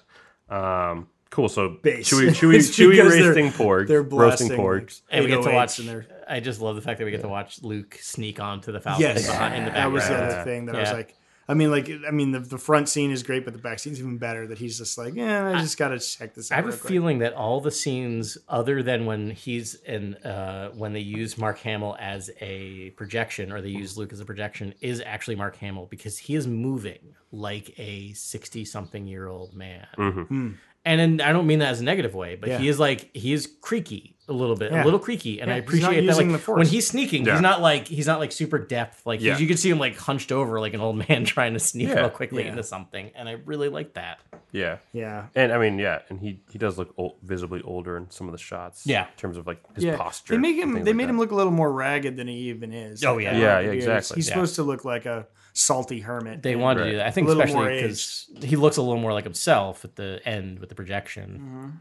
Um, cool. So Base. Chewy, [LAUGHS] Chewy, It's Chewy because they're- roasting porgs, They're roasting blasting porgs. and we get to 808s watch. in there. I just love the fact that we get to watch Luke sneak onto the Falcon Yes, behind, in the that background. was the Yeah. other thing that I was Yeah. like. I mean, like, I mean, the, the front scene is great, but the back scene's even better. That he's just like, yeah, I just gotta check this out. I have a real quick." feeling that all the scenes, other than when he's in, uh, when they use Mark Hamill as a projection, or they use Luke as a projection, is actually Mark Hamill because he is moving like a sixty-something-year-old man. Mm-hmm. And then I don't mean that as a negative way, but Hmm. Yeah. he is like he is creaky a little bit, Yeah. a little creaky, and I Yeah, he's not appreciate that. using Like the when force. he's sneaking, Yeah. he's not like he's not like super depth. Like Yeah. you can see him like hunched over like an old man [LAUGHS] trying to sneak Yeah. real quickly Yeah. into something, and I really like that. Yeah, Yeah, and I mean, yeah, and he he does look old, visibly older in some of the shots. Yeah. in terms of like his yeah. posture. They make and him. They things like made that. him look a little more ragged than he even is. Oh, Like, yeah. I Yeah, love yeah, the ears. exactly. He's Yeah. supposed to look like a salty hermit. They and- wanted Right. to do that. I think A little especially more because he looks a little more like himself at the end with the Mm-hmm. projection.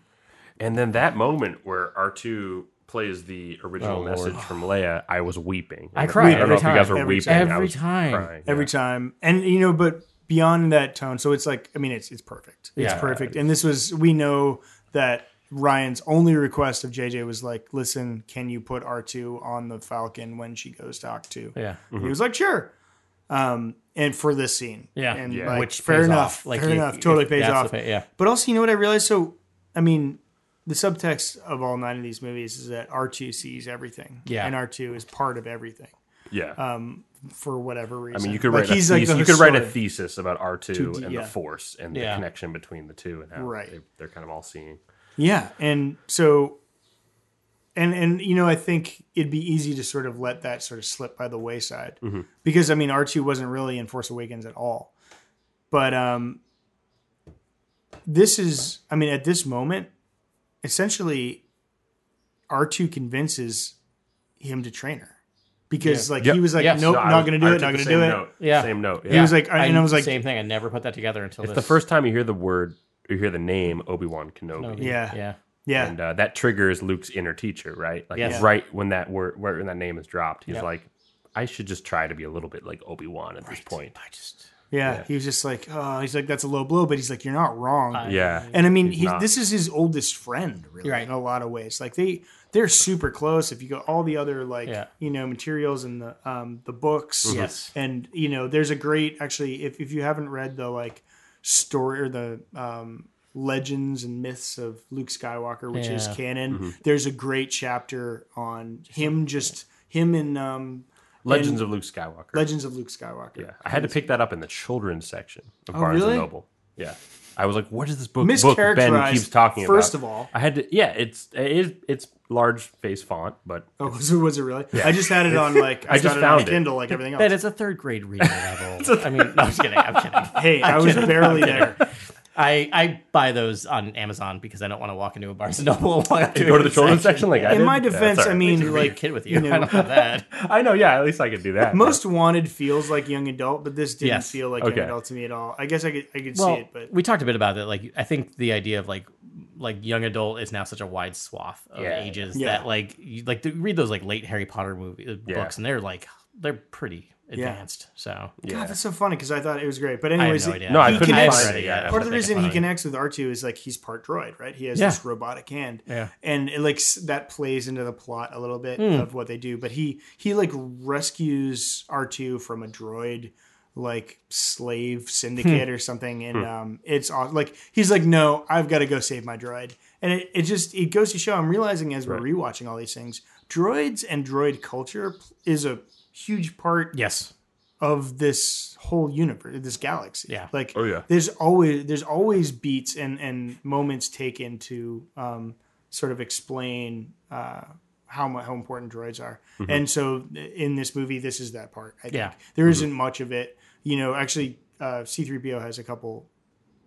And then that moment where R two plays the original Oh, Lord. message from Leia, I was weeping. I cried I don't know every if you guys time. were Every weeping. time. I Every was time. crying, every yeah. time. And you know, but beyond that tone, so it's like I mean, it's it's perfect. It's Yeah. perfect. And this was we know that Ryan's only request of JJ was like, listen, can you put R two on the Falcon when she goes to Octu? Yeah. Mm-hmm. And he was like, sure. Um, and for this scene, Yeah. and Yeah. Like, Which fair pays enough, off. Like, fair you- enough, totally you- pays that's off. the pay- yeah. But also, you know what I realized? So, I mean, the subtext of all nine of these movies is that R two sees everything, Yeah. and R two is part of everything Yeah. for whatever I reason. mean, you could Um, Like, write a like thesis, the you could write a historian. thesis about R two and yeah. the Force and the Yeah. connection between the two and how Right. they, they're kind of all seeing. Yeah, and so and and you know, I think it'd be easy to sort of let that sort of slip by the wayside Mm-hmm. because I mean, R2 wasn't really in Force Awakens at all. But um this is I mean, at this moment, essentially R2 convinces him to train her because like Yep. he was like, Yes. nope, No, I not was- going to I do it, took not going the to same do it. note. Yeah. Same note. Yeah. He was like, I, and I was like, same thing. I never put that together until it's this. the first time you hear the word, you hear the name Obi Wan Kenobi. Kenobi. Yeah. yeah. yeah, And uh, that triggers Luke's inner teacher, right? Like Yes. right when that word, right when that name is dropped, he's like, "I should just try to be a little bit like Obi Wan at this point." I just yeah, He was just like, oh, he's like, that's a low blow, but he's like, you're not wrong. Yeah, and I mean, He's he, not. this is his oldest friend, really, Right. in a lot of ways. Like they, they're super close. If you go all the other like Yeah. you know materials and the um the books, Yes. and you know there's a great actually if if you haven't read the like story or the um legends and myths of Luke Skywalker, which is Yeah. canon, there's a great chapter on him just him in um Legends of Luke Skywalker. Legends of Luke Skywalker. yeah, I had to pick that up in the children's section of Oh, Barnes really? and Noble. Yeah, I was like, "What is this book?" book Ben Mischaracterized. keeps talking about. First of all, I had to. Yeah, it's it is it's large face font, but oh, [LAUGHS] was it, was it really? I just had it on like I, I just just found it on it. Kindle like everything else. that is a third grade reading [LAUGHS] level. I mean, no, I'm just kidding. I'm kidding. Hey, I was barely there. I, I buy those on Amazon because I don't want to walk into a Barnes and Noble. you go to the children's section. Like I In did? my Yeah, defense, that's all I right. mean, like like kid with you. you know, I don't have that. [LAUGHS] I know. Yeah, at least I could do that. Most Wanted feels like young adult, but this didn't Yes. feel like Okay. young adult to me at all. I guess I could I could Well, see it, but we talked a bit about that. Like, I think the idea of like like young adult is now such a wide swath of Yeah. ages Yeah. that like you, like to read those like late Harry Potter movie uh, Yeah. books, and they're like they're pretty advanced. So yeah. God, that's so funny because I thought it was great. But I anyways, have no it- idea. No, I he couldn't connects- find it yet. Part of the reason he can. connects with R two is like he's part droid, right? He has Yeah. this robotic hand, Yeah. Hmm. and it like s- that plays into the plot a little bit of what they do. But he he like rescues R two from a droid like slave syndicate Hmm. or something, and um, it's aw- like he's like, no, I've got to go save my droid, and it, it just it goes to show. I'm realizing as we're rewatching all these things, droids and droid culture p- is a huge part Yes. of this whole universe, this galaxy. Yeah. Like, Oh, yeah. There's always there's always beats and and moments taken to um, sort of explain uh, how mu- how important droids are. Mm-hmm. And so in this movie, this is that part. I think. Yeah. There Mm-hmm. not much of it. You know, actually, uh, C-3PO has a couple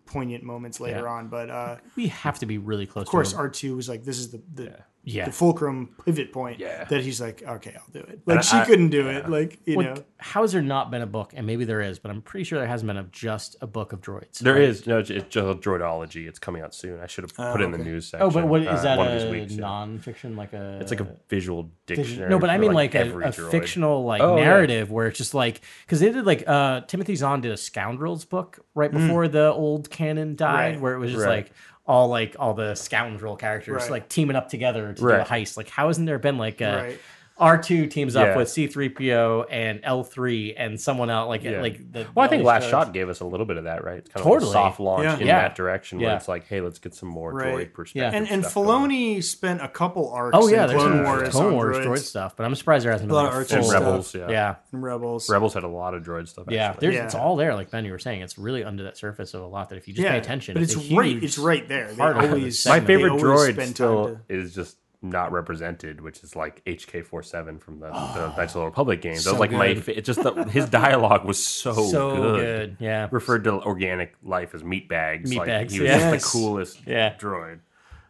poignant moments later Yeah. on, but uh, We have to be really close of course, to him. R2 was like, this is the the. Yeah. The fulcrum pivot point Yeah. that he's like, okay, I'll do it. Like she I- couldn't do it. Like you Like, know, how has there not been a book? And maybe there is, but I'm pretty sure there hasn't been of just a book of droids. There is no, it's it's just droidology. It's coming out soon. I should have put it in the news section. Oh, but what is uh, that? one of a these weeks, yeah. nonfiction, like a. It's like a visual dictionary. No, but I for, mean like, a, every a droid. fictional like Oh, yeah. narrative where it's just like because they did like uh Timothy Zahn did a scoundrels book right Hmm. before the old canon died Right. where it was just Right. like all like all the scoundrel characters Right. like teaming up together to do a Right. heist. Like how hasn't there been like a Right. R two teams up Yeah. with C three PO and L three and someone else like Yeah. like the, Well, I think those Last shows. Shot gave us a little bit of that, right? It's kind of Totally. a soft launch Yeah. in Yeah. that direction Yeah. where it's like, hey, let's get some more Right. droid perspective. and and stuff going. Filoni spent a couple arcs. Oh yeah, in there's Clone some Wars, Clone on Wars droids droid stuff, but I'm surprised there hasn't been Lot like of a Archer and full- stuff. Rebels, yeah. Yeah, and Rebels. Rebels had a lot of droid stuff. yeah, actually. there's it's Yeah. all there. Like Ben, you were saying, it's really under that surface of a lot that if you just pay attention, but it's, a right. huge- It's right there. They part of it. always my They favorite always droid spend time still to- is just not represented, which is like HK47 from the, the [SIGHS] Knights of the Republic games. that so was like my. good. fa- It's just the, his dialogue was so, [LAUGHS] so good. Oh, good. Yeah, referred to organic life as meat bags. Meat like, bags, He was yeah. just the coolest Yeah. droid.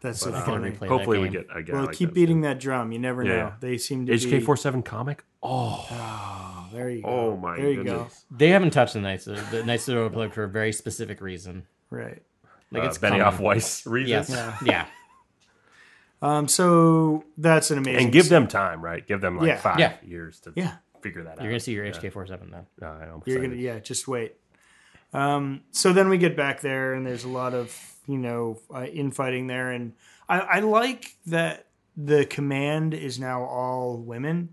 That's so I gotta funny. replay that Hopefully we game. get again. Well, like keep that. beating that drum. You never Yeah. know. They seem to be. HK47 comic. Oh, Oh, there you go. Oh, my There you goodness. They haven't touched the Knights of the Knights of the Republic for a very specific reason. go. Right. Like uh, it's Benioff common. Weiss reasons. Yes. Yeah. Yeah. Um. So that's an amazing. And give them time, right? Give them like Yeah. five Yeah. years to Yeah. figure that out. You're gonna see your HK47 though. No, I know, I'm You're excited. gonna. Yeah. Just wait. Um. So then we get back there, and there's a lot of you know uh, infighting there, and I, I like that the command is now all women.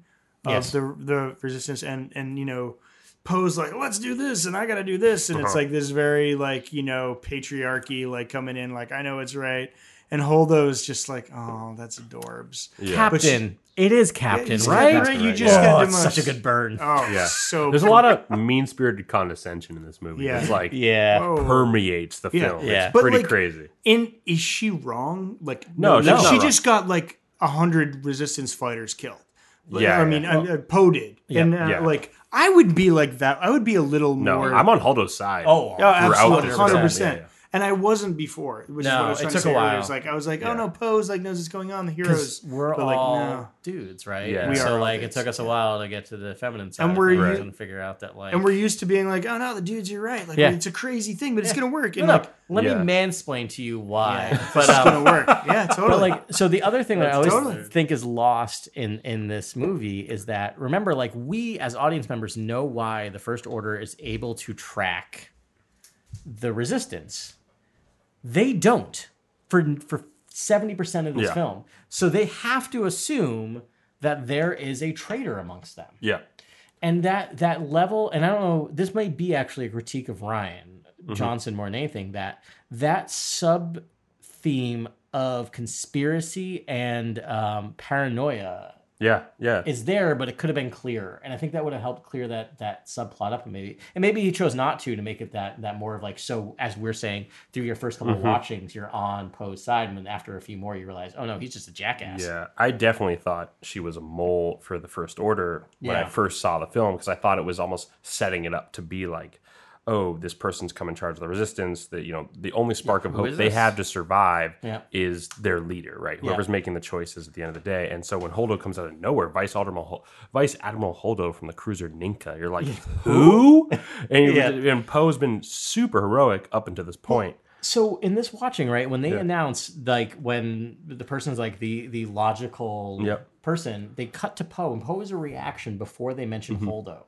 of Yes. the the resistance and and you know pose like let's do this and i gotta do this and it's Uh-huh. like this very like you know patriarchy like coming in like i know it's right and holdo is just like oh that's adorbs Yeah. Captain. it is You Captain, just right? got- Right, you yeah. just oh, got it's demolished. such a good burn. oh Yeah. so [LAUGHS] There's a lot of mean spirited condescension in this movie. Yeah. It's like yeah. Whoa. permeates the Yeah. film. Yeah. It's But, pretty like, crazy. in is she wrong like No, she's she not just got like a hundred resistance fighters killed Like, i Yeah, yeah. mean I, I, poe did and uh, Yeah. like i would be like that i would be a little No, more I'm on Holdo's side. Oh, Oh, throughout absolutely, this hundred film. Yeah, percent. yeah. and I wasn't before. Which is No, what I was it trying to took a say earlier. while. It was like I was like, oh Yeah. no, Pose like knows what's going on. The heroes, because we're but, like, all no. dudes, right? Yeah. Yeah. We are so all like, dudes, it took us a while to get to the feminine side, And of we're things u- and figure out that like, and we're used to being like, oh no, the dudes, you're right. Like Yeah. it's a crazy thing, but it's gonna work. No, And no, like, let Yeah. me mansplain to you why. [LAUGHS] yeah, But it's um, gonna work. Yeah, totally. [LAUGHS] but like so the other thing that i always Totally. think is lost in in this movie is that remember like we as audience members know why the first order is able to track the resistance they don't for for 70% of this Yeah. film so they have to assume that there is a traitor amongst them Yeah. and that that level and i don't know this might be actually a critique of ryan johnson more than anything that that sub theme of conspiracy and um, paranoia Yeah. Yeah. is there but it could have been clearer and i think that would have helped clear that that subplot up and maybe and maybe he chose not to to make it that that more of like so as we're saying through your first couple of watchings you're on poe's side and then after a few more you realize oh no he's just a jackass Yeah, I definitely thought she was a mole for the First Order when I Yeah. first saw the film because I thought it was almost setting it up to be like, oh, this person's come in charge of the resistance. That you know, the only spark of who hope is they this? have to survive Yeah. is their leader, right? Yeah. Whoever's making the choices at the end of the day. And so when Holdo comes out of nowhere, Vice Admiral Hol- Vice Admiral Holdo from the cruiser Ninka, [LAUGHS] you're like, who? And, you- Yeah. and Poe's been super heroic up until this point. so in this watching right when they announce like when the person's like the the logical Yep. person they cut to poe and poe is a reaction before they mention Mm-hmm. holdo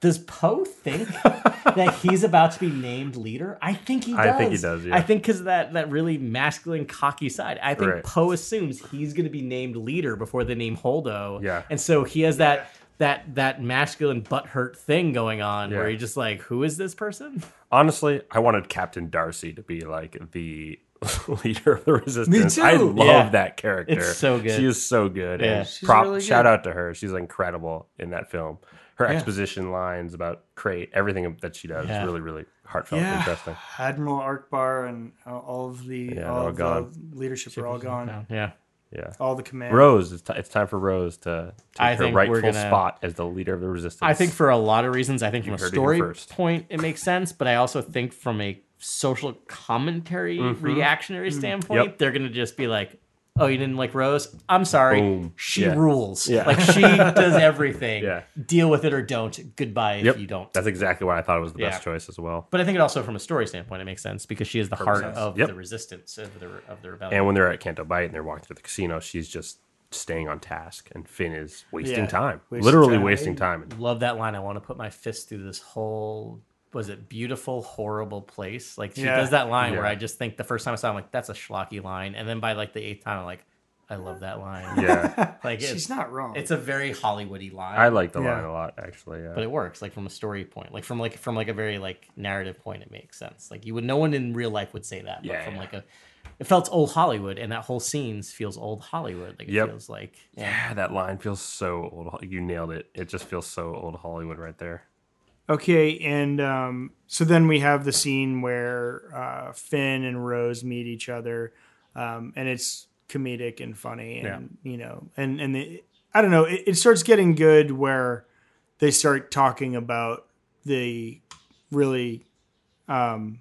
does poe [LAUGHS] think that he's about to be named leader i think he does I think he does, yeah. i think because that that really masculine cocky side i think Right. poe assumes he's going to be named leader before they name holdo Yeah. and so he has that that that masculine butthurt thing going on Yeah. where you're just like who is this person Honestly, I wanted Captain Darcy to be like the [LAUGHS] leader of the resistance. too. I love Yeah. that character. It's so good. She is so good. Yeah. And She's prop, really good. shout out to her. She's incredible in that film. Her exposition lines about crate, everything that she does Yeah. is really, really heartfelt, and yeah, interesting. Admiral Arkbar and uh, all of the they're all all of gone. the leadership are all gone. yeah Yeah. All the command. Rose, it's, ti- it's time for Rose to I take her think we're rightful gonna- spot as the leader of the resistance. I think for a lot of reasons. I think from a heard it here story first. point, it makes sense, but I also think from a social commentary, reactionary standpoint, Mm-hmm. Yep. they're gonna just be like, "Oh, you didn't like Rose? I'm sorry. Boom. She Yeah. rules. Yeah. Like [LAUGHS] she does everything. Yeah. Deal with it or don't. Goodbye if Yep. you don't." That's exactly why I thought it was the best Yeah. choice as well. but I think it also from a story standpoint, it makes sense because she is the heart sense. of Yep. the resistance of the of the rebellion. And when they're at Canto Bight and they're walking through the casino, she's just staying on task, and Finn is wasting Yeah, time, wasting literally time. wasting time. And love that line. I want to put my fist through this whole was it beautiful, horrible place. Like she Yeah. does that line where Yeah. I just think the first time I saw it, I'm like, that's a schlocky line. And then by like the eighth time, I'm like, I love that [LAUGHS] line. yeah, Like She's it's, not wrong. it's a very Hollywoody line. I like the Yeah. line a lot, actually. Yeah. but it works, like from a story point. Like from like from like a very like narrative point, it makes sense. Like you would no one in real life would say that. But Yeah, from yeah. like a it felt old Hollywood and that whole scenes feels old Hollywood. Like it Yep. feels like yeah, that line feels so old. Ho- You nailed it. It just feels so old Hollywood right there. Okay, and um, so then we have the scene where uh, Finn and Rose meet each other, um, and it's comedic and funny, and you know, and and the, I don't know, it, it starts getting good where they start talking about the really um,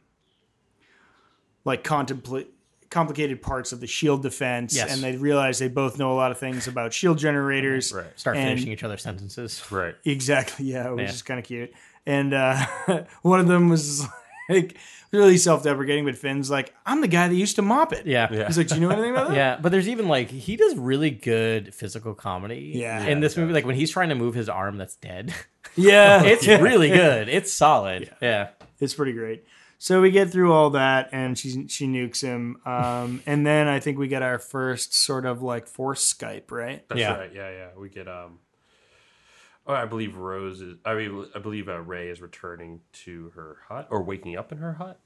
like contemplate complicated parts of the shield defense, Yes. and they realize they both know a lot of things about shield generators, Right. start And- finishing each other's sentences. Right. Exactly. Yeah, which Yeah. is kind of cute. And uh, [LAUGHS] one of them was [LAUGHS] like really self-deprecating, but Finn's like, "I'm the guy that used to mop it." Yeah. Yeah. He's like, "Do you know anything about that?" Yeah, but there's even like he does really good physical comedy. Yeah. in this movie, like when he's trying to move his arm that's [LAUGHS] dead, [LAUGHS] Oh, Yeah, it's yeah. really good. It's solid. Yeah, it's pretty great. So we get through all that, and she she nukes him, um, and then I think we get our first sort of like force Skype, right? That's Yeah. right. Yeah, yeah. We get um. Oh, I believe Rose is. I mean, I believe uh, Ray is returning to her hut or waking up in her hut.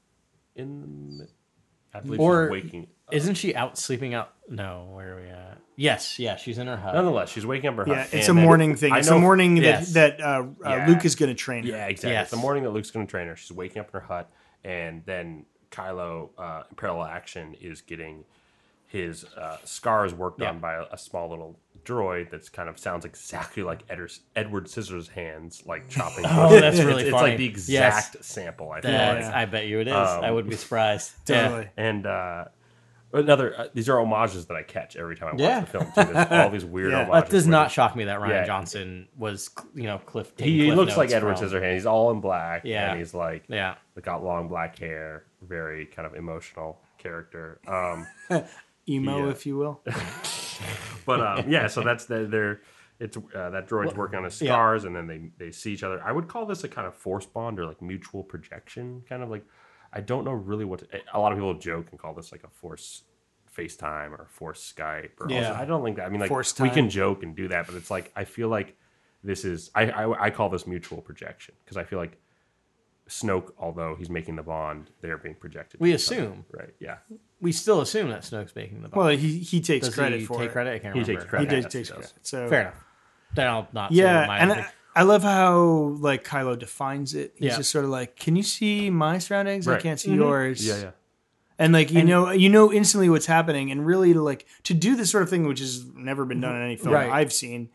In the, I believe Or- she's waking. isn't she out sleeping out? No, where are we at? Yes, yeah, she's in her hut. Nonetheless, she's waking up in her Yeah, hut. it's and a then- morning thing. I It's know- a morning Yes. that that uh, uh, Yeah. Luke is going to train. her. [CLEARS THROAT] Yeah, exactly. It's the Yes. morning that Luke's going to train her. She's waking up in her hut, and then Kylo, uh, in parallel action, is getting his uh, scars worked Yeah. on by a, a small little droid that's kind of sounds exactly like Edder, Edward Scissors hands, like chopping. [LAUGHS] Oh, that's really it's, It's funny. like the Yes. exact sample. I think. That's, Yeah. I bet you it is. Um, I wouldn't [LAUGHS] be surprised. Totally. and uh, another uh, these are homages that I catch every time I watch Yeah. the film. Too. There's all [LAUGHS] these weird Yeah. homages. That does where not the- shock me that Ryan Yeah. Johnson was, cl- you know, Cliff. taking He Cliff looks like notes Edward from- Scissorhands. He's all in black. Yeah. and he's like Yeah. got long black hair, very kind of emotional character. Um, Emo, Yeah. if you will. but um, yeah, so that's the, they're it's uh, that droid's working on his yeah. scars, and then they they see each other. I would call this a kind of force bond or like mutual projection, kind of like I don't know really what to, eh, a lot of people joke and call this like a force FaceTime or force Skype. Or Yeah. also, I don't think that. I mean, like Force we can time. joke and do that, but it's like I feel like this is I I, I call this mutual projection because I feel like. Snoke, although he's making the bond, they're being projected. to We each other, assume. right? Yeah, We still assume that Snoke's making the bomb. Well, he he takes does credit he for take it. credit? I can't He remember. takes credit. He does Yes, take he does. credit. So Fair enough. Then I'll not. say Yeah, my and thing. I, I love how like Kylo defines it. He's Yeah. just sort of like, "Can you see my surroundings? I Right. can't see Mm-hmm. yours." yeah, yeah. And like you know, you know instantly what's happening, and really like to do this sort of thing, which has never been done in any film Right. I've seen.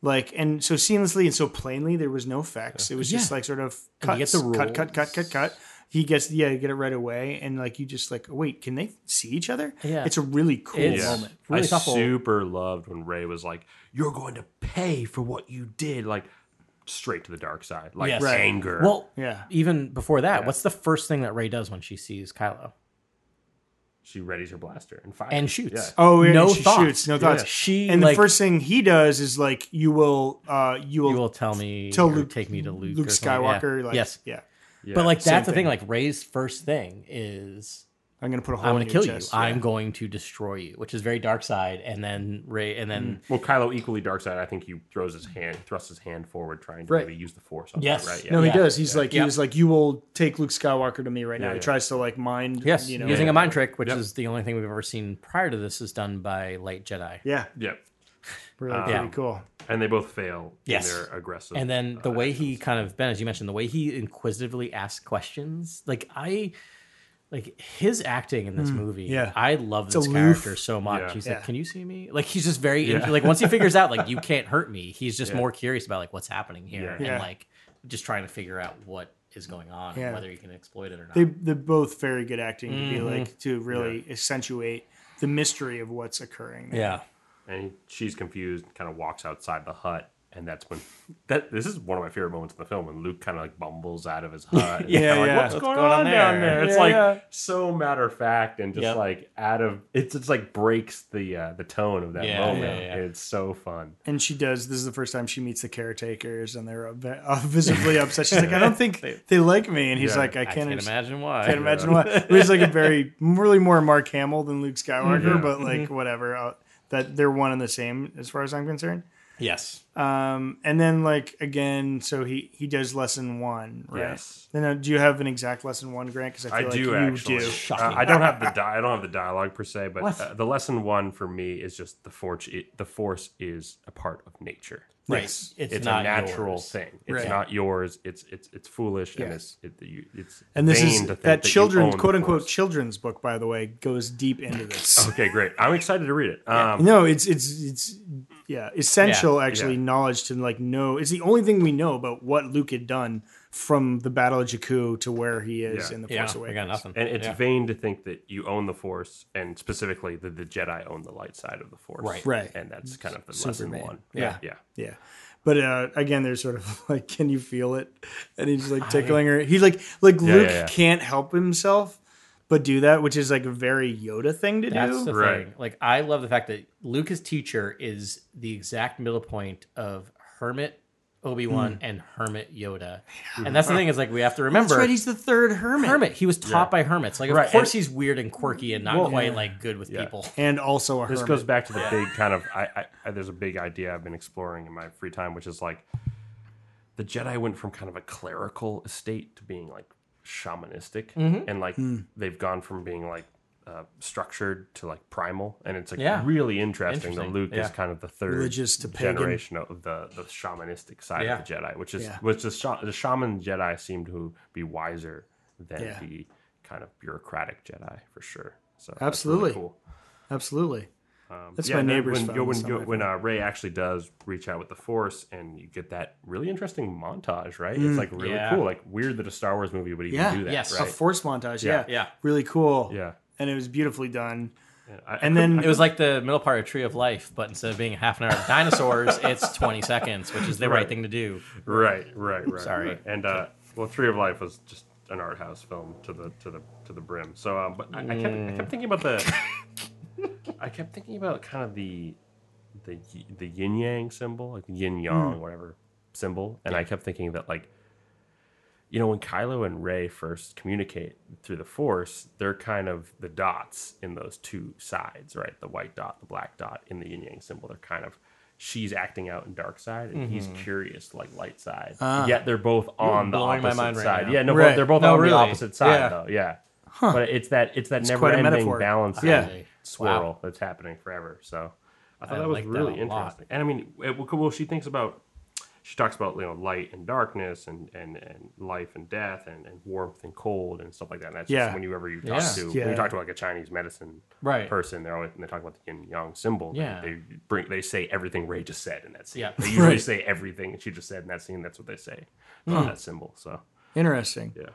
Like and so seamlessly and so plainly, there was no effects. It was just Yeah. like sort of And cuts, you get the cut, cut, cut, cut, rules. cut. He gets yeah, you get it right away, and like you just like wait, can they see each other? Yeah. it's a really cool It's- Yeah. moment. Really I supple. super loved when Ray was like, "You're going to pay for what you did," like straight to the dark side, like Yes. Right. anger. well, Yeah. even before that, what's the first thing that Ray does when she sees Kylo? she readies her blaster and fires And shoots. Yeah. Oh, yeah, no and she thoughts. shoots, no thoughts. She And like, the first thing he does is like, "You will, uh, you will, you will tell me tell or Luke- take me to Luke, Luke or something. Yeah. Skywalker." Like, yes, yeah, Yeah. but like Same that's the thing. thing. Like Ray's first thing is I'm gonna put a hole. I'm in going to your kill you. chest. I'm going to destroy you, which is very dark side. And then Ray, and Mm. then well, Kylo equally dark side. I think he throws his hand, thrusts his hand forward, trying to Right. maybe use the force. on Yes. that, right? Yeah. No, he Yeah. does. He's like he Yeah. was like, "You will take Luke Skywalker to me right now." Yeah, He yeah. tries to like mind. yes, you know, using yeah. a mind trick, which Yep. is the only thing we've ever seen prior to this, is done by Light Jedi. yeah, Um, yeah, really Yeah. pretty cool. and they both fail. Yes. in their aggressive. And then the uh, way he kind of Ben, as you mentioned, the way he inquisitively asks questions, like I, like his acting in this movie. Hmm. yeah. I love this aloof. character so much. Yeah. He's Yeah. like, "Can you see me?" Like he's just very like once he figures out like you can't hurt me, he's just more curious about like what's happening here Yeah. and Yeah. like just trying to figure out what is going on Yeah. and whether you can exploit it or not. They they're both very good acting to be like to really accentuate the mystery of what's occurring. there. yeah. and she's confused, kind of walks outside the hut, and that's when that this is one of my favorite moments in the film when Luke kind of like bumbles out of his hut. and Yeah, kinda like, yeah. What's, going, on, down there? It's Yeah, like yeah. so matter of fact and just Yep. like out of it's it's like breaks the uh, the tone of that Yeah, moment. yeah, yeah. It's so fun. and she does. This is the first time she meets the caretakers, and they're uh, [LAUGHS] visibly upset. She's like, "I [LAUGHS] don't think they like me," and he's Yeah. like, "I I can't, can't understand." imagine why. can't imagine why. It was like a very really more Mark Hamill than Luke Skywalker, Yeah. but like whatever. Uh, that they're one and the same as far as I'm concerned. Yes. Um, and then like again, so he he does lesson one, right? Yes. Then uh, do you have an exact lesson one, Grant? Because I I feel do like actually. you do. Uh, I don't have the di- I don't have the dialogue per se, but uh, the lesson one for me is just the force. It, the force is a part of nature. Right. Yes. It's, It's, not a natural yours. thing. It's Right. not yours. It's it's it's foolish and Yeah. it's it, you, it's And this vain is to think that, you children own the quote unquote force. children's book, by the way, goes deep into [LAUGHS] this. Okay, great. I'm excited to read it. Um, No, it's it's it's yeah, essential actually yeah. knowledge to like know. It's the only thing we know about what Luke had done from the Battle of Jakku to where he is Yeah. in the Yeah, Force we Awakens. got nothing. And it's Yeah. vain to think that you own the Force, and specifically that the Jedi own the light side of the Force. Right. Right. And that's kind of the lesson vain. one. Yeah. Yeah. Yeah. But uh, again, there's sort of [LAUGHS] like, can you feel it? And he's like tickling her. He's like, like Yeah, Luke yeah, yeah. can't help himself but do that, which is like a very Yoda thing to That's do. the Right. thing. Like I love the fact that Luca's teacher is the exact middle point of Hermit Obi Wan and Hermit Yoda, and that's the thing is like we have to remember That's right. He's the third hermit, Hermit. He was taught by hermits. Like of Right, course and- he's weird and quirky and not quite like good with Yeah. people. and also a This hermit. goes back to the big kind of. I, I, I There's a big idea I've been exploring in my free time, which is like the Jedi went from kind of a clerical estate to being like shamanistic, Mm-hmm. and like Hmm. they've gone from being like uh, structured to like primal, and it's like Yeah. really interesting, Interesting. that Luke is Yeah. kind of the third Religious to pagan. generation of the the shamanistic side Yeah. of the Jedi, which is Yeah. which the sha- the shaman Jedi seem to be wiser than Yeah. the kind of bureaucratic Jedi for sure. So that's really Absolutely. cool. Absolutely. Um, That's my neighbor's When phone, yo- when, it's not yo- my when uh, Ray actually does reach out with the Force, and you get that really interesting montage, right? It's like really Yeah. cool, like weird that a Star Wars movie would even Mm. Yeah. do that, Yes. a right? force montage. Yeah. Yeah. Yeah. Really cool. yeah. And it was beautifully done. I- I And couldn't- then It was like the middle part of Tree of Life, but instead of being a half an hour of dinosaurs, it's 20 seconds, which is the right, Right. thing to do. Right, right, right. Sorry. right. And uh, well, Tree of Life was just an art house film to the to the to the brim. So, um, but I, I kept I kept thinking about the. I kept thinking about kind of the, the y- the yin yang symbol, like yin yang, whatever symbol, and I kept thinking that like. You know, when Kylo and Ray first communicate through the Force, they're kind of the dots in those two sides, right? The white dot, the black dot in the yin yang symbol. They're kind of, she's acting out in dark side, and he's curious, like light side. Yet they're both on the blowing opposite my mind right side. now. yeah, no, Right. they're both No, on really. the opposite side, Yeah. though. Yeah, but it's that it's that quite a never-ending metaphor. balance. Yeah. and swirl that's happening forever. So I thought I that was like that really a lot. interesting. And I mean, it, well, cool, she thinks about she talks about you know light and darkness and and, and life and death and, and warmth and cold and stuff like that. And that's Yeah. just whenever you Yeah. talk to when Yeah. you talk to like a Chinese medicine Right. person, they're always and they talk about the yin yang symbol. They- Yeah. They, bring they say everything Ray just said in that scene. Yeah. They usually Right. say everything that she just said in that scene. That's what they say Hmm. about that symbol. So Interesting. yeah.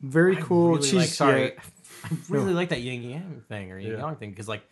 Very cool. really She's like, sorry, yeah. I [LAUGHS] really like that yin yang thing or yin yang thing because, like,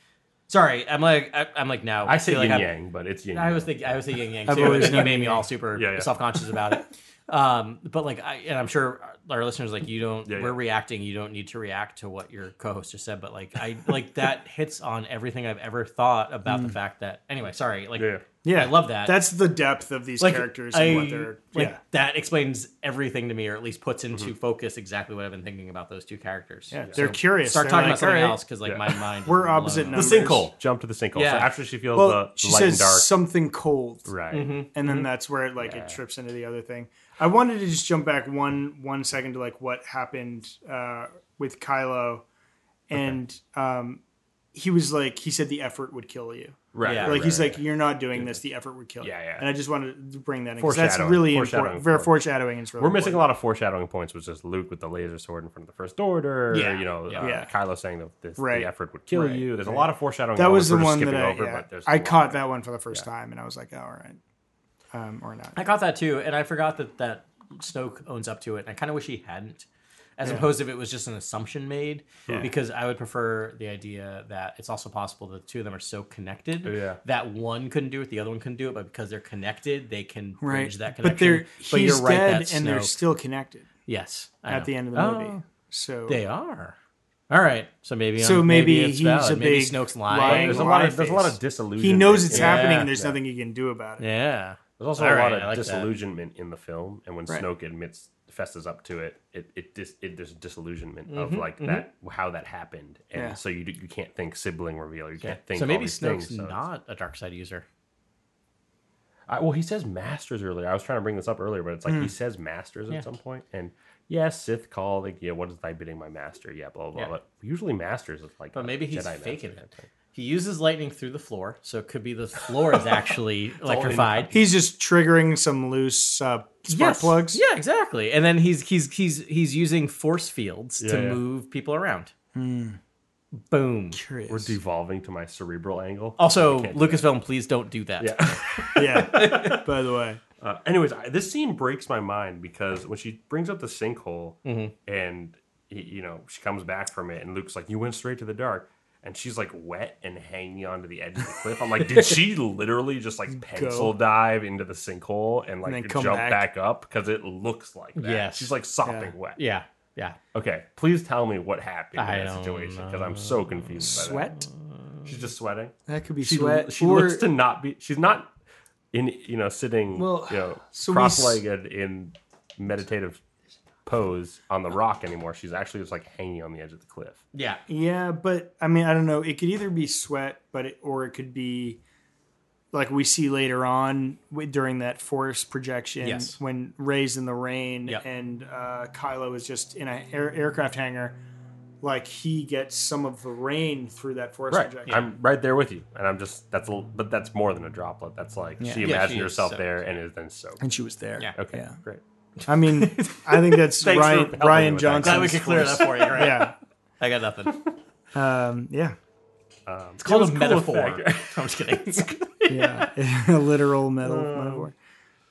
sorry, I'm like, I, I'm like now. I say feel like yin I'm- yang, but it's yin. I yang. was thinking, I was thinking Yang I've too. always and you known made me Yang. all super Yeah, yeah. self conscious about it. Um, but like, I and I'm sure our listeners like you don't. Yeah, we're yeah. reacting. You don't need to react to what your co-host just said. But like, I like that [LAUGHS] hits on everything I've ever thought about the fact that. Anyway, sorry. Like, yeah. Mm. Yeah. I love that. That's the depth of these like characters I, and what they're yeah. like Mm-hmm. that explains everything to me, or at least puts into focus exactly what I've been thinking about those two characters. Yeah, So they're curious. Start They're talking like, about something "All right, else because like Yeah. my mind. is We're blown opposite up. numbers. The sinkhole. Jump to the sinkhole. Yeah. So after she feels Well, the she light and says dark. something cold. right. Mm-hmm. and then that's where it like it trips into the other thing. I wanted to just jump back one one second to like what happened uh, with Kylo, and um, he was like he said the effort would kill you. Right. Yeah. right, Like he's right, like you're not doing this. The effort would kill. Yeah, you. yeah. And I just wanted to bring that in because that's Foreshadowing, really foreshadowing important. Very for- foreshadowing. Is really We're missing a important. lot of foreshadowing points, which is Luke with the laser sword in front of the First Order. Yeah, You know, yeah. uh, Yeah. Kylo saying that this, Right, the effort would kill right, you. There's a lot of foreshadowing. That was elements the we're one just that I, skipping over, yeah. but there's a I lot. caught that one for the first time, and I was like, oh, all right, um, or not. I caught that too, and I forgot that that Snoke owns up to it. And I kind of wish he hadn't, as opposed if it was just an assumption made. Because I would prefer the idea that it's also possible that the two of them are so Oh, connected Yeah. that one couldn't do it, the other one couldn't do it, but because they're connected, they can Right, bridge that but connection. they're he's dead, that's and they're Snoke- still connected yes I know. at the end of the movie. Oh, So they are. All right, so maybe So um, maybe it's he's valid. a maybe big Snoke's liar. lying. There's a lot of Lie there's a lot face. of disillusionment. he knows it's in- Yeah. happening, and there's nothing he can do about it. Yeah, There's also All a lot right, of I like that. disillusionment in the film, and when Right. Snoke admits fesses up to it, it it, dis, it there's disillusionment Mm-hmm, of like that how that happened, and Yeah. so you d- you can't think sibling reveal, you can't think so maybe all these Snoke's things, so it's- not a dark side user. I, well, he says masters earlier. I was trying to bring this up earlier, but it's like he says masters Hmm. Yeah. at some point, and yeah, Sith call like yeah, what is thy bidding, my master? Yeah, blah blah. Yeah. blah. But usually masters is like, But a maybe he's Jedi master faking type it. thing. He uses lightning through the floor, so it could be the floor is [LAUGHS] actually electrified. He's just triggering some loose uh, spark Yes. plugs. Yeah, exactly. And then he's he's he's he's using force fields to Yeah, Hmm. yeah. move people around. Boom. Curious. We're devolving to my cerebral angle. Also, I can't do Lucasfilm, please don't do that. Yeah. yeah. By the way, Uh, anyways, I, this scene breaks my mind because when she brings up the sinkhole and y- you know she comes back from it, and Luke's like, "You went straight to the dark," and she's like wet and hanging onto the edge of the cliff. I'm like, did she literally just like pencil dive into the sinkhole and like then come jump back? back, up because it looks like that? Yes. she's like sopping wet. Yeah. Yeah. Okay, please tell me what happened I in that don't situation because I'm so confused. by that. sweat. She's just sweating. That could be She sweat. she or looks to not be. She's not in you know sitting Well, you know so we s- cross-legged in meditative pose on the rock anymore. She's actually just like hanging on the edge of the cliff. Yeah. yeah, but I mean, I don't know. It could either be sweat, but it, or it could be like we see later on wi- during that force projection Yes. when Ray's in the rain Yep. and uh, Kylo is just in an air, aircraft hangar. Like he gets some of the rain through that force Right, projection. I'm right there with you, and I'm just that's a, but that's more than a droplet. That's like she Yeah, imagined she is herself soaked. there and is then soaked. and she was there. Yeah. Okay, Yeah. great. I mean, I think that's [LAUGHS] Thanks for Ryan, helping Ryan with that. Johnson. [LAUGHS] Glad we could clear that for you. Right? Yeah. I got nothing. Um, yeah. Um, It's called it was a cool metaphor. [LAUGHS] effect. I'm just [LAUGHS] kidding. yeah, [LAUGHS] a literal metal metaphor.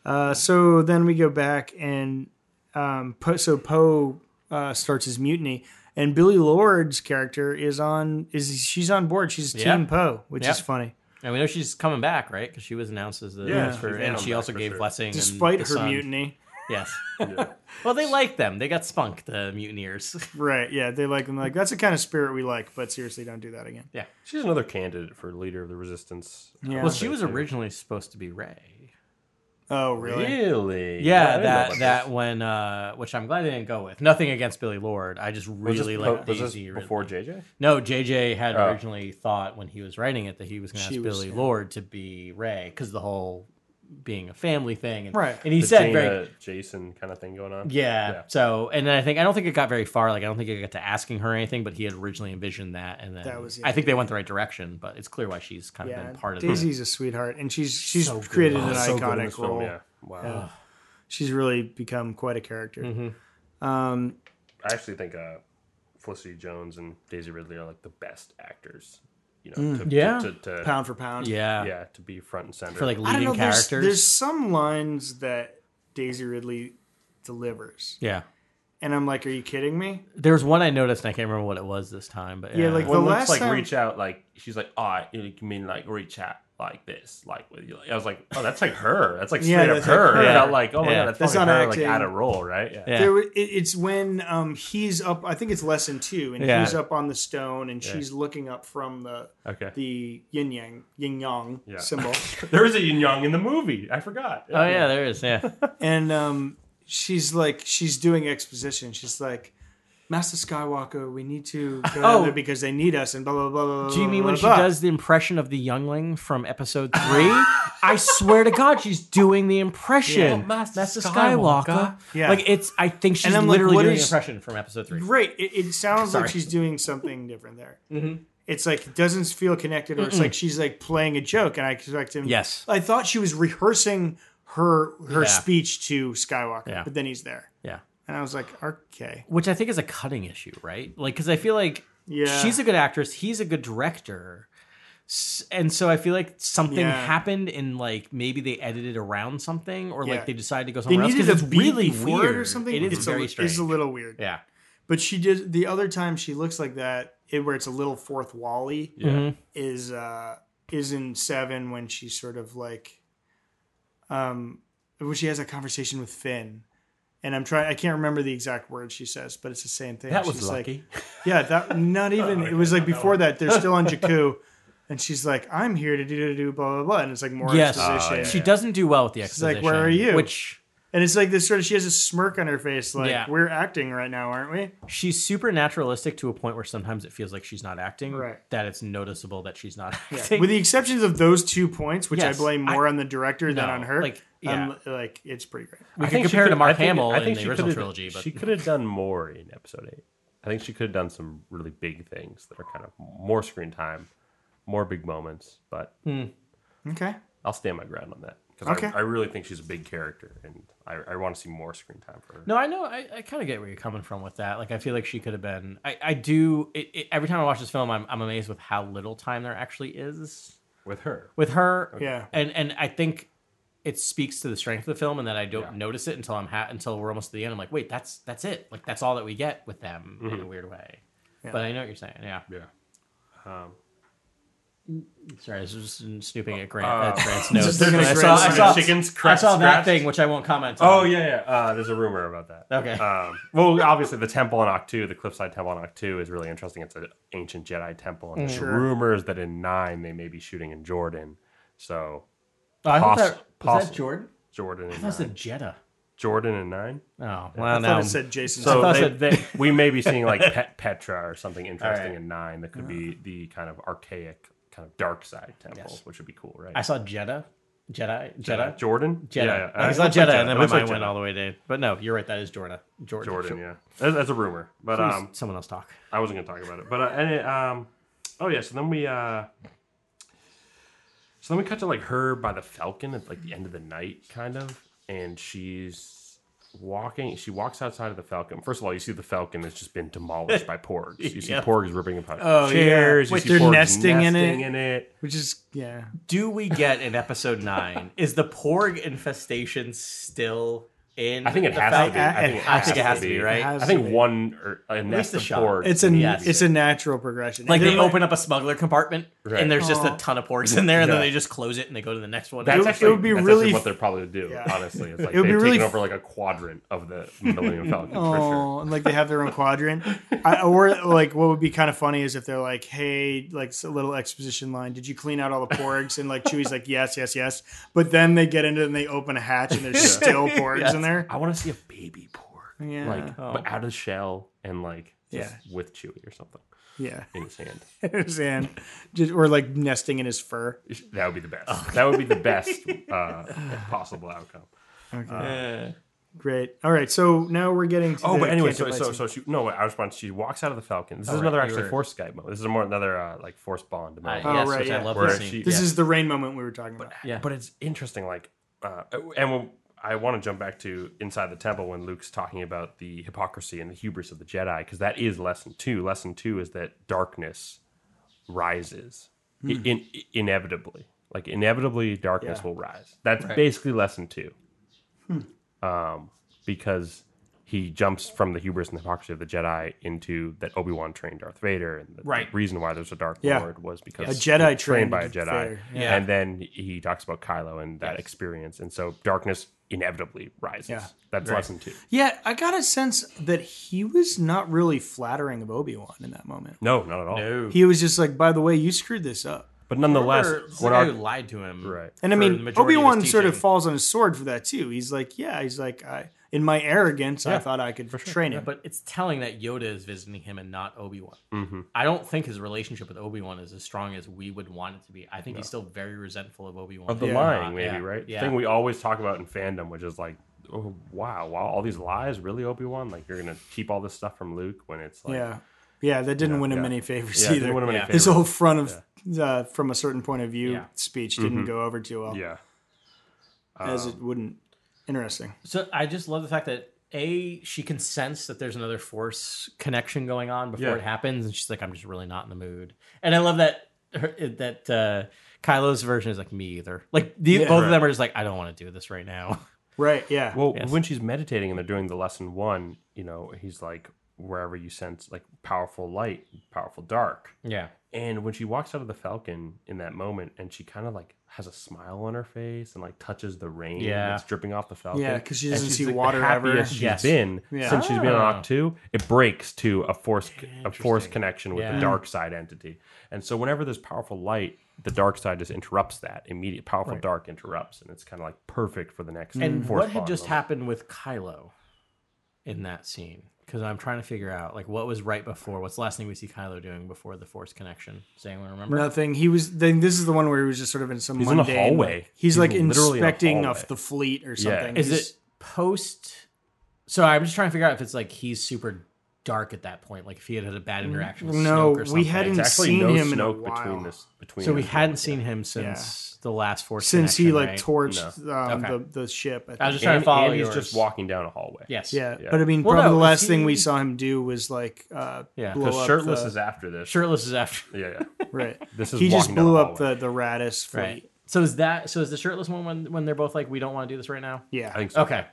Uh, so then we go back and um, po- so Poe uh, starts his mutiny, and Billy Lord's character is on is she's on board. She's Yeah. Team Poe, which is Yeah. funny. and we know she's coming back, right? Because she was announced as the Yeah, transfer, she's and down she back also for gave sure. blessing. and Despite the her son. mutiny, yes. [LAUGHS] Yeah. Well, they like them. They got spunk, the mutineers. right? Yeah, they like them. Like that's the kind of spirit we like. But seriously, don't do that again. yeah. She's another candidate for leader of the resistance. Yeah. Well, she was originally supposed to be Ray. Oh, really? Really? I Yeah, didn't know about that this. that when uh which I'm glad I didn't go with. Nothing against Billy Lord. I just Was this really po- like was this Daisy Ridley. before JJ. No, JJ had Oh. originally thought when he was writing it that he was going to She ask was- Billy Lord to be Ray because the whole being a family thing, and, Right. And he The said Jaina, very. Jason kind of thing going on. Yeah, Yeah. So, and then I think I don't think it got very far. Like I don't think it got to asking her anything, but he had originally envisioned that, and then That was the I think they went the right direction, but it's clear why she's kind of Yeah, been part of this. Daisy's a sweetheart, and she's she's so good. created an So good in iconic this film, role. Yeah. Wow. She's really become quite a character. Um, I actually think uh, Felicity Jones and Daisy Ridley are like the best actors. You know, to, Yeah. To, to, to- pound for pound. Yeah, yeah, to be front and center. for like I don't leading know. There's, characters. there's some lines that Daisy Ridley delivers, yeah, and I'm like, "Are you kidding me?" there was one I noticed, and I can't remember what it was this time, but Yeah, like when the Luke's last like time- reach out, like she's like, oh, I- you mean like reach out like this, like with you. Like, I was like, oh, that's like her. That's like Yeah, straight up that's like her. her. Without like, oh my Yeah. god, that's, That's fucking not her, acting. like out of role, right? Yeah. There, it, it's when um, he's up. I think it's lesson two, and Yeah. he's up on the stone, and she's looking up from the Okay. the yin yang yin yang Yeah. symbol, There is a yin yang in the movie. I forgot. Oh yeah, there is. [LAUGHS] Yeah, and um, she's like, she's doing exposition. She's like. Master Skywalker, we need to go down Oh. there because they need us, and blah blah blah blah. Do you blah, mean when blah, she blah. does the impression of the youngling from episode three? I swear to God, she's doing the impression. Yeah. Master, Skywalker. Skywalker. Yeah. Like it's. I think she's And I'm like, literally what doing is- the impression from episode three. Right. It, it sounds Sorry. Mm-hmm. like she's doing something different there. It's like it doesn't feel connected, or it's like she's like playing a joke, and I expect him. Yes. I thought she was rehearsing her her Yeah. speech to Skywalker, Yeah. but then he's there, Yeah. and I was like, okay, Which I think is a cutting issue, right? Like, because I feel like Yeah. she's a good actress. He's a good director. S- And so I feel like something Yeah. happened, and like maybe they edited around something, or Yeah. like they decided to go they somewhere else needed because a it's beat really before weird it or something. It is it's very a, strange. It's a little weird. yeah, But she did the other time she looks like that, it, where it's a little fourth wally. Yeah. is uh is in seven when she sort of like um when she has a conversation with Finn. And I'm trying I can't remember the exact words she says, but it's the same thing. that was She's like- lucky. Oh, yeah, that not [LAUGHS] even it was like before that, they're still on Jakku. And she's like, I'm here to do do do blah blah blah. And it's like more yes, Ah, exposition. she doesn't do well with the like, exposition. "Where are you?" Which And it's like this sort of she has a smirk on her face, like Yeah. we're acting right now, aren't we? she's super naturalistic to a point where sometimes it feels like she's not acting. Right. That it's noticeable that she's not acting. With the exceptions of those two points, which Yes, I blame more on the director than No, on her. like, um, like it's pretty great. we I can think she compare it to could- I Mark think- Hamill I think in the she original could've- trilogy, but she could have done more in episode eight. I think she could have done some really big things that are kind of more screen time, more big moments. But Hmm. Okay. I'll stand my ground on that because Okay. I, I really think she's a big character, and I, I want to see more screen time for her. no, I know. I, I kind of get where you're coming from with that. Like, I feel like she could have been. I, I do. It, it, every time I watch this film, I'm, I'm amazed with how little time there actually is with her. with her. Yeah. And and I think it speaks to the strength of the film and that I don't Yeah. notice it until I'm ha- until we're almost to the end. I'm like, wait, that's that's it. Like that's all that we get with them in a weird way. But I know what you're saying. Yeah. Yeah. Sorry, I was just snooping at Grant, at Grant's notes. looking at I saw, Grant's I saw, chicken's I crap saw that scratched. thing, which I won't comment Oh on. yeah, yeah. Uh, there's a rumor about that. Um, Okay. Um, well, obviously, the temple in Octu, the Cliffside Temple in Octu, is really interesting. It's an ancient Jedi temple, and there's Mm. rumors that in nine they may be shooting in Jordan. So I thought poss- that, was that possible. Jordan? Jordan and That was a nine. Jetta. Jordan and nine. Oh, well, I now. thought it said Jason. So thought they- it said [LAUGHS] they- we may be seeing like Pet- Petra or something interesting right. Uh. in nine that could be the kind of archaic, kind of dark side temple, Yes. which would be cool, right? I saw Jetta. Jedi? Uh, Jedi? Jordan. Jedi. uh, I it saw looks Jedi, like and then It my looks like mind went Jedi. all the way to. But no, you're right. That is Jordan. Jordan. Jordan, yeah, that's, that's a rumor, but Please, um, someone else talk. I wasn't gonna talk about it, but uh, and it, um, oh yeah. So then we uh, so then we cut to like her by the Falcon at like the end of the night, kind of, and she's walking. She walks outside of the Falcon. First of all, you see the Falcon has just been demolished by porgs. You [LAUGHS] see Yeah. porgs ripping apart Oh, yeah. chairs. You Wait, see they're porgs nesting in it? In it. Which is yeah. Do we get in episode [LAUGHS] nine? is the Porg infestation still in? I think it the has Falcon? to be. I think it I think it has to be, right? It has I to think be. one or a least nest a of shot. porgs. It's a Yes. it's a natural progression. Like And they they're open up a smuggler compartment Right. and there's just Oh. a ton of porgs in there, and Yeah. then they just close it and they go to the next one. That's would- it actually, would be that's really actually f- what they're probably do. Yeah. Honestly, [LAUGHS] it's like It would they've be really taken f- over like a quadrant of the Millennium Falcon for sure. Oh, and [LAUGHS] like they have their own [LAUGHS] quadrant, I, or like what would be kind of funny is if they're like, "Hey, like it's a little exposition line. Did you clean out all the porgs?" And like Chewie's like, "Yes, yes, yes." But then they get into it and they open a hatch [LAUGHS] and there's still porgs in there. I want to see a baby porg, Yeah. like Oh. but out of the shell and like just Yeah. with Chewie or something Yeah, [LAUGHS] in his [LAUGHS] hand. and just, or like nesting in his fur. That would be the best. Oh. That would be [LAUGHS] the best uh, possible outcome. Yeah. Great. All right, so now we're getting to Oh, the but anyway, Canto so, so Bites. so she no. wait, I was wondering. She walks out of the Falcon. This is right, another we actually were- force Skype mode. This is more another uh, like force bond. Uh, moment. Oh, yes, right, which yeah. I love Where this scene. she- this Yeah. is the rain moment we were talking about. yeah. But it's interesting, like, uh, and we'll, I want to jump back to inside the temple when Luke's talking about the hypocrisy and the hubris of the Jedi, because that is lesson two. Lesson two is that darkness rises I- in, inevitably. Like inevitably, darkness Hmm. Yeah. Hmm. will rise. That's Right. basically lesson two, um, because he jumps from the hubris and hypocrisy of the Jedi into that Obi Wan trained Darth Vader, and the Right. reason why there's a Dark Yeah. Lord was because A Jedi he was trained trained by a Vader. Jedi, Yeah. and then he talks about Kylo and that Yes. experience, and so darkness inevitably rises. Yeah. That's Right. lesson two. Yeah, I got a sense that he was not really flattering of Obi Wan in that moment. No, not at all. No. He was just like, by the way, you screwed this up. But nonetheless, Remember, it's the what guy our, who lied to him. Right. And I for the mean, majority Obi of his Wan sort of teaching. falls on his sword for that too. He's like, yeah, he's like, I, in my arrogance, I thought I could train Yeah, him. but it's telling that Yoda is visiting him and not Obi Wan. Mm-hmm. I don't think his relationship with Obi Wan is as strong as we would want it to be. I think he's still very resentful of Obi Wan. of the Yeah. lying, maybe right? Yeah. Thing we always talk about in fandom, which is like, oh, wow, wow, all these lies, really, Obi Wan? Like you're gonna keep all this stuff from Luke when it's like, yeah, yeah, that didn't win him yeah. any favors Yeah, it either. didn't win him any Yeah. [LAUGHS] his favors. whole front of uh, from a certain point of view Yeah. speech didn't go over too well, Mm-hmm. yeah, Um, as it wouldn't. Interesting. So I just love the fact that a she can sense that there's another force connection going on before Yeah. it happens, and she's like, "I'm just really not in the mood." And I love that her, that uh, Kylo's version is like me either. Like the, Yeah. both of them are just like, "I don't want to do this right now." Right? Yeah. Well, Yes. when she's meditating and they're doing the lesson one, you know, he's like, wherever you sense like powerful light, powerful dark. yeah, And when she walks out of the Falcon in that moment, and she kind of like has a smile on her face and like touches the rain Yeah. that's dripping off the Falcon. Yeah, 'cause she and doesn't she's, see like, the water ever. happiest She's Yes. been Yeah. since she's been on Ah. Octu. It breaks to a force a force Interesting. connection with Yeah. the dark side entity. And so whenever there's powerful light, the dark side just interrupts that immediate powerful Right. dark interrupts, and it's kind of like perfect for the next. and Mm-hmm. force what had bond just moment. happened with Kylo in that scene? Because I'm trying to figure out like what was right before. What's the last thing we see Kylo doing before the force connection? Does anyone remember? Nothing. He was. Then this is the one where he was just sort of in some. He's in a mundane, hallway. like- he's, He's like literally in a inspecting hallway. of the fleet or something. Is He's- it post? So I'm just trying to figure out if it's like he's super dark at that point, like if he had had a bad interaction. With No, Snoke or we something. hadn't- It's actually seen no him in a Snoke while. between this between. So we this hadn't moment. seen him since the last force. since he Connection, like right? torched um, Okay. the, the ship. I think. I was just trying to follow and he's yours. just walking down a hallway. Yes. yeah, Yeah. but I mean, Well, probably the no, 'cause last thing he- we saw him do was like, uh, Yeah. blow Because up shirtless the- is after this. Shirtless is after. [LAUGHS] Yeah, yeah. right. This is he just walking down blew the up hallway. the the Radis fleet. Right. So is that? So is the shirtless one when when they're both like, we don't want to do this right now? Yeah, [LAUGHS] I think so. Okay.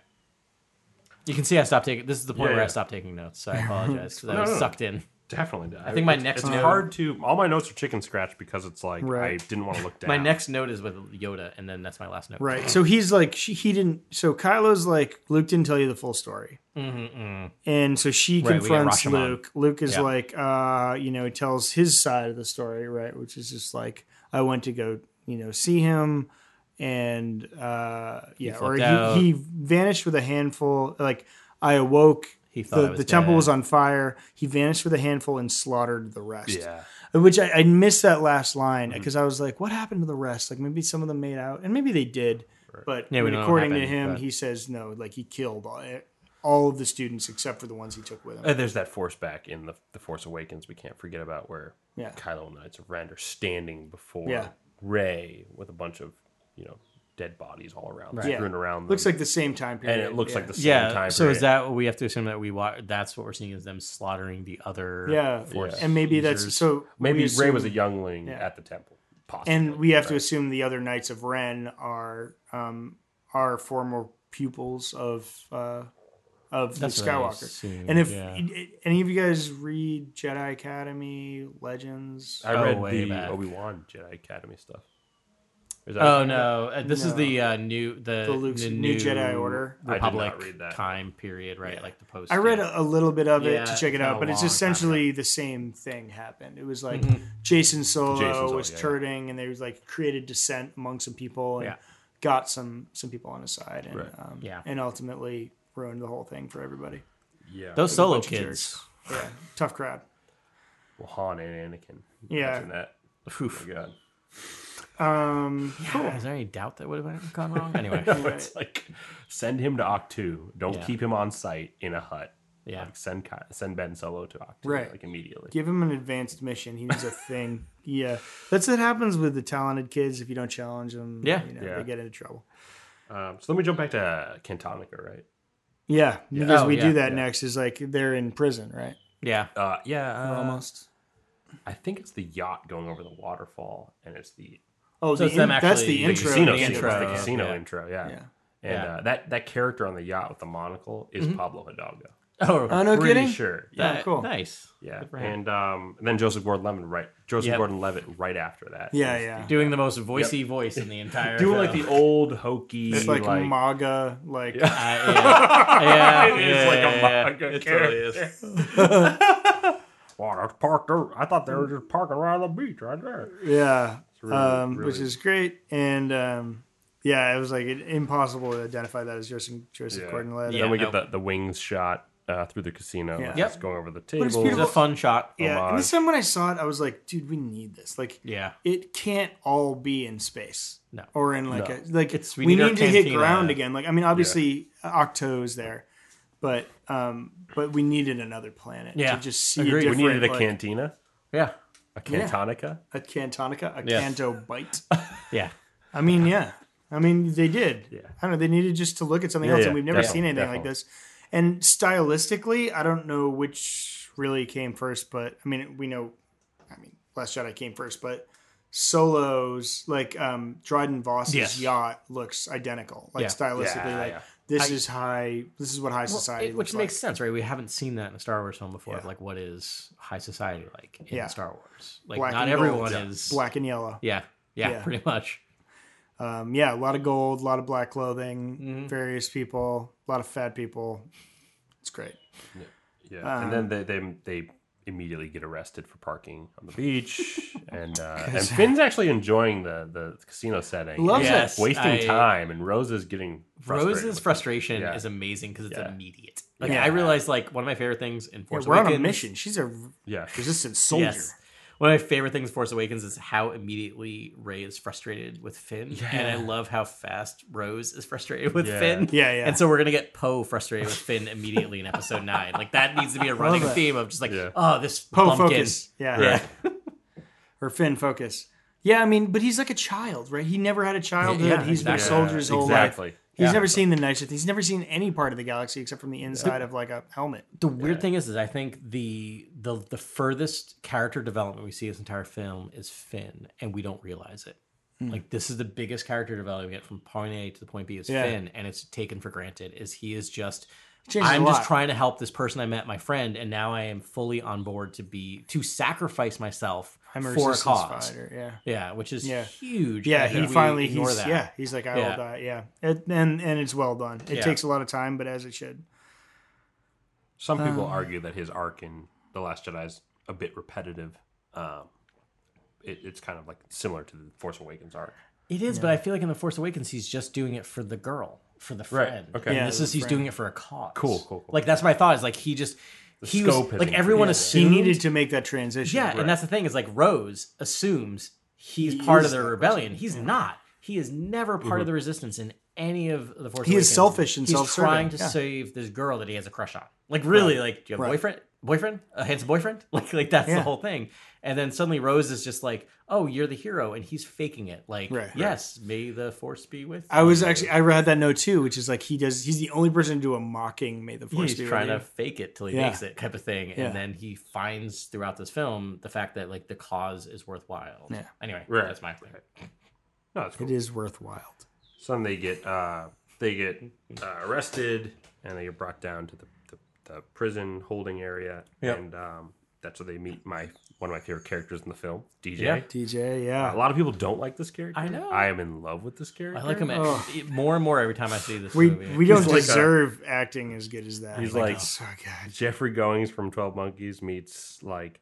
You can see I stopped taking. This is the point Yeah, where I yeah. stopped taking [LAUGHS] notes. So I apologize because I No, was no, no. sucked in. Definitely. I think my it's, next It's note- hard to. All my notes are chicken scratch because it's like I Right. didn't want to look [LAUGHS] down. My next note is with Yoda, and then that's my last note. right. So he's like, she, he didn't. So Kylo's like, Luke didn't tell you the full story, and so she Mm-hmm. Right, we got confronts Rashomon. Luke. Luke is Yeah. like, uh, you know, he tells his side of the story, right, which is just like, I went to go, you know, see him. And uh, yeah, or flipped out. he, he vanished with a handful. Like I awoke He thought I the, was the temple dead. was on fire. He vanished with a handful and slaughtered the rest. Yeah. Mm-hmm. Which I, I missed that last line because I was like, what happened to the rest? Like maybe some of them made out and maybe they did. But Yeah, I we mean, don't know what according to happened, him, but- he says no, like he killed all, eh, all of the students except for the ones he took with him. Uh, there's that force back in the the Force Awakens. We can't forget about where Yeah. Kylo and Knights of Ren are standing before Yeah. Ray with a bunch of you know dead bodies all around, Right. Yeah. strewn around. Them. Looks like the same time period. and it looks yeah. like the same yeah. time. So is period. that what we have to assume that we watch? That's what we're seeing is them slaughtering the other. yeah, Yeah. and maybe that's users. so. maybe we Ray assume- was a youngling yeah. at the temple? Possibly. and we have to right? assume the other knights of Ren are um, are former pupils of uh, of That's the what I Skywalker. assume, And if yeah. i- i- any of you guys read Jedi Academy Legends, I Oh, read way the back. Obi Wan Jedi Academy stuff. Is that- Oh no! uh, This is No. the uh, new the, The Luke's- New Jedi Order. I did not Republic read that. time period, right? Like the post. I read yeah. a, a little bit of it Yeah, to check it it's out, but been a it's long time Mm-hmm. essentially the same thing happened. It was like Jason Solo Jason Solo, was yeah, yeah. turning, and they was like created dissent among some people and Yeah. got some some people on his side, and Right. um, Yeah. and ultimately ruined the whole thing for everybody. yeah, those solo bunch of kids. jerks. Yeah, tough crowd. well, Han and Anakin. Yeah. Imagine that. Oh, Oof. my God. [LAUGHS] Um, cool. Is there any doubt that would have gone wrong? [LAUGHS] Anyway, it's like send him to Octu. Don't Yeah. keep him on site in a hut. yeah. Like send Ky- send Ben Solo to Octu Right. like immediately. Give him an advanced mission. He [LAUGHS] needs a thing. yeah, that's what happens with the talented kids. If you don't challenge them, Yeah. you know, Yeah. they get into trouble. Um, so let me jump back to Cantonica, right? Yeah, because Oh, we yeah, do that yeah. next. Is like they're in prison, right? Yeah. Uh, yeah, uh, Almost. I think it's the yacht going over the waterfall, and it's the Oh, So the it's them in- that's actually- the the intro. casino the scene. intro. It's the yeah. casino Yeah. intro, yeah. Yeah. And Yeah. Uh, that that character on the yacht with the monocle Mm-hmm. is Pablo Hidalgo. Oh, Oh, no Pretty kidding. sure. Yeah. Yeah, that- cool. Nice. Yeah, Good for him. and um, and then Joseph Gordon-Levitt right, Joseph Yep. Gordon-Levitt right after that. Yeah, is yeah. Doing the most voicey voice in the entire. doing like [LAUGHS] film. the old hokey, It's like, like, MAGA. Like Uh, yeah. yeah, It is yeah, like a yeah, yeah. manga It totally is. wow, that's parked. Over. I thought they were just parking right on the beach right there. [LAUGHS] yeah, really- um, which really- is great. And um, yeah, it was like it, impossible to identify that as Joseph, Joseph Yeah. Gordon-Levitt. And then we Yeah, get the, the wings shot uh, through the casino. Yeah. It's Yep. going over the But table. it's It was a fun shot. Yeah, homage. and this time when I saw it, I was like, dude, we need this. Like, Yeah. it can't all be in space. No. Or in like No. a like It's- we we, need need, our to hit cantina. ground again. Like I mean obviously Octo is there, but um but we needed another planet Yeah. to just see Agreed. a we different needed a like, cantina, Yeah. a Yeah. cantonica. a cantonica, a Yeah. canto bite. Yeah. I mean, yeah. I mean, they did. Yeah. I don't know. They needed just to look at something Yeah, else, yeah, and we've never definitely, seen anything like definitely. this. And stylistically, I don't know which really came first, but I mean, we know. I mean, Last Jedi came first, but Solo's like um Dryden Voss's Yes. yacht looks identical, like Yeah. stylistically. Yeah, like yeah. this I- is high. This is what high Well, society, it- looks which makes sense, right? We haven't seen that in a Star Wars film before. of, Yeah. Like, what is high society like in Yeah. Star Wars? Like, like. Black not and gold, everyone is. black and yellow. Yeah, yeah, Yeah. pretty much. Um, yeah, a lot of gold, a lot of black clothing, Mm-hmm. various people, a lot of fat people. It's great. Yeah, Um, and then they, they they immediately get arrested for parking on the [LAUGHS] beach, and [LAUGHS] uh, and Finn's actually enjoying the the casino setting. Loves He's it. Yes, wasting I- time, and Rose is getting frustrated Rose's with frustration Yeah. is amazing because it's Yeah. immediate. Like, Yeah. I realize, like, one of my favorite things in Yeah, Force we're on a Awakens- mission. She's a it. Yeah, resistant soldier. Yes. One of my favorite things in Force Awakens is how immediately Ray is frustrated with Finn. And I love how fast Rose is frustrated with Yeah. Finn. Yeah, yeah. And so we're going to get Poe frustrated with Finn immediately in episode nine. Like, that [LAUGHS] needs to be a running it. theme of just like, Yeah. oh, this Poe bumpkin. focus. Yeah. Yeah. [LAUGHS] Or Finn focus. Yeah, I mean, but he's like a child, right? He never had a childhood. Yeah, he's been a exactly. soldier his whole life. exactly. He's never seen the night shift. He's never seen any part of the galaxy except from the inside of like a helmet. The weird thing is, is I think the the the furthest character development we see this entire film is Finn, and we don't realize it. Hmm. Like this is the biggest character development we get from point A to the point B is Yeah. Finn, and it's taken for granted. Is he is just changes a I'm just lot. trying to help this person I met, my friend, and now I am fully on board to be to sacrifice myself I'm a for a resistance cause. fighter. Yeah. Yeah, which is Yeah. huge. Yeah, and he we finally ignore he's that. yeah he's like I Yeah. will die yeah it, and and it's well done. It Yeah. takes a lot of time, but as it should. Some people Uh. argue that his arc in The Last Jedi is a bit repetitive. Um, it, it's kind of like similar to the Force Awakens arc. It is, but I feel like in The Force Awakens, he's just doing it for the girl, for the Right, friend. okay. And Yeah, this the is he's friend. doing it for a cause. Cool, cool, cool. Like that's my thought. Is like he just he was, scope has like everyone increased. He assumed needed to make that transition. yeah, Right. and that's the thing is like Rose assumes he's part of is the that Mm-hmm. rebellion. He's not. He is never part of the resistance in any of the Force. He is Awakens. selfish and he's self-serving, trying to yeah. save this girl that he has a crush on. Like really, like do you have a Right. boyfriend? boyfriend, a handsome boyfriend. [LAUGHS] Like like that's the Yeah. whole thing. And then suddenly Rose is just like, "Oh, you're the hero," and he's faking it. Like, Right. yes, may the force be with. I was you." actually I read that note too, which is like he does. He's the only person to do a mocking May the Yeah, Force he's be with trying you. to fake it till he Yeah. makes it type of thing Yeah. and then he finds throughout this film the fact that like the cause is worthwhile Yeah. anyway Right. that's my thing No, it's cool. It is worthwhile. So then they get uh, they get uh, arrested and they get brought down to the, the, the prison holding area, Yep. and um, that's where they meet my one of my favorite characters in the film, DJ. Yeah. DJ, A yeah. lot of people don't like this character. I know. I am in love with this character. i like him at, Oh. more and more every time i see this We movie we don't like a- deserve acting as good as that. He's like- it's so good. Jeffrey Goings from Twelve Monkeys meets like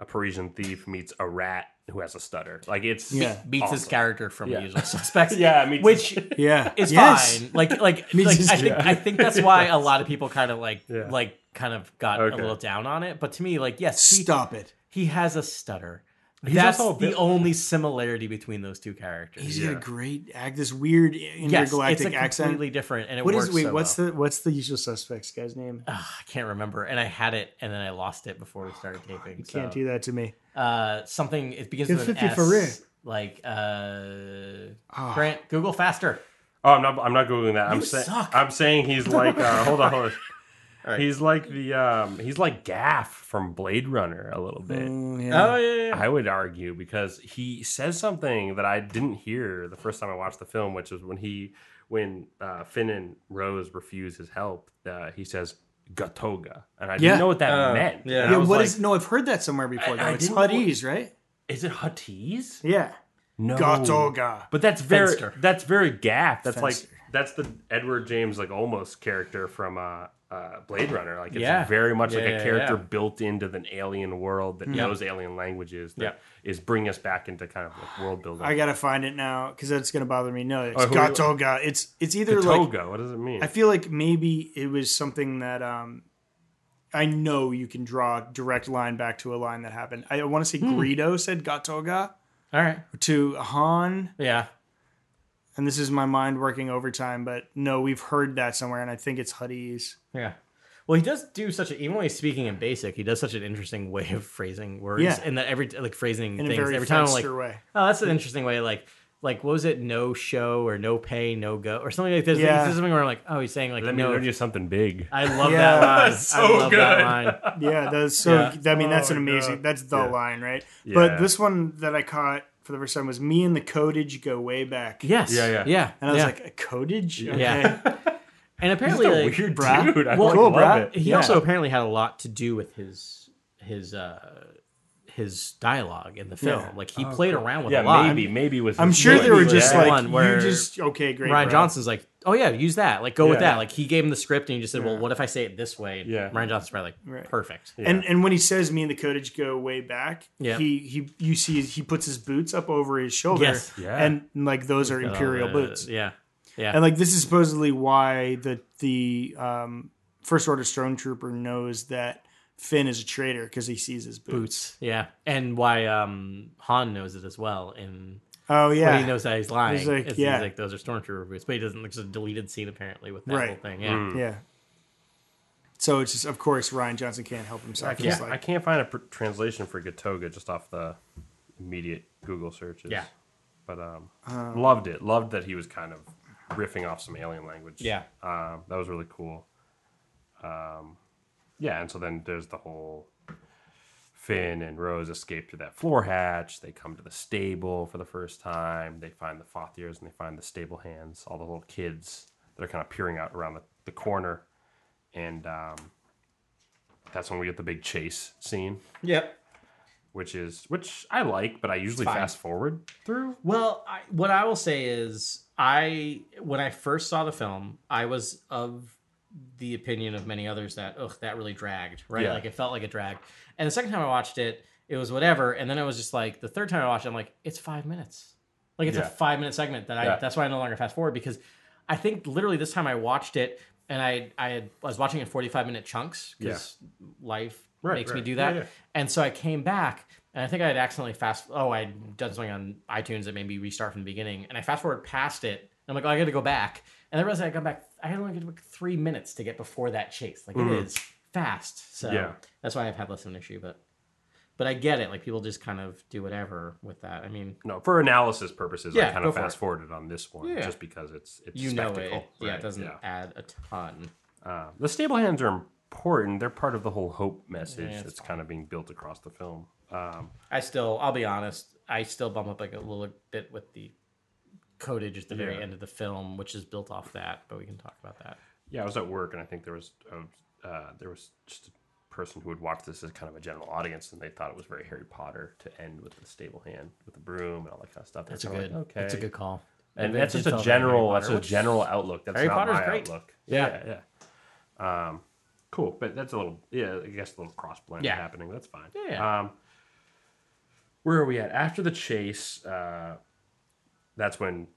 a Parisian thief meets a rat who has a stutter. Like it's Yeah. beats his awesome. character from Yeah. usual [LAUGHS] suspects Yeah, meets which Yeah, is Yes. fine like [LAUGHS] like, Meets like his i think i think that's why [LAUGHS] a lot of people kind of like Yeah. like kind of got Okay. a little down on it but to me like yes he, Stop it. he has a stutter He's that's also a the bit- only similarity between those two characters He's Yeah. got a great act. This weird intergalactic it's a accent. completely different, and it what works. is wait? so what's well. the what's the usual suspects guy's name? Ugh, I can't remember, and I had it, and then I lost it before we started taping. You so. Oh, can't do that to me. Uh, something it begins Get with an 50 S, for like uh, Ah. Grant. Google faster. Oh, I'm not. I'm not googling that. I'm You saying. suck. I'm saying he's like. Uh, hold on. Hold on. [LAUGHS] All right. He's like the. Um, he's like Gaff from Blade Runner a little bit. Mm, yeah. Oh, yeah, yeah, I would argue because he says something that I didn't hear the first time I watched the film, which was when he, when uh, Finn and Rose refuse his help. Uh, he says "Gatoga," and I Yeah. didn't know what that Oh, meant. yeah. And Yeah, I what was is? like, No, I've heard that somewhere before. I- though. I it's didn't- Hutties, right? Is it Huttese? Yeah. No, Gotoga. But that's very Fenster. that's very gaff. That's Fenster. like that's the Edward James like almost character from uh, uh Blade Runner. Like it's Yeah. very much like Yeah, a yeah, character yeah. Mm-hmm. built into an alien world that knows alien languages. That is Yeah. bringing us back into kind of like world building. I gotta find it now because that's gonna bother me. No, it's Oh, who- Gotoga. It's it's either like Toga. what does it mean? I feel like maybe it was something that um I know you can draw a direct line back to a line that happened. I want to say Hmm. Greedo said Gotoga All right, to Han, yeah. and this is my mind working overtime. But no, we've heard that somewhere, and I think it's Hutties. Yeah. Well, he does do such a even when he's speaking in basic, he does such an interesting way of phrasing words, Yeah. and that every like phrasing in a things very every time. I'm like, Fenster way. oh, that's an interesting way. Like, like what was it? No show or no pay, no go or something like this. Yeah. This is something where I'm like, oh, he's saying like Let me no. learn you something big. [LAUGHS] I love Yeah. that line. That's I so love that good. line. Yeah, that's [LAUGHS] so. I mean, that's Oh, an amazing. God. That's the Yeah. line, right? Yeah. But this one that I caught for the first time was "Me and the Codage go way back." Yes. Yeah, yeah. Yeah. and I was yeah. like, "A Codage? Yeah. and He's apparently, a like, weird Brad. dude. I Well, like, cool, love Brad. it. he Yeah. also apparently had a lot to do with his his uh his dialogue in the film. Yeah. Like he played around with Yeah, a lot. maybe maybe was. I'm his sure point. they were Maybe just that like, one where "You just okay, great." Ryan bro." Johnson's like, oh yeah, use that. Like go with Yeah. that. Like he gave him the script and he just said, well, what if I say it this way? And Yeah. Ryan Johnson's probably like, Right. perfect. Uh, And and when he says "Me and the Codage go way back," Yeah. he he you see he puts his boots up over his shoulder, Yes. Yeah. and like those are imperial Uh, boots. Yeah. Yeah. And like this is supposedly why the the um, first order stormtrooper knows that Finn is a traitor because he sees his boots. Boots, yeah, and why um Han knows it as well in Oh But yeah, he knows that he's lying. He's like, It's- yeah. he's like those are stormtrooper boots, but he doesn't. There's a deleted scene apparently with that Right. Mm. whole thing. Yeah, yeah. So it's just of course Ryan Johnson can't help I himself. He's can't, I like, can't find a pr- translation for Gatoga just off the immediate Google searches. Yeah. But um, loved it. Loved that he was kind of riffing off some alien language. Yeah. Um, that was really cool. Um, yeah. And so then there's the whole Finn and Rose escape through that floor hatch. They come to the stable for the first time. They find the Fothiers and they find the stable hands, all the little kids that are kind of peering out around the, the corner. And um, that's when we get the big chase scene, Yep. which is which I like, but I usually fine. fast forward through. Well, I, what I will say is, I when I first saw the film, I was of the opinion of many others that ugh, that really dragged, right? Yeah. Like it felt like it dragged. And the second time I watched it, it was whatever. And then I was just like, the third time I watched, it, I'm like, it's five minutes. Like it's Yeah. a five minute segment that I. Yeah. That's why I no longer fast forward because I think literally this time I watched it and I I, had, I was watching it in 45 minute chunks because life Right, makes me right. do that. Yeah, yeah. And so I came back and I think I had accidentally fast oh I'd done something on iTunes that made me restart from the beginning and I fast forward past it and I'm like oh I got to go back and I realized I got back I had only got like three minutes to get before that chase like it is fast. So Mm. Yeah. that's why I've had less of an issue. But but I get it. Like people just kind of do whatever with that. I mean, No, for analysis purposes, I Yeah, kind go of for it. fast forwarded on this one Yeah. just because it's it's you know it. spectacle. Yeah, right? it doesn't Yeah. add a ton. Uh, the stable hands are important. They're part of the whole hope message Yeah, that's kind of being built across the film. Um, I still, I'll be honest, I still bump up like a little bit with the codage at the very Yeah. end of the film, which is built off that. But we can talk about that. yeah, I was at work and I think there was a, uh, there was just a person who would watch this as kind of a general audience and they thought it was very Harry Potter to end with the stable hand with the broom and all that kind of stuff. They're That's a kinda good. like, okay. That's a good call. and It that's did just a felt very Harry general Potter, that's a which- general outlook. That's Harry not Potter's my great. outlook. Yeah. yeah. yeah. Um, cool, but that's a little yeah. I guess a little cross blend Yeah. happening. That's fine. Yeah. Um, where are we at after the chase? Uh, that's when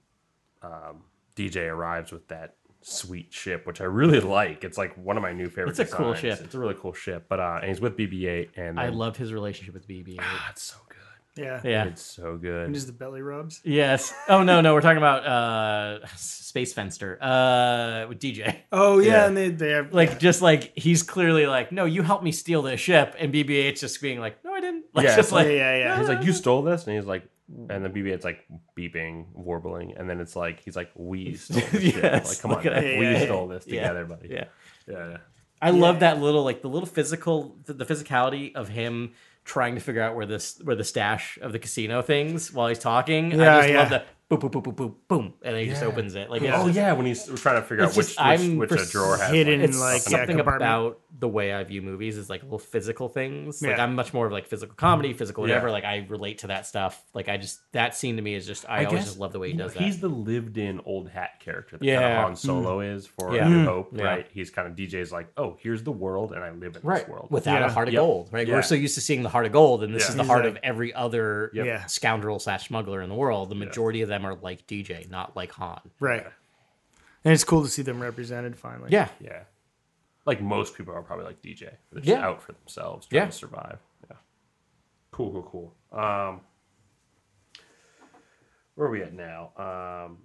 um, DJ arrives with that sweet ship, which I really [LAUGHS] like. It's like one of my new favorite. It's a cool designs. ship. It's a really cool ship, but uh, and he's with BB-8, and I then- love his relationship with [SIGHS] BB. Ah, it's so good. Yeah. Yeah. It's so good. And just the belly rubs. Yes. Oh no, no, we're talking about uh Space Fenster. Uh with DJ. Oh yeah, Yeah. and they they have [LAUGHS] Like just like he's clearly like, "No, you helped me steal this ship." And BB-8's just being like, "No, I didn't." [LAUGHS] Like Yeah, just it's yeah, like yeah, yeah. He's Uh. like, you stole this, and he's like, and the BB-8's like beeping, warbling, and then it's like he's like, [LAUGHS] we stole this. shit. Yes, Like, come look on, at that. we Yeah, yeah, stole this yeah. together, buddy. Yeah. yeah. I love that little like the little physical the, the physicality of him trying to figure out where this where the stash of the casino things while he's talking. I Yeah, just love yeah. the boom boom boom boom boom boom and then he just opens it. Like it's Oh just- yeah, when he's trying to figure out It's which just- I'm which, which a pers- drawer has hidden like, in, like, something. yeah, something compartment. about the way I view movies is like little physical things. Like Yeah. I'm much more of like physical comedy, physical Yeah. whatever. Like I relate to that stuff. Like I just that scene to me is just I, always just love the way he you know, does He's that. the lived-in old hat character that kind Yeah. Mm. of Han Solo is for Yeah. A New Hope, Yeah. right? He's kind of DJ's like, oh, here's the world, and I live in this world. Without Yeah. a heart of Yep. gold, right? Yeah. We're so used to seeing the heart of gold, and this Yeah. is the He's heart like- of every other Yep. Yeah. scoundrel slash smuggler in the world. The majority of them are like DJ, not like Han. [LAUGHS] right. And it's cool to see them represented finally. Yeah, yeah, like most people are probably like DJ. They're just Yeah. out for themselves, trying Yeah. to survive. Yeah, cool, cool, cool. Um, where are we at now? Um,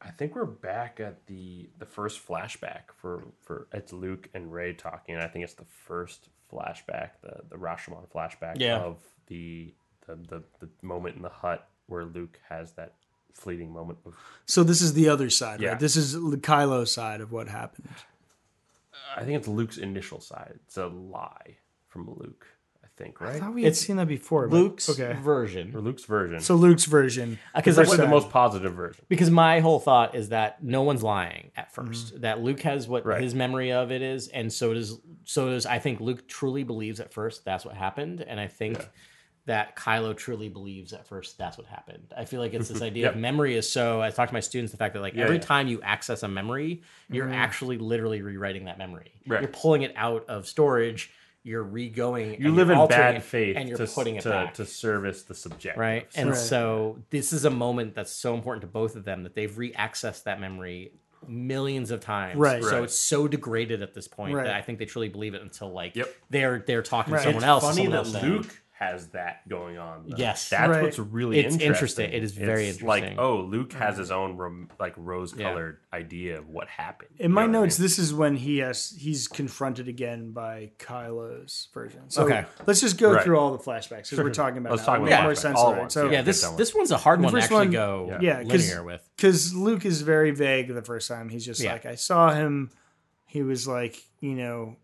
I think we're back at the the first flashback for for it's Luke and Ray talking. I think it's the first flashback, the the Rashomon flashback Yeah. of the the, the the moment in the hut where Luke has that fleeting moment of So this is the other side, Yeah. right? This is the Kylo side of what happened. I think it's Luke's initial side. It's a lie from Luke, I think, I right? thought we had It's seen that before. but- Luke's Okay. Or version. Uh, Luke's version. So Luke's version. Because Especially what- the most positive version. because my whole thought is that no one's lying at 1st that luke has what Mm-hmm. Right. his memory of it is and so does so does i think luke truly believes at first that's what happened and i think that kylo truly believes at first that's what happened i feel like it's this idea Mm-hmm. Yep. of memory is so i talk to my students the fact that like Yeah, every yeah. time you access a memory you're actually literally rewriting that memory Right. you're pulling it out of storage you're re-going You and live you're in altering bad it, faith and you're to, putting it to, back to service the subjective. right and Right. so this is a moment that's so important to both of them that they've re-accessed that memory millions of times Right. so Right. it's so degraded at this point Right. that i think they truly believe it until like Yep. they're they're talking Right. to someone it's else and funny someone that else then. Luke has that going on. though. Yes. that's Right. what's really It's interesting. interesting. It is very It's Like, interesting. Mm. oh, Luke has his own rom- like rose-colored idea of what happened. In my You know what I notes, mean? this is when he has he's confronted again by Kylo's version. So Okay. let's just go Right. through all the flashbacks because we're talking about. Let's now. talk It'll about make the more flashbacks, sense. all of at it. once, So yeah. yeah this good one. this one's a hard The one to first actually one- go yeah, 'cause- linear with because Luke is very vague the first time. He's just Yeah. like, I saw him. He was like, you know,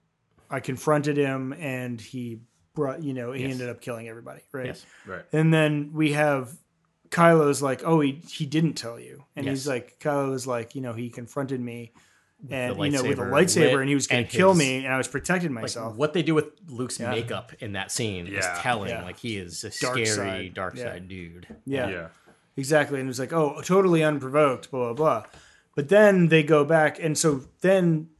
I confronted him, and he brought, you know, he Yes. ended up killing everybody, right? Yes. right. And then we have Kylo's like, oh, he he didn't tell you, and he's Yes. like, Kylo was like, you know, he confronted me, and the you know, with a lightsaber lightsaber, lit and he was going and to kill his- me, and I was protecting like myself. what they do with luke's makeup in that scene is Yeah. telling Yeah. like he is a Dark scary side. dark Yeah. side dude yeah, yeah. exactly. And it was like, oh, totally unprovoked, blah blah blah. But then they go back, and so then,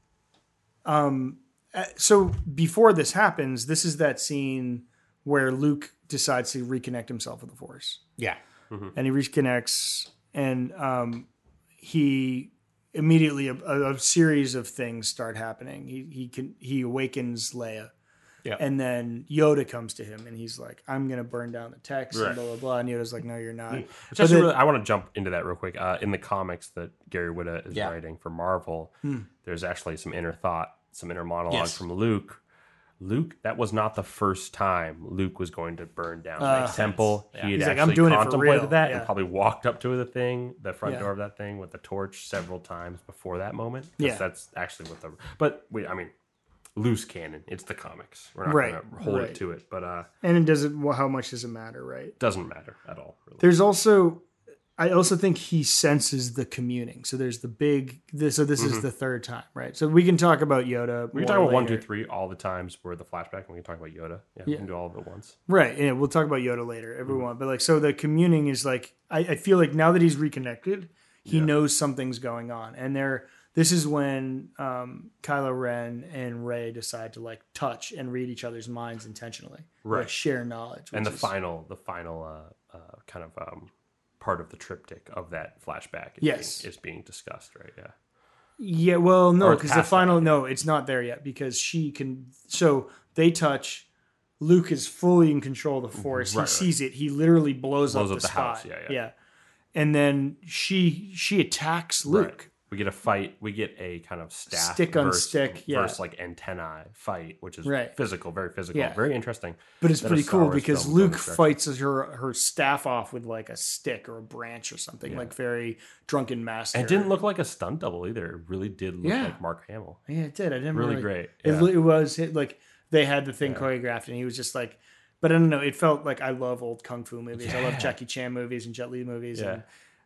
um, uh, so before this happens, this is that scene where Luke decides to reconnect himself with the Force. yeah Hmm. and he reconnects and um, he immediately a, a, a series of things start happening he he can he awakens leia Yeah. and then yoda comes to him and he's like i'm gonna burn down the text Right. and blah blah blah and yoda's like no you're not [LAUGHS] Which But actually then- really, I want to jump into that real quick. Uh, in the comics that Gary Whitta is Yeah. Hmm. writing for Marvel, there's actually some inner thought, some inner monologue Yes. from Luke Luke, that was not the first time Luke was going to burn down that sense. temple. He Yeah. Uh, had He's like, actually "I'm doing it for contemplated real." that Yeah. and probably walked up to the thing, the front Yeah. door of that thing with the torch several times before that moment. 'Cause Yeah. that's actually what the. But we, I mean, loose canon. It's the comics. We're not Right, going to hold right. it to it, but uh, And it doesn't. Well, how much does it matter, right? doesn't matter at all. Really. There's also, I also think he senses the communing. So there's the big. This, so this is the third time, right? So we can talk about Yoda. Mm-hmm. We more can talk about one, later. two, three all the times for the flashback, and we can talk about Yoda. Yeah, we can do all of it once. Right. Yeah, we'll talk about Yoda later, Mm-hmm. everyone. But like, so the communing is like, I, I feel like now that he's reconnected, he knows something's going on, and there. This is when um, Kylo Ren and Ray decide to like touch and read each other's minds intentionally, Right. Like, share knowledge, and the which is- final, the final uh, uh, kind of um, part of the triptych of that flashback is, Yes. being, is being discussed, right? Yeah. Yeah, well, no, Or it's because the past that, final no, it's not there yet because she can. So they touch. Luke is fully in control of the force. Right, he right. sees it. He literally blows, Blows up, up the, the spot. house, yeah, yeah. And then she she attacks Luke. Right. We get a fight. We get a kind of staff Stick on versus- stick, yeah. versus like antennae fight, which is Right. physical, very physical, Yeah. very interesting. But it's Then a pretty Star cool Wars because film is done Luke this fights her her staff off with like a stick or a branch or something like very drunken master. And it didn't look like a stunt double either. It really did look Yeah. like Mark Hamill. Yeah, it did. I didn't Really really great, It, yeah. li- it was it, like they had the thing choreographed, and he was just like. But I don't know. It felt like I love old kung fu movies. I love Yeah. Jackie Chan movies and Jet Li movies Yeah. and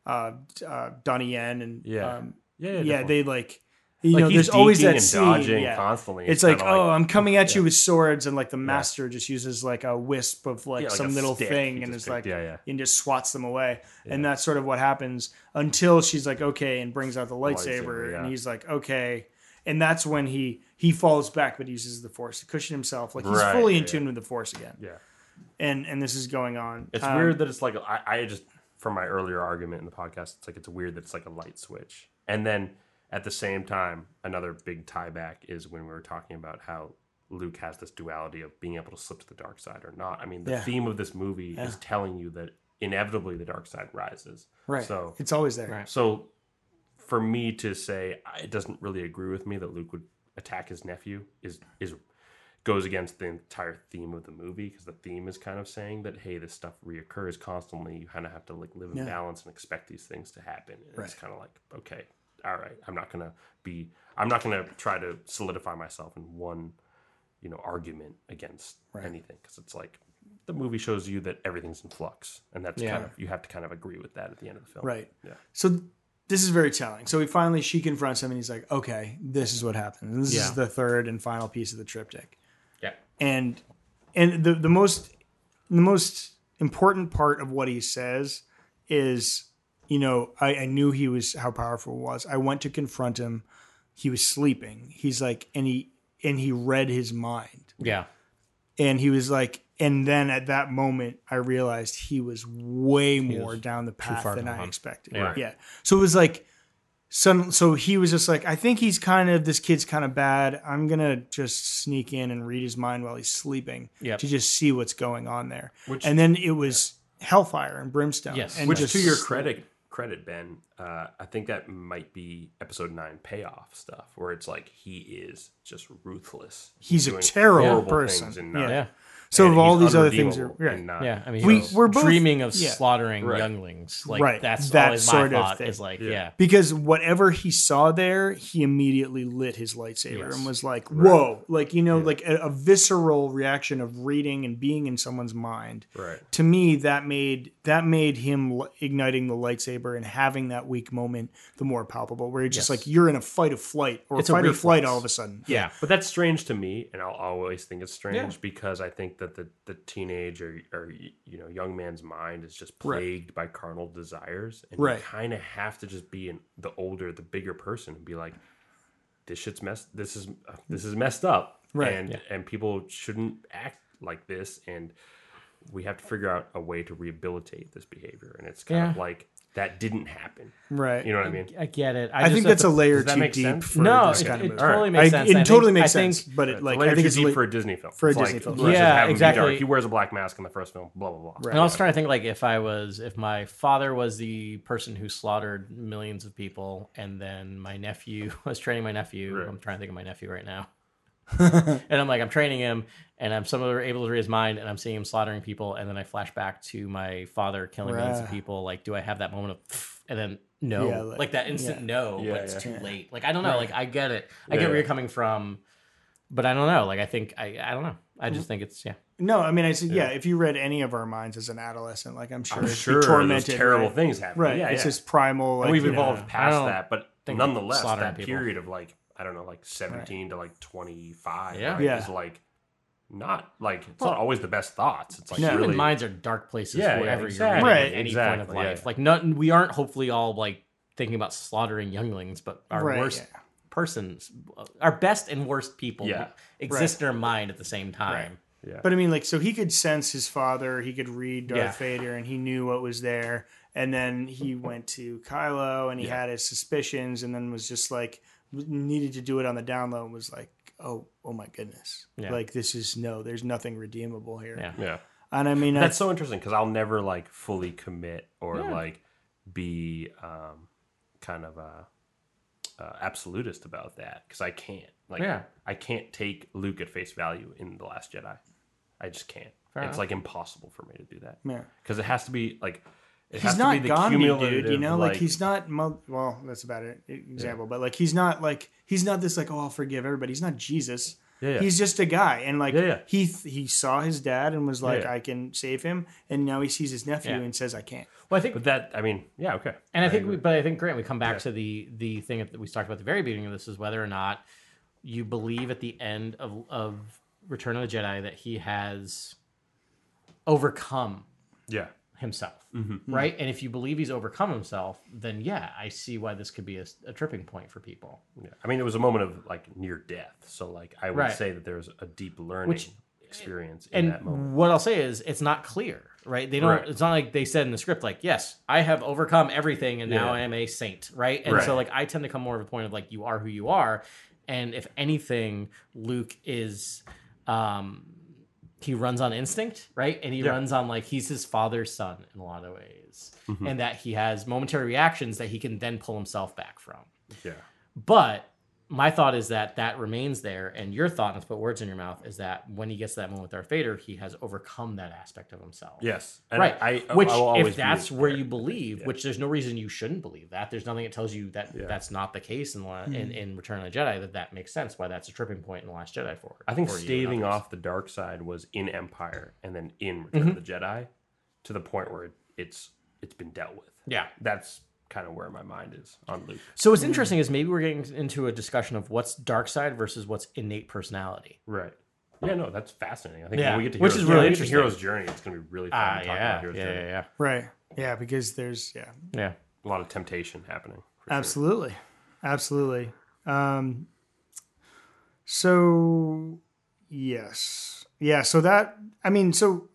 uh, uh, Donnie Yen and Yeah. um, Yeah, yeah. definitely. they like you Like, know. he's There's always deking that and scene. dodging yeah. constantly. It's instead like, of, oh, I'm coming at you with swords, and like the master just uses like a wisp of like Yeah, like some a little stick. thing, He and just is like, picked- yeah, yeah. and just swats them away. And that's sort of what happens until she's like, okay, and brings out the lightsaber, lightsaber, and yeah. he's like, okay, and that's when he he falls back, but he uses the force to cushion himself. Like he's Right, fully yeah, in yeah. tune with the force again. Yeah. And and this is going on. It's Um, weird that it's like I, I just from my earlier argument in the podcast, it's like it's weird that it's like a light switch. And then at the same time, another big tie back is when we were talking about how Luke has this duality of being able to slip to the dark side or not. I mean, the Yeah. theme of this movie is telling you that inevitably the dark side rises. right? So it's always there. Right. so for me to say I- it doesn't really agree with me that Luke would attack his nephew is is goes against the entire theme of the movie because the theme is kind of saying that hey this stuff reoccurs constantly you kind of have to like live in Yeah. balance and expect these things to happen and it's Right. kind of like okay all right I'm not gonna be I'm not gonna try to solidify myself in one you know argument against Right. anything because it's like the movie shows you that everything's in flux and that's Yeah. kind of you have to kind of agree with that at the end of the film Right. Yeah. So th- this is very telling. So he finally she confronts him and he's like, "Okay, this is what happened. And this Yeah. is the third and final piece of the triptych." Yeah. And and the the most the most important part of what he says is, you know, I, I knew he was how powerful he was. I went to confront him. He was sleeping. He's like, and he and he read his mind Yeah. and he was like and then at that moment i realized he was way more down the path far than i gone. expected Yeah. Right. yeah so it was like sudden, so he was just like i think he's kind of this kid's kind of bad i'm gonna just sneak in and read his mind while he's sleeping Yep. to just see what's going on there Which- and then it was hellfire and brimstone Yes. and Which, just- to your credit, credit Ben, uh, I think that might be episode nine payoff stuff, where it's like he is just ruthless. He's a doing terrible horrible person. things and Yeah. not, Yeah. so and of all he's these other things are unredeemable yeah. and not- Yeah. I mean, We- he's we're both- dreaming of yeah. slaughtering Right. younglings. Like Right. that's That always my sort of thought thing. is like, Yeah. yeah. because whatever he saw there, he immediately lit his lightsaber Yes. and was like, "Whoa!" Like you know, like a, a visceral reaction of reading and being in someone's mind. Right. To me, that made that made him li- igniting the lightsaber and having that weak moment the more palpable, where you're just Yes. like you're in a fight of flight or It's a fight or flight reflex. all of a sudden. Yeah. But that's strange to me, and I'll always think it's strange Yeah. because I think that the, the teenage or, or you know young man's mind is just plagued by carnal desires, and Right. you kind of have to just be an, the older, the bigger person, and be like, this shit's messed. This is uh, this is messed up, Right, And and people shouldn't act like this, and we have to figure out a way to rehabilitate this behavior, and it's kind of Yeah. like that didn't happen. Right. You know what I mean? I get it. I, think that's a layer Does that too make deep sense? for No, this it- kind it of movie. totally Alright. makes I- sense. It I totally think- makes I think- sense, but it, It's like a layer I think too it's deep li- for a Disney film. for a It's Disney like, film. let's just Yeah, have him be exactly. dark. He wears a black mask in the first film. Blah blah blah. Right. And I was trying to think like if I was if my father was the person who slaughtered millions of people, and then my nephew [LAUGHS] I was training my nephew. Right. I'm trying to think of my nephew right now. [LAUGHS] and I'm like, I'm training him, and I'm somehow able to read his mind, and I'm seeing him slaughtering people, and then I flash back to my father killing millions of Bruh. people. Like, do I have that moment of, [SNIFFS] and then no, Yeah, like, like- that instant yeah. no, Yeah, but it's yeah. too Yeah. late. Like, I don't know. Like, I get it. I Yeah, get where yeah. you're coming from, but I don't know. Like, I think I, I don't know. I just think it's yeah. No, I mean, I said, yeah. Yeah. If you read any of our minds as an adolescent, like I'm sure, I'm it'd be sure those tormented, terrible right? things happen. Right. Yeah, it's yeah. just primal. Like, and we've you know, evolved I past don't that, but think nonetheless, slaughtering that people. period of like I don't know, like seventeen to like twenty five, Yeah. right, Yeah. is like not like it's Well- not always the best thoughts. It's like No. Human really minds are dark places Yeah, yeah, wherever exactly, you're reading Right. at any point of exactly, yeah. life. Like, not we aren't hopefully all like thinking about slaughtering younglings, but our Right, worst yeah. persons, our best and worst people Yeah. exist in our mind at the same time. yeah. But I mean, like, so he could sense his father. He could read Darth Yeah. Vader, and he knew what was there. And then he went to Kylo, and he Yeah. had his suspicions, and then was just like needed to do it on the down low, and was like, oh, oh my goodness, Yeah. like this is no, there's nothing redeemable here. Yeah. yeah. And I mean, That's so interesting because I'll never like fully commit or Yeah. like be um, kind of a, uh, absolutist about that because I can't. Like, Yeah. I can't take Luke at face value in the Last Jedi. I just can't. Fair it's enough. like impossible for me to do that yeah. because it has to be like it has he's to be not the Gandhi, cumulative. dude. You know, like, like he's not. Mo- well, that's about it e, example, but like he's not like he's not this like oh I'll forgive everybody. He's not Jesus. Yeah, yeah. He's just a guy, and like Yeah, yeah. he th- he saw his dad and was like yeah. I can save him, and now he sees his nephew Yeah. and says I can't. Well, I think But that, I mean, yeah, okay. And I, think, agree. we, but I think, Grant, we come back to the the thing that we talked about at the very beginning of this is whether or not you believe at the end of of Return of the Jedi that he has overcome yeah, himself, Mm-hmm. right? And if you believe he's overcome himself, then yeah, I see why this could be a, a tripping point for people. yeah. I mean, it was a moment of like near death, so like I would Right. say that there's a deep learning Which- experience in that moment. And what I'll say is, it's not clear, right? They don't. Right. It's not like they said in the script, like, "Yes, I have overcome everything, and now Yeah. I am a saint," right? And Right. so, like, I tend to come more of a point of like, "You are who you are," and if anything, Luke is, um, he runs on instinct, right? And he Yeah. runs on like he's his father's son in a lot of ways, Mm-hmm. and that he has momentary reactions that he can then pull himself back from. Yeah, But my thought is that that remains there, and your thought, and to put words in your mouth, is that when he gets to that moment with Darth Vader, he has overcome that aspect of himself. yes, and Right. I, I which, I will always if be that's a where you parent. believe, Yeah. which there's no reason you shouldn't believe that. There's nothing that tells you that Yeah. that's not the case in, La- in in Return of the Jedi. That that makes sense. Why that's a tripping point in the Last Jedi for. I think for you and staving others. off the dark side was in Empire and then in Return Mm-hmm. of the Jedi, to the point where it, it's it's been dealt with. Yeah. That's kind of where my mind is on Luke. So what's interesting is maybe we're getting into a discussion of what's dark side versus what's innate personality. Right. Yeah, no, that's fascinating. I think Yeah. when we get to Which heroes, is when really we get to interesting. hero's journey. It's going to be really fun Ah, to talk about yeah, yeah, hero's yeah, journey. yeah, Right? Yeah, because there's yeah, yeah. A lot of temptation happening. for sure. absolutely, absolutely. Um, so yes, yeah. So that I mean, so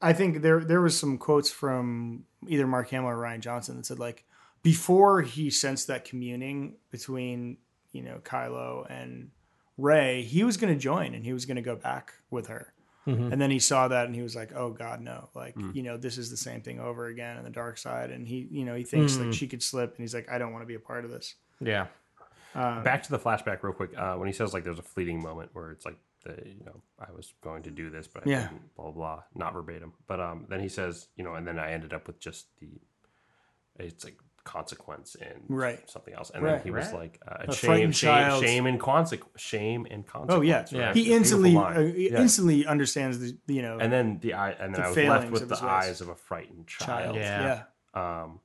I think there there was some quotes from either Mark Hamill or Ryan Johnson that said like before he sensed that communing between you know Kylo and Ray, he was going to join and he was going to go back with her. Mm-hmm. And then he saw that and he was like, "Oh God, no! Like Mm. you know, this is the same thing over again in the dark side." And he you know he thinks Mm. like she could slip and he's like, "I don't want to be a part of this." yeah. back to the flashback real quick uh, when he says like there's a fleeting moment where it's like the you know i was going to do this but i Yeah. didn't blah blah blah not verbatim but um then he says you know and then i ended up with just the it's like consequence and Right. something else and then Right. he was like uh, a shame frightened shame, child. shame and consequence shame and consequence Oh yeah, right? It's a He beautiful instantly line. uh, he Yeah. instantly understands the you know and then the eye and then The i was left failings with of the his ways. eyes of a frightened child. child Yeah. yeah. um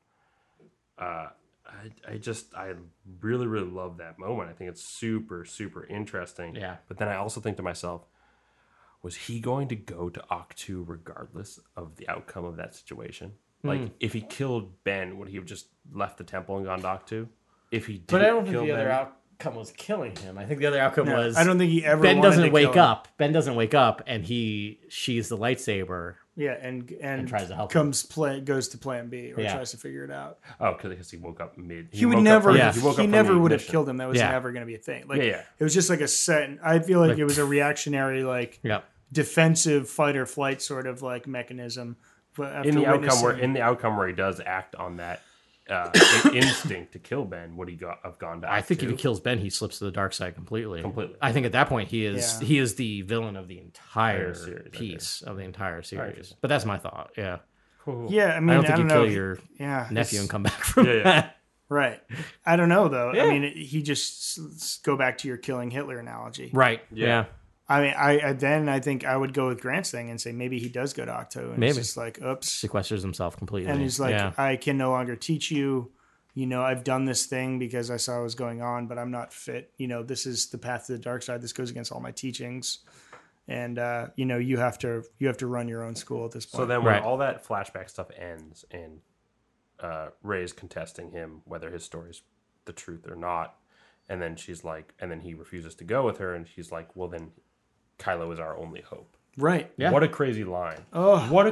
uh I, I just i really really love that moment i think it's super super interesting Yeah. but then i also think to myself was he going to go to Octu regardless of the outcome of that situation? Hmm. Like, if he killed Ben, would he have just left the temple and gone to Octu? If he didn't But I don't think kill the other Ben, outcome was killing him. I think the other outcome No, was I don't think he ever Ben wanted doesn't to wake kill him. up. Ben doesn't wake up, and he she's the lightsaber. Yeah, and and, tries to help comes play goes to plan B or Yeah. tries to figure it out. oh, because he woke up mid. He would woke up never. from- Yeah. He, woke up from never the would have ignition. killed him. That was Yeah. never going to be a thing. Like Yeah, yeah. it was just like a set. I feel like, Like, it was a reactionary, like Yep. defensive fight or flight sort of like mechanism. But after in the outcome witnessing- where in the outcome where he does act on that [COUGHS] uh, in- instinct to kill Ben would he go, have gone back? I think to? if he kills Ben, he slips to the dark side completely. Completely. I think at that point he is Yeah. he is the villain of the entire Entire series, okay. piece of the entire series. interesting. But that's my thought. Yeah. Cool. Yeah, I mean, I don't think you know. kill your yeah, it's- nephew and come [LAUGHS] back from Yeah, yeah. that. Right. I don't know though. Yeah. I mean, it- he just s- s- go back to your killing Hitler analogy. Right. Yeah. Yeah. I mean, I, I then I think I would go with Grant's thing and say maybe he does go to Octo and it's Maybe. just like, oops. Sequesters himself completely. And he's like, yeah. I can no longer teach you. You know, I've done this thing because I saw what was going on, but I'm not fit. You know, this is the path to the dark side. This goes against all my teachings, and uh, you know, you have to you have to run your own school at this point. So then, when Right. all that flashback stuff ends, and uh, Ray's contesting him whether his story's the truth or not, and then she's like, and then he refuses to go with her, and she's like, well, then Kylo is our only hope. right? Yeah. What a crazy line! Oh. what a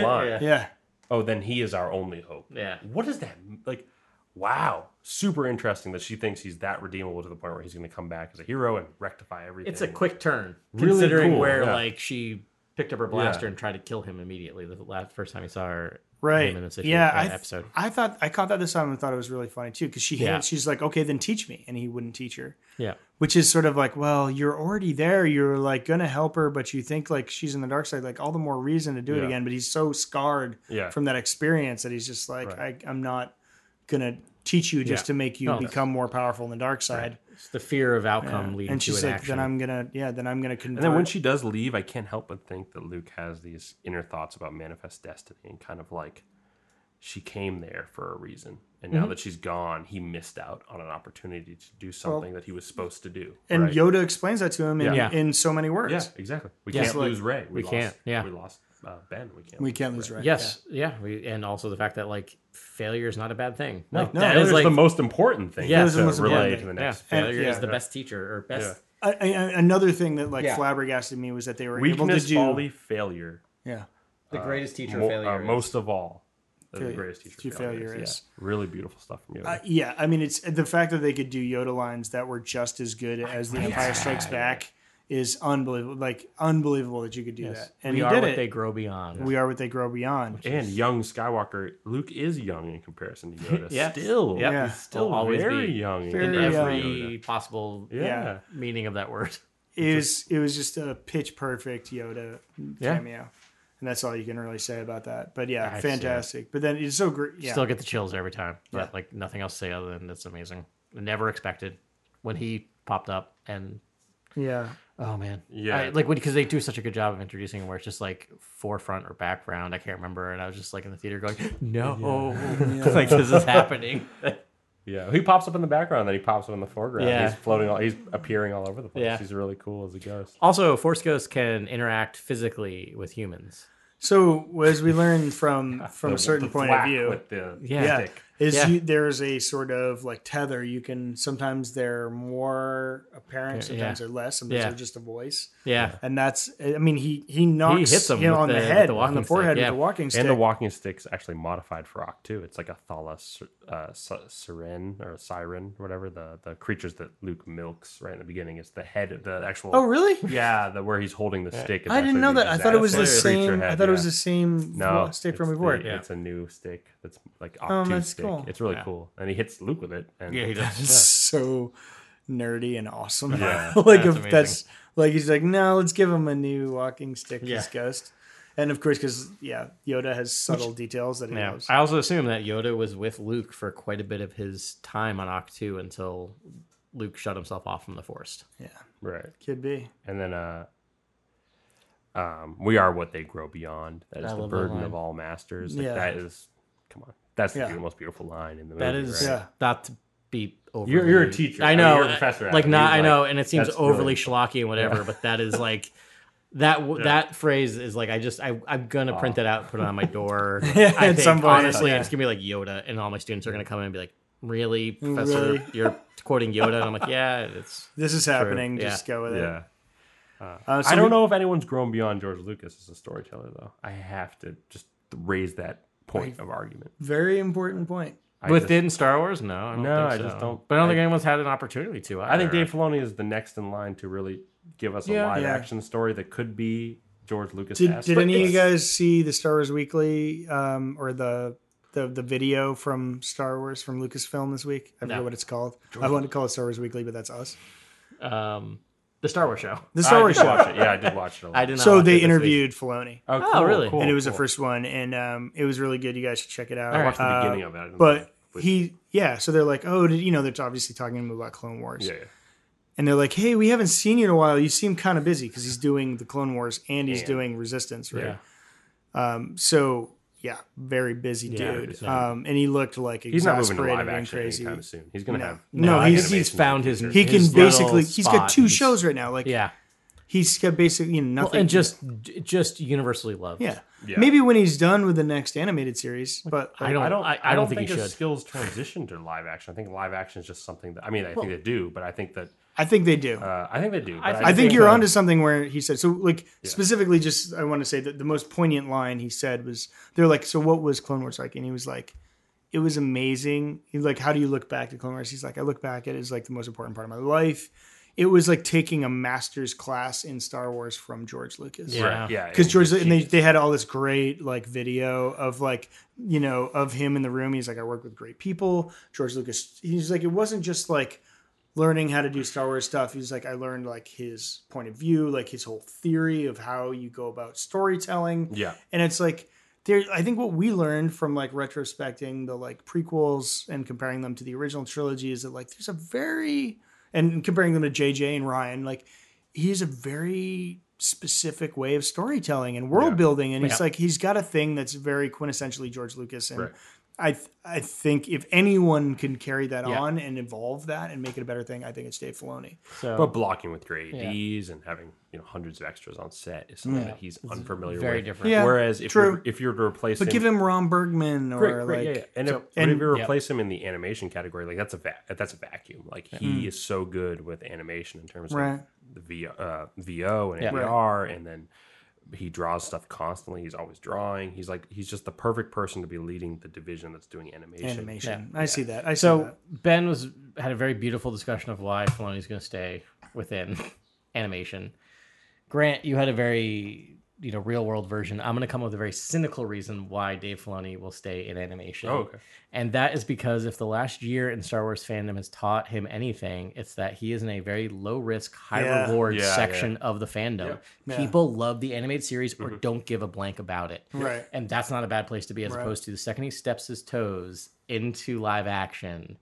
[LAUGHS] line! Yeah. Yeah. Oh, then he is our only hope. Yeah. What does that m- like? Wow, super interesting that she thinks he's that redeemable to the point where he's going to come back as a hero and rectify everything. It's a quick turn, Really considering cool, where yeah. like she picked up her blaster Yeah. and tried to kill him immediately the last first time he saw her. right him in this yeah I, issue- uh, th- episode. I thought i caught that this time and thought it was really funny too because she Yeah. she's like okay then teach me and he wouldn't teach her Yeah. which is sort of like well you're already there you're like gonna help her but you think like she's in the dark side like all the more reason to do it Yeah. again but he's so scarred Yeah. from that experience that he's just like I, i'm not gonna teach you just Yeah. to make you No, that's- become more powerful in the dark side It's the fear of outcome leading and she's to an like action. then i'm gonna yeah then i'm gonna convert And then when she does leave, I can't help but think that Luke has these inner thoughts about manifest destiny and kind of like she came there for a reason. And Mm-hmm. now that she's gone, he missed out on an opportunity to do something that he was supposed to do. and right? yoda explains that to him in, Yeah. in so many words yeah, exactly. We Yeah. can't Like- lose Ray. We lost, can't, yeah. we lost uh, Ben. We can't. we can't lose right Yes, yeah, we, and also the fact that like failure is not a bad thing. No, like, no, that that is is like the most important thing. Yeah. Yeah, That is the to most important relate thing. to the yeah, next. failure yeah. is the best teacher or best. I, I, another thing that like Yeah. flabbergasted me was that they were able to Weakness, do folly, failure. yeah The greatest teacher Mo- failure. uh, most of all, uh, the Failure. greatest teacher. Teacher failure Yeah. is- really beautiful stuff from you. uh, yeah i mean it's the fact that they could do yoda lines that were just as good as the empire strikes back is unbelievable like unbelievable that you could do that and we he are did what it they grow beyond. we are what they grow beyond And young Skywalker, Luke is young in comparison to Yoda. [LAUGHS] Yeah. Still, Yep. Yeah. he's still Will always very be. young in in Very comparison to every Yoda. possible Yeah. Yeah. meaning of that word. it was it was just a pitch perfect yoda Yeah. cameo and that's all you can really say about that but yeah Nice, yeah. fantastic but then it's so great yeah Still get the chills every time, but Yeah. like nothing else to say other than that's amazing. Never expected when he popped up and yeah Oh man, Yeah. I, like because they do such a good job of introducing him, where it's just like forefront or background. I can't remember, and I was just like in the theater going, "No, [LAUGHS] like this is happening." Yeah, he pops up in the background, then he pops up in the foreground. Yeah. He's floating, all, he's appearing all over the place. Yeah. He's really cool as a ghost. [LAUGHS] also, Force Ghosts can interact physically with humans. so as we learn [LAUGHS] from from a The- certain the point of thwack view with the Yeah. yeah stick. is Yeah. You, there's a sort of like tether you can sometimes they're more apparent Yeah. sometimes they're less sometimes Yeah. they're just a voice Yeah, and that's i mean he he knocks hits him him with on the, the- with head the on walking the stick, forehead yeah. with the walking stick And the walking stick's actually modified for Ock too. It's like a Thala Sir- uh, Si- Siren or Siren, whatever the the creatures that Luke milks right in the beginning. It's the head, the actual. oh really Yeah, the where he's holding the stick. i is didn't actually know the that i thought it exact was the creature same i head, thought it was yeah. the same No, no, stick from it's before the- Yeah. It's a new stick that's like Oh, octane that's stick. cool. It's really Yeah. cool, and he hits Luke with it. And [LAUGHS] yeah, he it's does. [LAUGHS] so nerdy and awesome Yeah. [LAUGHS] like That's if amazing. that's like he's like no let's give him a new walking stick Yeah. this ghost and of course because yeah yoda has subtle details that he Yeah. knows I also assume that Yoda was with Luke for quite a bit of his time on Octu until Luke shut himself off from the Force. yeah right. could be And then, uh, um, we are what they grow beyond. That is I the love that burden line. of all masters. Like, Yeah. That is, come on, that's Yeah. the most beautiful line in the movie. That is right? Yeah. not to be overly. You're- you're a teacher. I I mean, know. you're a professor at Like it. not. He's I know, like, and it seems "That's overly brilliant." schlocky and whatever, but that [LAUGHS] is like that. w That phrase is like I just I I'm gonna print that out, put it on my [LAUGHS] door. I at think, some point, honestly, yeah. it's gonna be like Yoda, and all my students are gonna come in and be like, "Really, professor? Really?" You're quoting Yoda?" And I'm like, "Yeah, it's." this is happening. Just Yeah. go with it. Yeah. Uh, so I don't we- know if anyone's grown beyond George Lucas as a storyteller, though. I have to just raise that point of argument. Very important point. I just- Within Star Wars, no, I don't No, think I just so. don't- But I don't think I- anyone's had an opportunity to. Either. I think Dave Filoni is the next in line to really give us Yeah. a live Yeah. action story that could be George Lucas. Did, did any of you guys see the Star Wars Weekly um, or the the the video from Star Wars from Lucasfilm this week? I forget No. what it's called. I wanted to call it Star Wars Weekly, but that's us. Um, the Star Wars show. The Star I Wars did show. watch it. Yeah, I did watch [LAUGHS] it. A lot. I did [LAUGHS] not. So watch it they this interviewed Filoni, Oh, Oh, really? and it was the cool. first one, and um, it was really good. You guys should check it out. All I right. watched the Uh, beginning of it. I didn't but watch it. he, yeah. So they're like, oh, did, you know, they're obviously talking about Clone Wars, yeah, yeah. and they're like, hey, we haven't seen you in a while. You seem kind of busy because he's doing the Clone Wars and he's Yeah. doing Resistance, week. right? Um, Yeah. So yeah, very busy Yeah, dude. exactly. Um, and he looked like He's not moving to exasperated live and action crazy. anytime soon. He's gonna No. have No, live he's- he's animation found in the his- future. He can His little basically he's got spot. two He's- shows right now. Like Yeah. he's got basically you know, Well, nothing and just just universally loved. yeah. Yeah. Maybe when he's done with the next animated series, but I don't. I don't. I, don't think, he his should. skills transition to live action. I think live action is just something that I mean, I think they do, but I think that I think they do. uh, I think they do. but think- I think uh, you're that- onto something where he said so. Like specifically, just I want to say that the most poignant line he said was, "They're like, so what was Clone Wars like?" And he was like, "It was amazing." He's like, "How do you look back to Clone Wars?" He's like, "I look back at it as like the most important part of my life. It was like taking a master's class in Star Wars from George Lucas." Yeah. Right, yeah, Because and George, he- and they, they had all this great like video of like you know of him in the room. He's like, I work with great people. George Lucas. He's like, it wasn't just like learning how to do Star Wars stuff. He's like, I learned like his point of view, like his whole theory of how you go about storytelling. Yeah. and it's like there. I think what we learned from like retrospecting the like prequels and comparing them to the original trilogy is that like there's a very and comparing them to JJ and Ryan, like he's a very specific way of storytelling and world Yeah. building, and he's Yeah. like he's got a thing that's very quintessentially George Lucas, and Right. I th- I think if anyone can carry that Yeah. on and evolve that and make it a better thing, I think it's Dave Filoni. So But blocking with great ADs and having you know hundreds of extras on set is something that he's unfamiliar very with. different. Yeah, Whereas if true. you're if you're to replace But him, give him Ron Bergman or Great, great, like yeah, yeah. And, if, and- if you yeah. replace him in the animation category, like that's a va- that's a vacuum. Like he is so good with animation in terms Mm. Right. of the v, uh, VO and Yeah. AR, and then he draws stuff constantly. He's always drawing. He's like he's just the perfect person to be leading the division that's doing animation. animation. I see that. I see So that. Ben was had a very beautiful discussion of why Filoni's going to stay within [LAUGHS] animation. Grant, you had a very you know real world version. I'm going to come up with a very cynical reason why Dave Filoni will stay in animation. Oh, okay. And that is because if the last year in Star Wars fandom has taught him anything, it's that he is in a very low risk, high Yeah. reward Yeah, yeah. section of the fandom. Yeah. Mm-hmm. People love the animated series or don't give a blank about it Right. and that's not a bad place to be as Right. opposed to the second he steps his toes into live action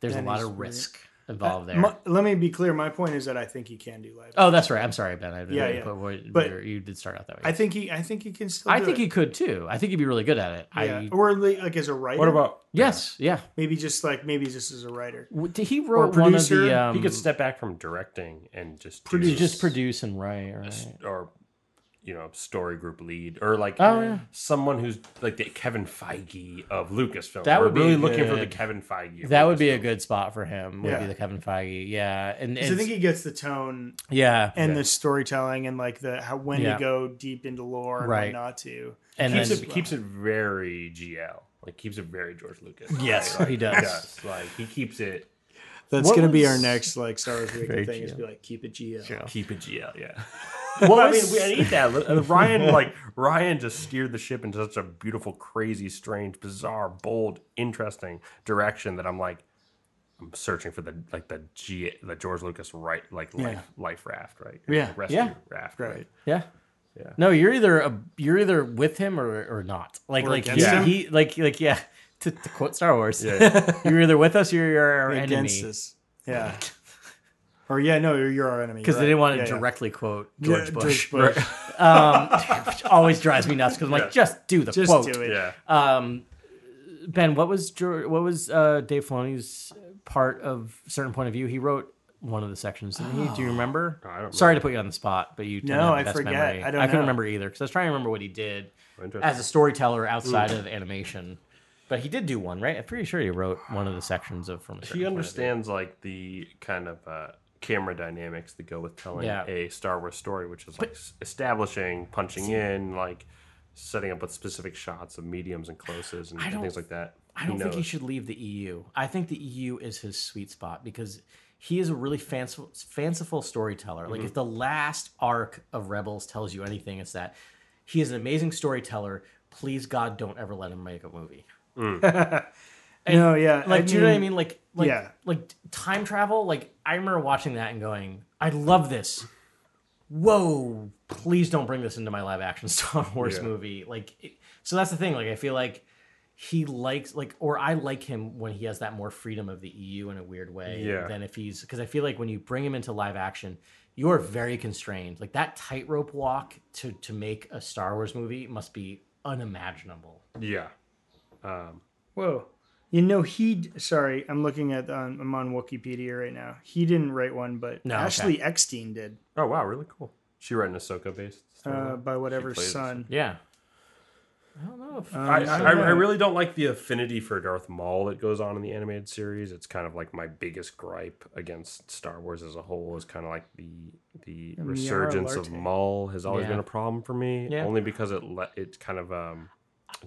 there's Then a lot he's of really- Uh, risk involved there My- let me be clear. My point is that I think he can do live. oh that's right i'm sorry ben i didn't Yeah, mean to yeah. put what- But- where you did start out that way I think he. I think he can still. I do think it. he could too i think he'd be really good at it Yeah. i or li- like as a writer. What about yes yeah maybe just like maybe just as a writer? W- did he Or wrote one of producer, he the um, he could step back from directing and just do you just produce and write right? s- or you know story group lead or like Oh, yeah. someone who's like the Kevin Feige of Lucasfilm. That We're would be really looking for the good. Kevin Feige. of that would be Lucasfilm. a good spot for him would Yeah. be the kevin feige yeah and, 'Cause I and- think he gets the tone yeah and Yeah. the storytelling and like the how when Yeah. to go deep into lore and Right. when not to. and keeps then it keeps it very GL. Like keeps it very George Lucas. Yes, Like, he does. Like he keeps it That's What gonna be was- our next like Star Wars Weekly Very thing. Is GL. be like keep it GL. keep it GL. Yeah. [LAUGHS] well, I mean, we, I need that. Uh, [LAUGHS] Ryan, like Ryan, just steered the ship in such a beautiful, crazy, strange, bizarre, bold, interesting direction that I'm like, I'm searching for the like the G the George Lucas right like life life raft right Yeah. rescue Yeah. raft Right. right Yeah. Yeah. No, you're either a, you're either with him or, or not. Like Or like he, against him? he like like yeah. To, to quote Star Wars, [LAUGHS] Yeah. you're either with us or you're our Against enemy. us. Yeah. [LAUGHS] or yeah, no, you're, you're our enemy. Because You're right. they didn't want to Yeah, yeah. directly quote Yeah, George Bush, Bush. [LAUGHS] um, which always drives me nuts. Because I'm like, just do the Just quote. do it. yeah Um, ben, what was George, what was uh, Dave Filoni's part of certain point of view? He wrote one of the sections. Didn't he? Oh, Do you remember? I don't Sorry to put you on the spot, but you tend to No, have the I best forget. memory. I don't I couldn't know. Oh, remember either because I was trying to remember what he did. Interesting. as a storyteller outside Mm. of animation. But he did do one, right? I'm pretty sure he wrote one of the sections of from. A he Certain Point of View. understands like the kind of uh, camera dynamics that go with telling Yeah. a Star Wars story, which is like s establishing, punching in, like setting up with specific shots of mediums and closes and, and don't- things like that. I don't think he knows. should leave the EU. I think the EU is his sweet spot because he is a really fanciful, fanciful storyteller. Like if the last arc of Rebels tells you anything, it's that he is an amazing storyteller. Please God, don't ever let him make a movie. no, yeah. Like, do you know what I mean? Like, like, yeah. like time travel. Like, I remember watching that and going, "I love this." Whoa! Please don't bring this into my live action [LAUGHS] Star Wars Yeah. movie. Like, it, so that's the thing. Like, I feel like he likes, like, or I like him when he has that more freedom of the EU in a weird way Yeah. than if he's because I feel like when you bring him into live action, you are very constrained. Like that tightrope walk to to make a Star Wars movie must be unimaginable. Yeah. Whoa. You know he. d- Sorry, I'm looking at. Um, I'm on Wikipedia right now. He didn't write one, but No, okay. Ashley Eckstein did Oh wow, really cool. She read an Ahsoka based. uh, by whatever plays- son. Yeah. I don't know if I, Um, I, I really don't like the affinity for Darth Maul that goes on in the animated series. It's kind of like my biggest gripe against Star Wars as a whole is kind of like the the resurgence of Larte. Maul has always Yeah. been a problem for me. Yeah. Only because it le- it kind of um,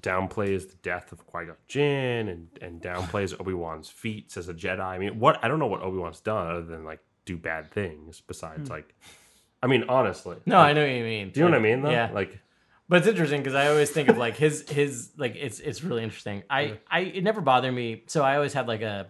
downplays the death of Qui Gon Jinn and [LAUGHS] and downplays Obi Wan's feats as a Jedi. I mean, what I don't know what Obi Wan's done other than like do bad things. Besides, like, I mean, honestly, Hmm. No, I know what you mean. Do you know what I mean? Though, Yeah. like, But it's interesting because I always think of like his his like it's it's really interesting. I I it never bothered me. So I always had like a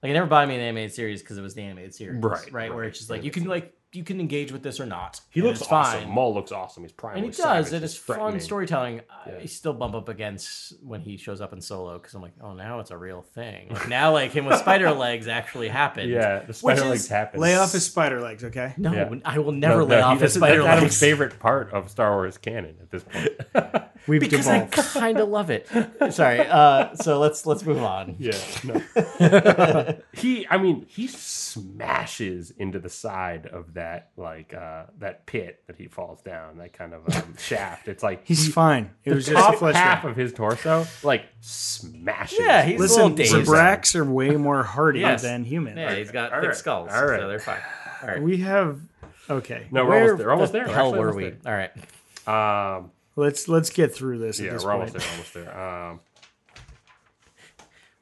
like it never bothered me in the animated series because it was the animated series, Right, Right, where it's just like you can like you can engage with this or not. he and looks it's awesome. Maul looks awesome. He's primal. and he he's does. savage, It he's is fun threatening. storytelling. I still bump up against when he shows up in Solo because I'm like, oh, now it's a real thing. Like now, like him with [LAUGHS] spider legs actually happened. Yeah, the spider is- legs happen. Lay off his spider legs, okay? No, Yeah. I will never lay off his spider That's legs. Adam's favorite part of Star Wars canon at this [LAUGHS] point. We've because I devolved. kind of love it. [LAUGHS] Sorry. Uh, so let's let's move on. yeah, no. [LAUGHS] he, I mean, he smashes into the side of that like uh that pit that he falls down. That kind of [LAUGHS] um, shaft. It's like [LAUGHS] He's he- fine. It the was just a top flesh half wound. of his torso, like smashes. Yeah, he's a Listen, little dazed. Brax are way more hardy Yes. than human. yeah, he's got All thick right, skulls, all right. so they're fine. All right. We have okay. no, we're Where- almost there. We're almost the there. hell Actually, were almost we? All right. there. Um, Let's let's get through this. at yeah, this we're almost point. there. [LAUGHS] Almost there. Um,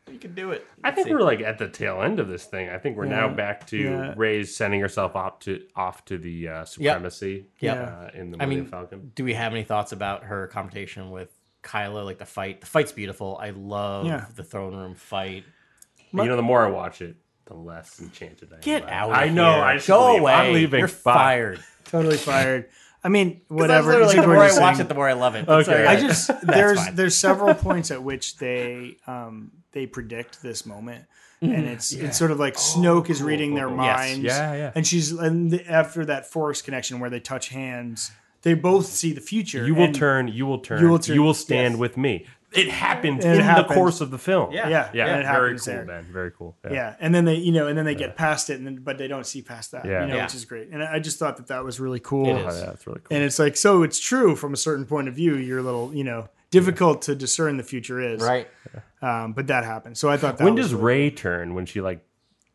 We can do it. I think we're like at the tail end of this thing. I think we're now Yeah, back to yeah. Ray's sending herself off to off to the uh, supremacy. Yep. Uh, in the I Millennium mean, Falcon. Do we have any thoughts about her confrontation with Kylo? Like the fight. The fight's beautiful. I love Yeah. the throne room fight. you know, the more I watch it, the less enchanted I am. Get by it. out! I of know. Here. I should go leave. away. I'm leaving. You're Bye. fired. 'Cause Totally fired. I [LAUGHS] mean, that's whatever. literally it's the more I Gordon watch saying. it, the more I love it. Okay, Sorry. all I right. [LAUGHS] just there's fine. there's several points at which they um they predict this moment. And it's it's sort of like Snoke is reading their Mm-hmm. Oh, cool, cool. Yes. minds. Yeah, yeah. And she's and the, after that force connection where they touch hands, they both see the future. You will and- turn. You will turn. You You will turn, will, stand yes. with me. It happens It in happens. the course of the film. Yeah. Yeah, Yeah. and it very happens cool, there. man. Very cool. Yeah, and then they, you know, and then they get past it, and then, but they don't see past that, Yeah. you know, Yeah. which is great. And I just thought that that was really cool. It Oh, is. yeah, that's really cool. And it's like, so it's true from a certain point of view. Your little, you know, difficult to discern the future is Right. um, but that happened. So I thought that when was does really- Ray turn? When she like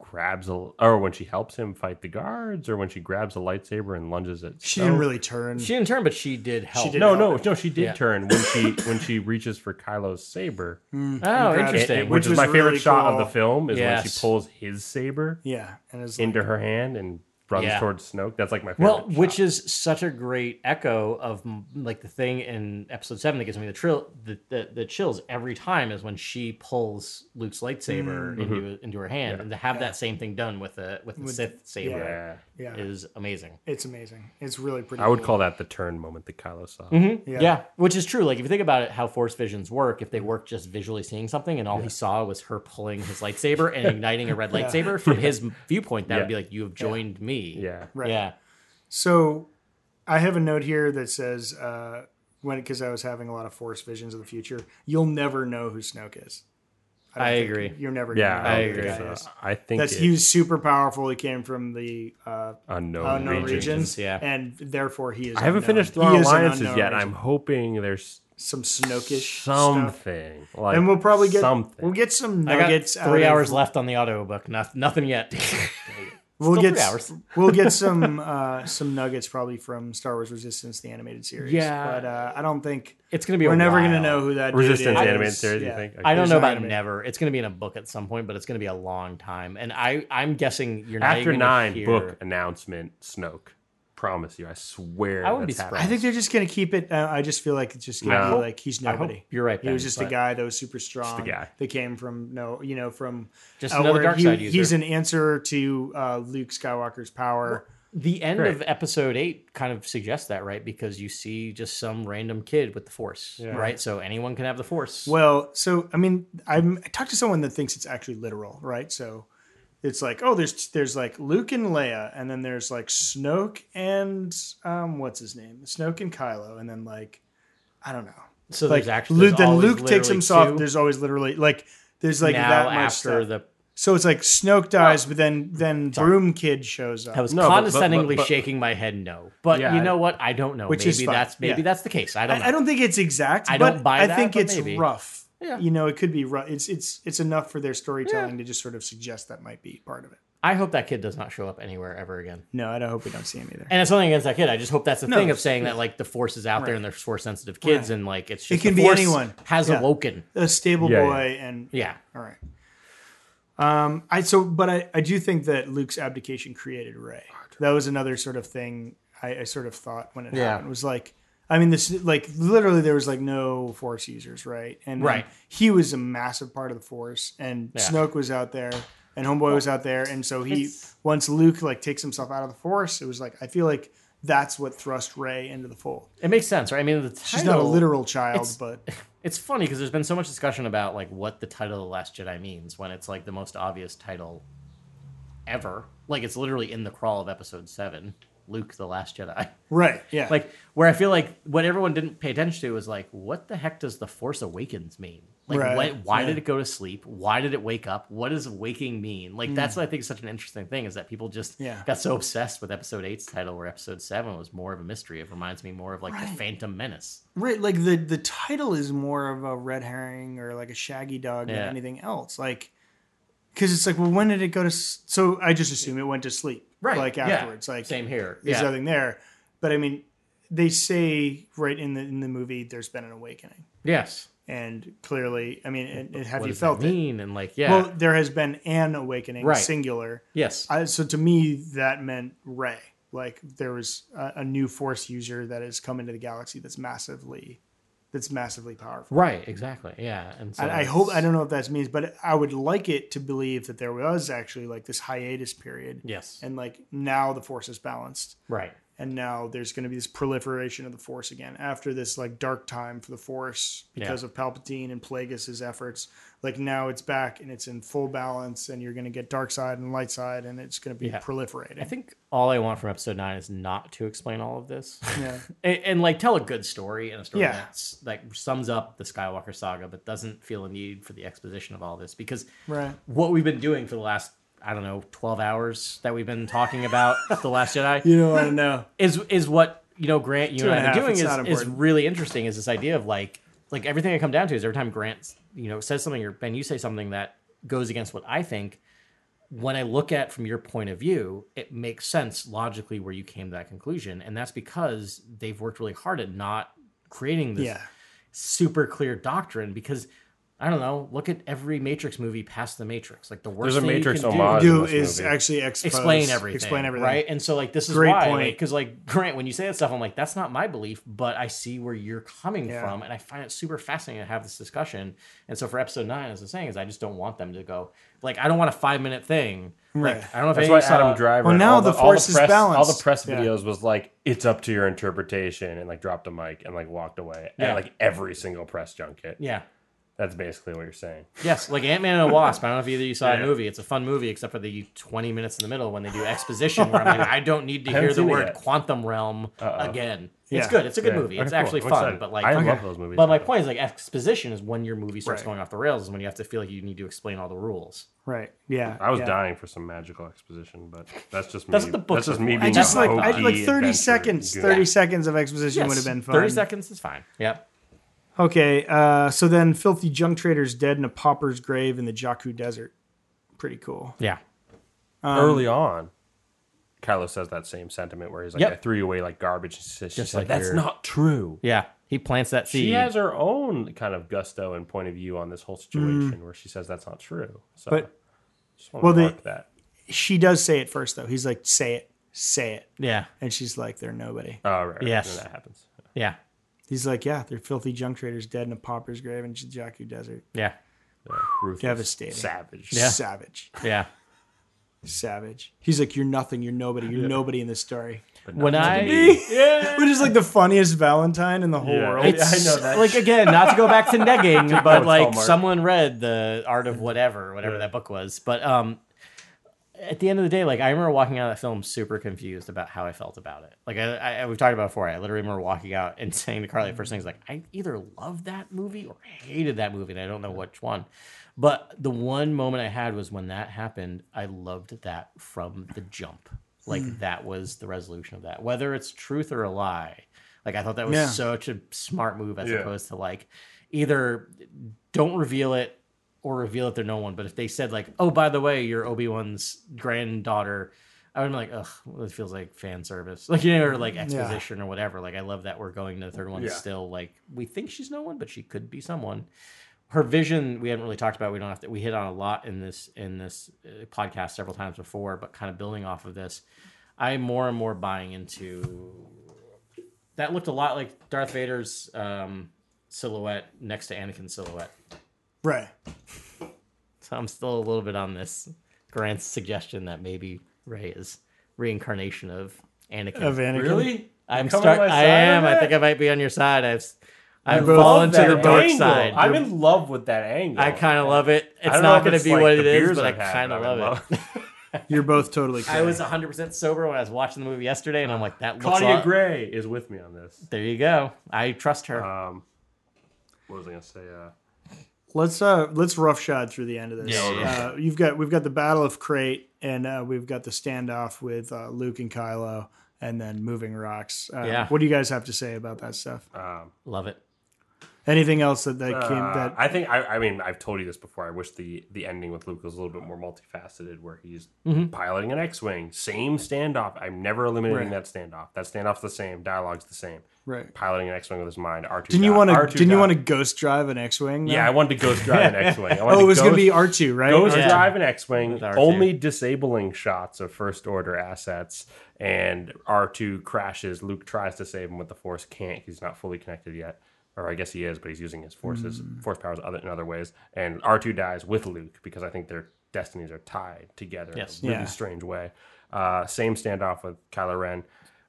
grabs a, or when she helps him fight the guards, or when she grabs a lightsaber and lunges at? she Snoke? didn't really turn? She didn't turn, but she did help. did. No, help no, no. She did Yeah. turn when [COUGHS] she when she reaches for Kylo's saber, Oh, Congrats. which, interesting. Hmm. Which is was my favorite really shot of cool. the film. Is when Yes. she pulls his saber yeah, and it's like, into her hand and runs Yeah. towards Snoke. That's like my favorite. Well, shot. which is such a great echo of mm, like the thing in episode seven that gives me the trill, the, the, the chills every time is when she pulls Luke's lightsaber into into her hand, and to have that same thing done with the with the Sith saber yeah, yeah. is amazing. it's amazing. It's really pretty. I would cool. call that the turn moment that Kylo saw. Mm-hmm. Yeah. which is true. Like if you think about it, how force visions work, if they work just visually seeing something, and all he saw was her pulling his lightsaber and igniting a red lightsaber, from his viewpoint, that Yeah. would be like you have joined me. Yeah. Right. Yeah. So I have a note here that says uh, when because I was having a lot of force visions of the future. You'll never know who Snoke is. don't I think- agree. You're never. Yeah, gonna know I who the agree. guy So is. I think That's it- he was super powerful. He came from the uh, unknown, unknown regions. regions, yeah. and therefore he is. I haven't unknown. finished He Throne is an Alliances unknown yet. I'm region. hoping there's some Snokish stuff. something. Like and we'll probably get something. we'll get some I got nuggets. out three of- hours left on the audiobook. Noth- nothing yet. We'll Still get three hours. [LAUGHS] we'll get [LAUGHS] some uh, some nuggets probably from Star Wars Resistance, the animated series. Yeah. but uh, I don't think It's gonna be. a we're never gonna while. know who that dude Resistance is. animated series. Yeah. You think? I don't There's know no about anime. never. It's gonna be in a book at some point, but it's gonna be a long time. And I, I'm guessing you're not After even gonna nine hear- book announcement, Snoke. promise you. I swear. I wouldn't be that's happening. I think they're just going to keep it. Uh, I just feel like it's just going to No. be like he's I hope nobody. you're right, He was Ben, just a but- guy that was super strong. the guy. that came from no, you know, from Just uh, another where dark he- side user. He's an answer to uh, Luke Skywalker's power. The end Great. of episode eight kind of suggests that, right? Because you see just some random kid with the force, right? So anyone can have the force. Well, so I mean, I'm, I talked to someone that thinks it's actually literal, right? So it's like, oh, there's there's like Luke and Leia, and then there's like Snoke and um, what's his name, Snoke and Kylo, and then like I don't know. so Like there's actually Luke, there's then always Luke takes literally himself. two There's always literally like there's like now that much after stuff. the so it's like Snoke dies, but then then Broom Kid shows up. I was No, but- but- but- condescendingly but- shaking my head no, but Yeah, you I- know what? I don't know. Which maybe is fine. that's maybe Yeah. that's the case. I don't. know. I, I don't think it's exact. I but don't buy I that, think but it's maybe. rough. Yeah. You know, it could be rough. It's it's it's enough for their storytelling to just sort of suggest that might be part of it. I hope that kid does not show up anywhere ever again. No, I don't hope we don't see him either. And it's nothing against that kid. I just hope that's the No, thing of it's- saying that like the force is out there and there's force sensitive kids Right. and like it's just can the be Force anyone. has Yeah. awoken. A stable Yeah, boy and Yeah. all right. Um, I so but I I do think that Luke's abdication created Ray. That was another sort of thing I, I sort of thought when it Yeah. happened. It was like I mean this like literally there was like no force users, right? And then Right. he was a massive part of the force and Yeah. Snoke was out there and Homeboy was out there and so he It's- once Luke like takes himself out of the force, it was like I feel like that's what thrust Ray into the fold. It makes sense, right? I mean, the title, She's not a literal child, it's- but It's funny because there's been so much discussion about like what the title of the Last Jedi means when it's like the most obvious title ever. Like it's literally in the crawl of Episode Seven, Luke the Last Jedi. right, yeah. [LAUGHS] Like where I feel like what everyone didn't pay attention to was like, what the heck does the Force Awakens mean? Like, Right, what, why yeah. did it go to sleep? Why did it wake up? What does waking mean? Like, that's what I think is such an interesting thing is that people just Hmm. Yeah. got so obsessed with Episode Eight's title, where Episode Seven was more of a mystery. It reminds me more of like the Right. Phantom Menace. Right, like the the title is more of a red herring or like a shaggy dog Yeah. than anything else. Like, because it's like, well, when did it go to? s- So I just assume it went to sleep, Like yeah. afterwards, like same here. there's Yeah. nothing there. But I mean, they say right in the in the movie, there's been an awakening, yes. and clearly, I mean, and, and have What you does that felt it? mean? And like, yeah, Well, there has been an awakening, Right. singular. yes, I, so to me, that meant Ray. Like there was a, a new Force user that has come into the galaxy that's massively, that's massively powerful. right, exactly, yeah. And so And I hope I it's- don't know if that means, but I would like it to believe that there was actually like this hiatus period, Yes, and like now the Force is balanced, right. and now there's going to be this proliferation of the Force again after this like dark time for the Force because of Palpatine and Plagueis's efforts. Like now it's back and it's in full balance, and you're going to get dark side and light side, and it's going to be Yeah. proliferating. I think all I want from episode nine is not to explain all of this. [LAUGHS] Yeah. and, and, like tell a good story and a story Yeah. that's that sums up the Skywalker saga, but doesn't feel a need for the exposition of all this because Right. what we've been doing for the last I don't know twelve hours that we've been [LAUGHS] talking about the Last Jedi You don't want to know. is is what you know Grant you Two and and, a I are half, doing it's not is, is important. really interesting is this idea of like like everything I come down to is every time Grant you know says something or Ben you say something that goes against what I think when I look at from your point of view it makes sense logically where you came to that conclusion and that's because they've worked really hard at not creating this [LAUGHS] Yeah. super clear doctrine because I don't know look at every Matrix movie past the Matrix like the worst There's a thing you Matrix can do- homage. Do in this is movie. actually expose, explain everything. Explain everything. Right. And so like this is Great why point. because like Grant, when you say that stuff, I'm like, that's not my belief, but I see where you're coming Yeah. from. And I find it super fascinating to have this discussion. And so for episode nine, as I'm saying, is I just don't want them to go like I don't want a five minute thing. Like, Right. I don't know if That's why anybody saw- Adam Driver. Well, and now all the all force is press, All balanced. the press Yeah. videos was like, "It's up to your interpretation," and like dropped a mic and like walked away. Yeah. At like every single press junket. Yeah. That's basically what you're saying. Yes, like Ant Man and the Wasp. I don't know if either of you saw Yeah, that yeah. movie. It's a fun movie, except for the 20 minutes in the middle when they do exposition, where I'm like, I don't [LAUGHS] need to haven't hear the seen it word yet. quantum realm Uh-oh. again. It's Yeah. good. It's a good Yeah. movie. Okay, It's cool. actually I'm fun. excited. But like, I love those movies. But my point is, like, exposition is when your movie starts Right. going off the rails, is when you have to feel like you need to explain all the rules. Right. Yeah. I was yeah. dying for some magical exposition, but that's just me. That's what the books That's just are me for. being I I just a like hokey I, like thirty adventure seconds. goon. Thirty seconds of exposition would have been fun. 30 seconds is fine. Yep. Okay. Uh, so then, filthy junk trader's dead in a pauper's grave in the Jakku desert. Pretty cool. Yeah. Um, Early on, Kylo says that same sentiment where he's like, Yep. "I threw you away like garbage." She says, she's Just like, like "That's your- not true." Yeah. He plants that seed. She has her own kind of gusto and point of view on this whole situation, Mm. where she says that's not true. So, But- just want well, to they- mark that. She does say it first, though. He's like, "Say it." say it. Yeah. And she's like, they're nobody. Oh, right. right. Yes. Then that happens. Yeah. He's like, yeah, they're filthy junk traders dead in a pauper's grave in Jaku Desert. Yeah. Yeah. Ruthless, Devastating. Savage. Savage. Yeah. Savage. He's like, you're nothing. You're nobody. You're nobody in this story. But When not to I- me. Which is like the funniest Valentine in the whole Yeah. world. [LAUGHS] I- I It's- know that. Like again, not to go back to [LAUGHS] negging, No, but it's like Hallmark. someone read the Art of Whatever, whatever Yeah. that book was. But um, at the end of the day, like I remember walking out of that film super confused about how I felt about it. Like I, I we've talked about it before. I literally remember walking out and [LAUGHS] saying to Carly, the Mm. first thing is like, I either loved that movie or hated that movie, and I don't know which one. But the one moment I had was when that happened. I loved that from the jump. Hmm. Like that was the resolution of that, whether it's truth or a lie. Like I thought that was Yeah. such a smart move as Yeah. opposed to like either don't reveal it or reveal it to no one. But if they said like, oh, by the way, you're Obi Wan's granddaughter, I would be like, ugh, well, it feels like fan service, [LAUGHS] like you know, or like exposition or whatever. Like I love that we're going to the third one Yeah. still. Like we think she's no one, but she could be someone. Her vision we haven't really talked about. We don't have to. We hit on a lot in this in this uh, podcast several times before, but kind of building off of this, I'm more and more buying into that looked a lot like Darth Vader's um, silhouette next to Anakin's silhouette. Right. So I'm still a little bit on this Grant's suggestion that maybe Ray is reincarnation of Anakin. Of Anakin. Really? I'm You're coming start. to my I side on am. I that? think I might be on your side. I've s- I've both fallen to love your that dark angle. side. I'm in love with that angle. I kind of love it. I It's don't know not if going to it's be like what the it is, beers but I I've had, kind of I'm in love it. You're both totally correct. I was 100% sober when I was watching the movie yesterday, and I'm like, that looks Claudia like. Gray is with me on this. there you go. I trust her. Um, what was I gonna say? Uh, Let's uh let's roughshod through the end of this. Yeah, yeah, Uh, you've got we've got the Battle of Crate, and uh, we've got the standoff with uh, Luke and Kylo, and then moving rocks. Uh, Yeah. What do you guys have to say about that stuff? love it. Anything else that that came uh, that I think I, I mean I've told you this before. I wish the the ending with Luke was a little bit more multifaceted, where he's Mm-hmm. piloting an X-wing, same standoff. I'm never eliminating that standoff. That standoff's the same. Dialogue's the same. right? Piloting an X-wing with his mind. R two. Didn't you want to? Didn't you want to ghost drive an X-wing? Yeah, I now? wanted to ghost [LAUGHS] drive an X-wing. I wanted Oh, it was to gonna ghost- be R two, right? Ghost Yeah. Drive and X Wing, With R2. only disabling shots of First Order assets, and R2 crashes. Luke tries to save him with the Force, can't. He's not fully connected yet. Or I guess he is, but he's using his forces, force powers other, in other ways. And R2 dies with Luke because I think their destinies are tied together Yes. in a really Yeah. strange way. Uh, same standoff with Kylo Ren,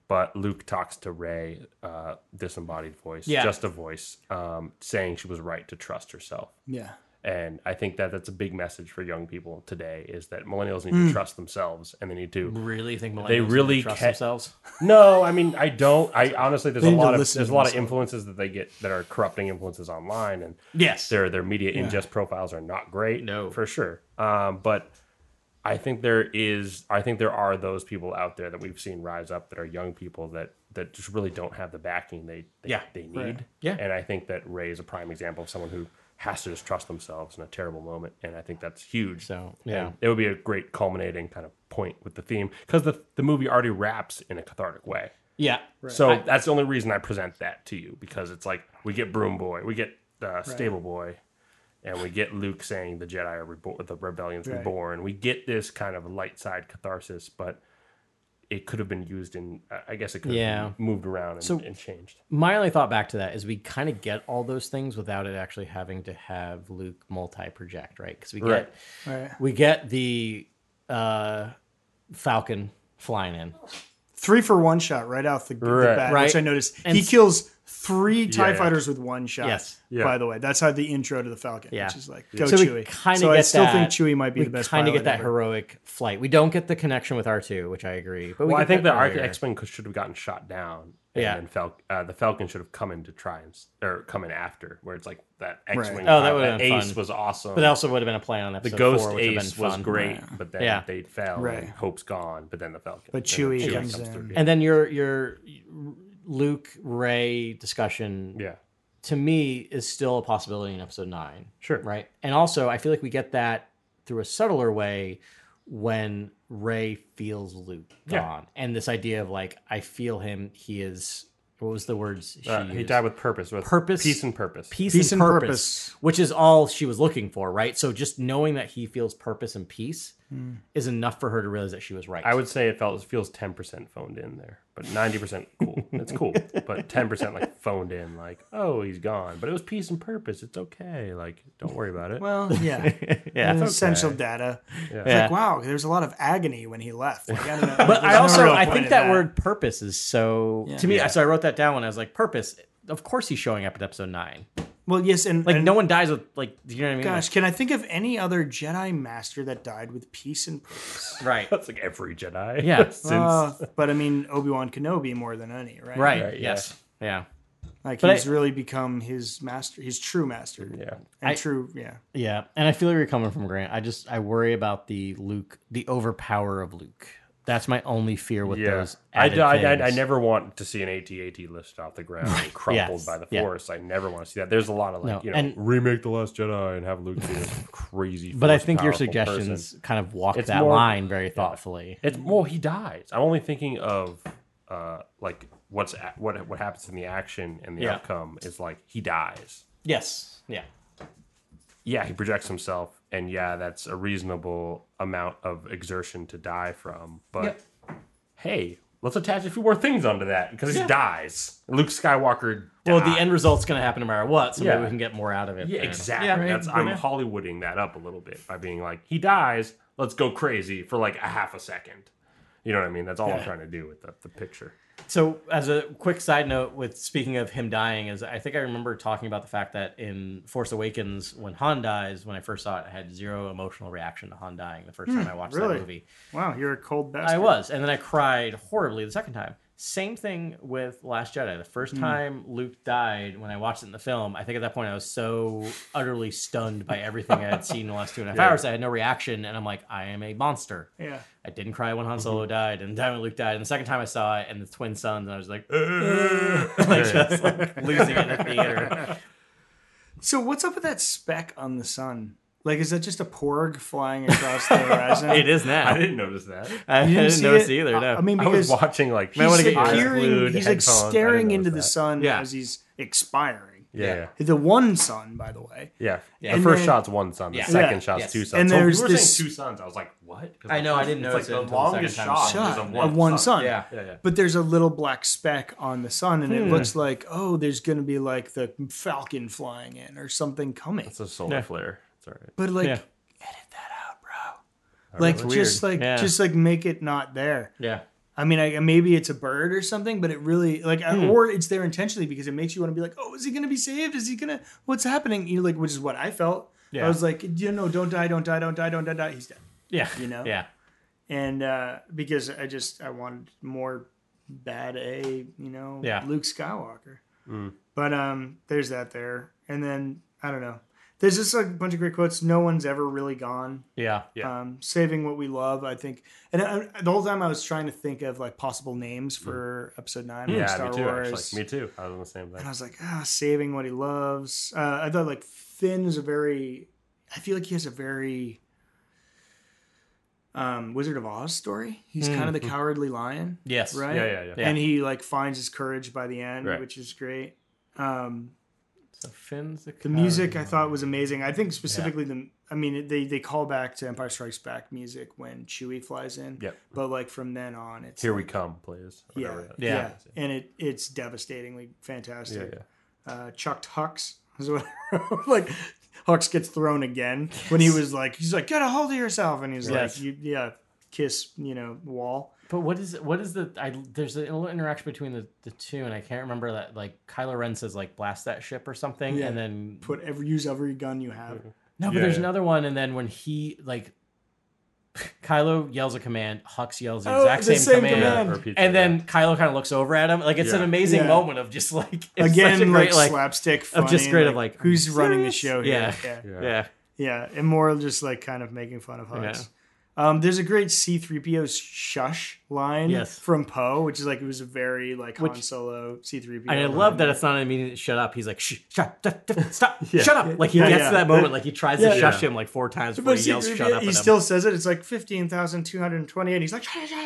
but Luke talks to Ray, uh, disembodied voice, Yeah. just a voice, um, saying she was right to trust herself Yeah. and i think that that's a big message for young people today is that millennials need to trust themselves and they need to Really think millennials They really trust ca- themselves? no i mean i don't i honestly there's a need to lot of listen there's to a lot of themselves. influences that they get that are corrupting influences online and Yes. their their media ingest profiles are not great No. for sure um but i think there is i think there are those people out there that we've seen rise up that are young people that that just really don't have the backing they they, Yeah. they need Right. Yeah. and i think that ray is a prime example of someone who has to just trust themselves in a terrible moment and i think that's huge So, yeah. and it would be a great culminating kind of point with the theme because the, the movie already wraps in a cathartic way Yeah. so that's the only reason I present that to you because it's like we get Broom Boy, we get uh, Stable Boy, and we get Luke saying the Jedi are reborn, the rebellion's Right. reborn. We get this kind of light side catharsis, but it could have been used in. I- I guess it could Yeah. have been moved around and, So- and changed. My only thought back to that is we kind of get all those things without it actually having to have Luke multi-project, right? Because we get Right. All right. we get the uh, Falcon flying in. Three for one shot right off the, the Right. bat, Right. which I noticed. And he s- kills three TIE Yeah. fighters with one shot. Yes. Yeah. By the way, that's how the intro to the Falcon, Yeah. which is like, go so we Chewie. kind of so get I still that. think Chewie might be we the best Kind of pilot get that ever. heroic flight. We don't get the connection with R two, which I agree. But we Well, I get think the that Arc earlier. X Wing should have gotten shot down. And Yeah. then Fal- uh, the Falcon should have come in to try and s- or come in after, where it's like that X Wing. Oh, that would have been Ace fun. was awesome. But that also would have been a play on the episode ghost four, which would have ace been was fun. great, but then Yeah. they fell. Right. And hope's gone, but then the Falcon. But and then Chewie comes in. And then your your Luke Ray discussion yeah, to me is still a possibility in episode nine. Sure. Right. And also, I feel like we get that through a subtler way when Ray feels Luke Yeah. gone. And this idea of like, I feel him. He is, what was the words she Uh, used? he died with purpose, with Purpose. peace, and purpose. peace, Peace and, and purpose, purpose. which is all she was looking for. Right. So just knowing that he feels purpose and peace is enough for her to realize that she was right. I would say it felt it feels ten percent phoned in there, but ninety percent cool. [LAUGHS] It's cool, but ten percent like phoned in, like oh he's gone. But it was peace and purpose. It's okay. Like don't worry about it. Well, [LAUGHS] yeah, yeah. It's essential data. It's Yeah. like wow, there's a lot of agony when he left. Like, I don't know, [LAUGHS] But there's I no also real I point think in that, word purpose is so to me. Yeah. So I wrote that down when I was like purpose. Of course he's showing up at episode nine. Well, yes, and Like and- no one dies with like do you know what I mean? Gosh, can I think of any other Jedi master that died with peace and purpose? Like, [LAUGHS] right. That's like every Jedi. Yeah. since Uh, but I mean, Obi Wan Kenobi more than any, right? Right. Right, yeah. yes. Yeah. Like But he's I- really become his master, his true master. [LAUGHS] yeah, And I- true, yeah. Yeah, and I feel like you're coming from Grant. I just I worry about the Luke, the overpower of Luke. That's my only fear with yeah. those. I, added d- I, things. I, I never want to see an AT-AT lifted off the ground and crumpled Yes. by the Yeah. Force. I never want to see that. There's a lot of like No, you know and- remake the Last Jedi and have Luke be this [LAUGHS] crazy. But I force think your powerful person. suggestions kind of walk It's that more- line very thoughtfully. It's well, he dies. I'm only thinking of uh like what's a- what what happens in the action and the Yeah. outcome is like he dies. Yes. Yeah. Yeah, he projects himself, and yeah, that's a reasonable amount of exertion to die from. But hey, let's attach a few more things onto that because he dies. Luke Skywalker. Well, the died. end result's going to happen no matter what, so maybe Yeah. we can get more out of it. Yeah, then. exactly. Yeah, That's I'm Hollywooding that up a little bit by being like, he dies. Let's go crazy for like a half a second. You know what I mean? That's all I'm trying to do with the, [LAUGHS] the picture. So, as a quick side note, with speaking of him dying, is I think I remember talking about the fact that in Force Awakens, when Han dies, when I first saw it, I had zero emotional reaction to Han dying the first time I watched Hmm, really? that movie. Wow, you're a cold bastard. I was, and then I cried horribly the second time. Same thing with Last Jedi. The first Hmm. time Luke died, when I watched it in the film, I think at that point I was so utterly stunned by everything I had seen in the [LAUGHS] last two and a half hours. I had no reaction, and I'm like, I am a monster. Yeah. Mm-hmm. I didn't cry when Han Solo died, and then when Luke died, and the second time I saw it, and the twin sons, and I was like, [LAUGHS] like just like [LAUGHS] losing it in the theater. So what's up with that speck on the sun? Like, is that just a porg flying across the horizon? [LAUGHS] It is now. I didn't notice that. [LAUGHS] I You didn't, see notice it? either. No, I, I mean, I was because watching like Might wanna he's get your like eyes peering, glued he's like headphones. I didn't staring into notice the that. sun Yeah. as he's expiring. Yeah, yeah. The one sun, by the way. yeah. The And first then- shot's one sun. The Yeah. second Yeah. shot's Yes. two suns. And So when there's you were this- saying two suns. I was like, what? 'Cause I know, I didn't it's notice it like the until the second longest time shot. I saw it. is Shot, Oh, a a one, one sun. sun. Yeah. Yeah, yeah. but there's a little black speck on the sun and it Hmm. looks like oh there's going to be like the falcon flying in or something coming It's a solar flare. It's all right. but like Yeah. edit that out bro like really? just Weird. like Yeah. just like make it not there yeah. i mean I, maybe it's a bird or something but it really like Hmm. I- or it's there intentionally because it makes you want to be like oh is he going to be saved is he going to what's happening you know, like which is what i felt i Yeah. was like you know don't die don't die don't die don't die, die. he's dead Yeah. You know? Yeah. and uh, because I just I wanted more bad A, you know, Yeah. Luke Skywalker. But um, there's that there, and then I don't know. There's just like a bunch of great quotes. No one's ever really gone. Yeah. Yeah. Um, saving what we love, I think. And I, the whole time I was trying to think of like possible names for Episode Nine of Mm. Yeah, Star me too. Wars. Actually, me too. I was on the same And I thing. was like, ah, saving what he loves. Uh, I thought like Finn is a very, I feel like he has a very um, Wizard of Oz story. He's kind of the cowardly lion, Yes. right? Mm-hmm. Yeah, yeah, yeah. Yeah. And he like finds his courage by the end, Right. which is great. Um, So Finn's the, the music I thought was amazing. I think specifically the, I mean, they they call back to Empire Strikes Back music when Chewie flies in. Yep. But like from then on, it's Here we come, please. or yeah, whatever that- yeah, Yeah. and it it's devastatingly fantastic yeah, yeah. uh, chucked Hux. Is what [LAUGHS] like Hux gets thrown again when he was like he's like get a hold of yourself and he's Yes. like you yeah kiss you know wall. But what is what is the I there's a little interaction between the, the two and I can't remember that like Kylo Ren says like blast that ship or something Yeah. and then Put every use every gun you have. no but Yeah, there's yeah. another one and then when he like [LAUGHS] Kylo yells a command Hux yells the Oh, exact the same, same command, command. Or pizza, and then Kylo kind of looks over at him like it's an Yeah. amazing Yeah. moment of just like [LAUGHS] it's Again, such a like, great like, slapstick funny, just great of, like, who's are you running the serious? show here? [LAUGHS] Yeah. yeah, yeah. yeah. yeah, and more just like kind of making fun of Hux. Um, there's a great C-3PO shush line Yes. from Poe, which is like it was a very like Han Which- Solo C-3PO. And I love that it's not an immediate shut up. He's like, shh, shut, shut, shut- stop, shut up. Like [LAUGHS] he Yeah, gets yeah. to that moment, like he tries Yeah. to shush him like four times before But he yells, C-3PO shut up. he at still says it. It's like fifteen thousand two hundred twenty, and he's like, shut up, shut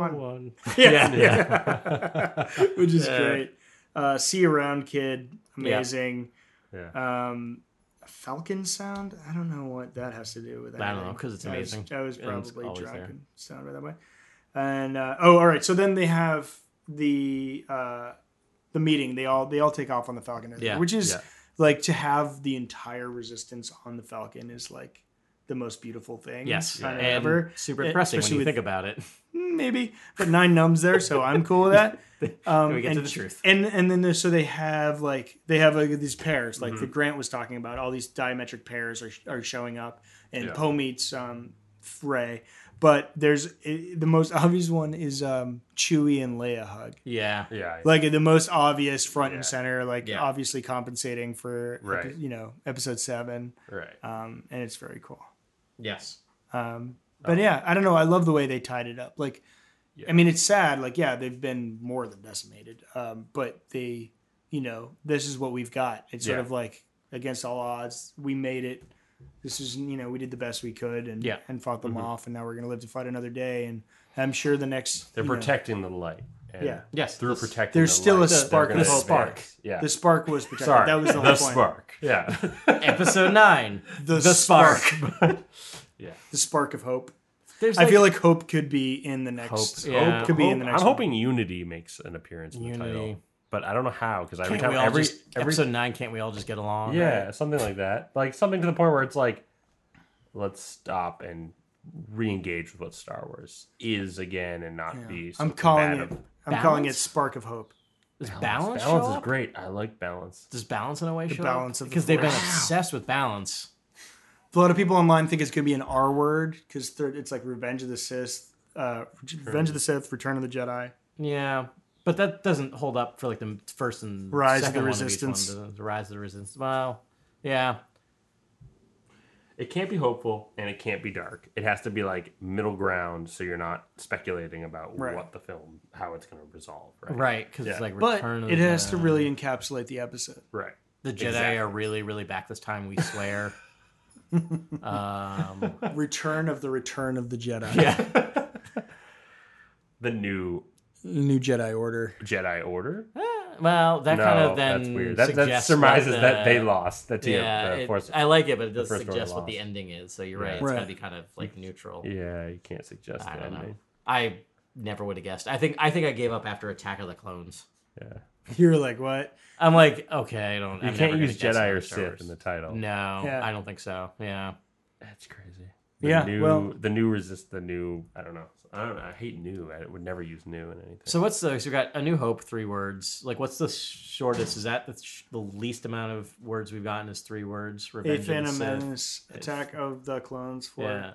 up. him. One. [LAUGHS] yeah, Yeah. [LAUGHS] which is Yeah. great. Uh, see you around, kid. Amazing. Yeah. Um, Falcon sound. I don't know what that has to do with. don't anything. know, 'cause it's I was- amazing. I was And it's probably always there. driving sound right that way. And uh, oh, all right. So then they have the uh, the meeting. They all they all take off on the Falcon, Yeah, which is yeah. like to have the entire Resistance on the Falcon is like the most beautiful thing. Yes, kinda and ever. super Eh, impressive when especially you with- think about it. Mm, maybe, but nine numbs there, so I'm cool with [LAUGHS] that. Um, we get to and, the truth. and and then there's- so they have like they have like these pairs, like Mm-hmm. the Grant was talking about. All these diametric pairs are are showing up, and Yeah. Poe meets um, Frey, but there's i the most obvious one is um, Chewie and Leia hug, Yeah, Yeah. like the most obvious front Yeah. and center, like Yeah. obviously compensating for epi- Right. you know episode seven, right. um, and it's very cool. yes, Um, Oh. but yeah, I don't know. I love the way they tied it up. Like, I mean, it's sad. Like, yeah, they've been more than decimated. Um, but they, you know, this is what we've got. It's sort Yeah. of like against all odds, we made it. This is, you know, we did the best we could and Yeah. and fought Mm-hmm. them off, and now we're gonna live to fight another day. And I'm sure the next They're you know, protecting the light. And Yeah. Yes, Through this- protecting There's the still light, a spark they're of gonna hope. advance. Yeah. The spark was protected. Sorry. That was the whole the point. spark. Yeah. [LAUGHS] episode nine, The, [LAUGHS] yeah. the spark of hope. There's I feel like hope could be in the next. Hope, yeah. [LAUGHS] could be in the next I'm one. hoping Unity makes an appearance in the title, Unity. but I don't know how because every can't we time all every just, every episode nine. Can't we all just get along? yeah something like that, like something to the point where it's like, let's stop and re-engage with what Star Wars is again and not be. I'm something calling bad it. of- I'm calling it Balance? spark of hope. Does balance? Balance show is up? great. I like balance. Does balance in a way show balance of the because they've been force. obsessed with balance. A lot of people online think it's going to be an R word because it's like Revenge of the Sith, uh, Revenge of the Sith, Return of the Jedi. Yeah, but that doesn't hold up for like the first and Rise of the second one each one, Resistance. does it? The rise of the resistance. Well, yeah, It can't be hopeful and it can't be dark. It has to be like middle ground, so you're not speculating about Right. what the film, how it's going to resolve. Right. right. Because Yeah. it's like But Return of it the has to Jedi. really encapsulate the episode. [LAUGHS] Right. The Jedi Exactly. are really, really back this time. We [LAUGHS] swear. um, Return of the Return of the Jedi. yeah, The new New Jedi Order. Jedi Order. eh, well, that no, kind of then that's weird. That, that suggests surmises what the- that they lost. That's Yeah, yeah, the it- Force. I like it, but it does first order suggest what the lost. ending is. So you're right; it's Right. got to be kind of like neutral. yeah, you can't suggest I that. don't know. ending. I never would have guessed. I think I think I gave up after Attack of the Clones. Yeah, You're like, what? I'm like, okay, I don't. you I'm never can't gonna use guess Jedi another or Star Sith Wars. in the title. No, Yeah. I don't think so. Yeah, That's crazy. The Yeah, new, well- the new resist the new. I don't know. I don't. know. I hate new. I would never use new in anything. So what's the? So we got a New Hope, three words. Like, what's the shortest? Is that the, sh- the least amount of words we've gotten? Is three words? A Revenge of the Phantom Sith. Menace, Attack of the Clones for Yeah.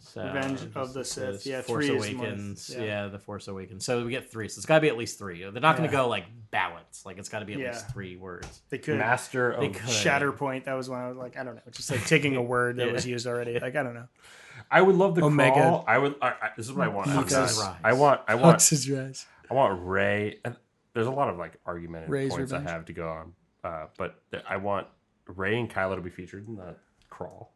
So, Revenge of the this Sith. is Yeah, Force three is the most- Awakens. yeah. yeah. the Force Awakens. So we get three. So it's got to be at least three. They're not going Yeah. to go like balance. Like it's got to be at Yeah. least three words. They could Master They of could. Shatterpoint. That was when I was like, I don't know, just like taking [LAUGHS] a word that Yeah. was used already. Like, I don't know. I would love the Omega. crawl. I would. I, I, this is what I want. out of Hux's this. Rise. I want. I want. Fox's rise. I want Ray. There's a lot of like argumentative Rey's points revenge. I have to go on, uh, but th- I want Ray and Kylo to be featured in the crawl.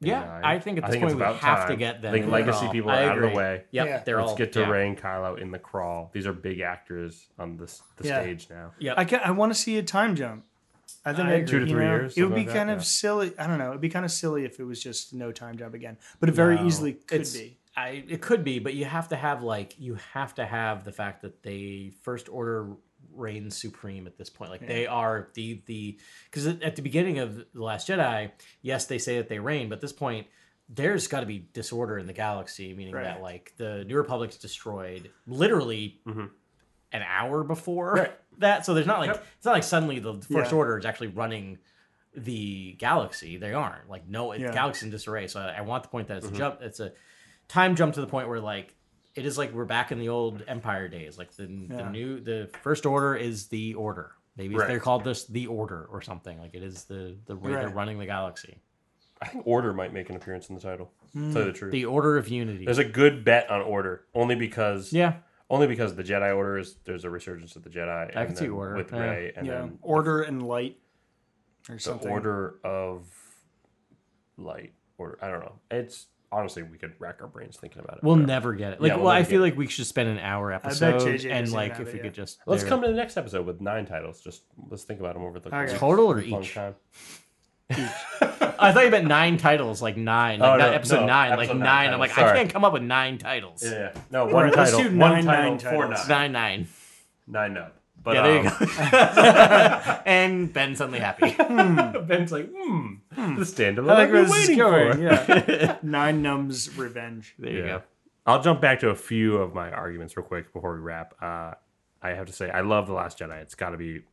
in Yeah, nine. I think at this it's point we about have to time. get them. I think in the legacy crawl. people I are out of the agree. way. Yep, Yeah. they're Let's all get to yeah. Ray and Kylo in the crawl. These are big actors on this the Yeah. stage now. Yeah. I can, I want to see a time jump. I think I I, Two to you three know, years, It would be something like kind that, of yeah. silly. I don't know. It'd be kind of silly if it was just no time jump again, but it very No, easily could it's- be. I it could be, but you have to have like you have to have the fact that they first order reigns supreme at this point. Like they are the the because at the beginning of the Last Jedi, yes, they say that they reign, but at this point, there's got to be disorder in the galaxy, meaning Right. that like the New Republic's destroyed literally Mm-hmm. an hour before [LAUGHS] that. So there's not like Yep. it's not like suddenly the First Yeah. Order is actually running the galaxy. They aren't like no, it's Yeah. galaxy in disarray. So I, I want the point that it's Mm-hmm. a jump. It's a time jump to the point where like it is like we're back in the old Empire days. Like the, the Yeah. new the First Order is the Order. Maybe it's- Right. they're called this the Order or something. Like it is the the way they're Right. running the galaxy. I think Order might make an appearance in the title. to Tell you the truth, Mm, The Order of Unity. there's a good bet on Order only because yeah, only because the Jedi Order is there's a resurgence of the Jedi. I and can see then Order, with yeah. Ray and yeah. then Order and light or the something. order of light or i don't know it's honestly we could rack our brains thinking about it we'll but- never get it. Like, Yeah, we'll well, I never feel get like we should spend an hour JJ episode doesn't and even like have if it we yet. could just let's there- come to the next episode with nine titles just let's think about them over the Okay. course of total or a long each. time I thought you meant nine titles, like nine, like Oh, not no, episode no, nine, like episode 9 nine I'm titles, like, I sorry. can't come up with nine titles. Yeah, yeah. no, All one right, let's title, do one nine, title, nine four titles. nine, Nine nine. nine, no. But yeah, there you um, go. and Ben's suddenly [LAUGHS] happy. Ben's like, hmm, the standalone. I like I've where been this is waiting for. going. Yeah. [LAUGHS] Nine numbs revenge. There you Yeah. go. I'll jump back to a few of my arguments real quick before we wrap. Uh, I have to say, I love The Last Jedi. It's got to be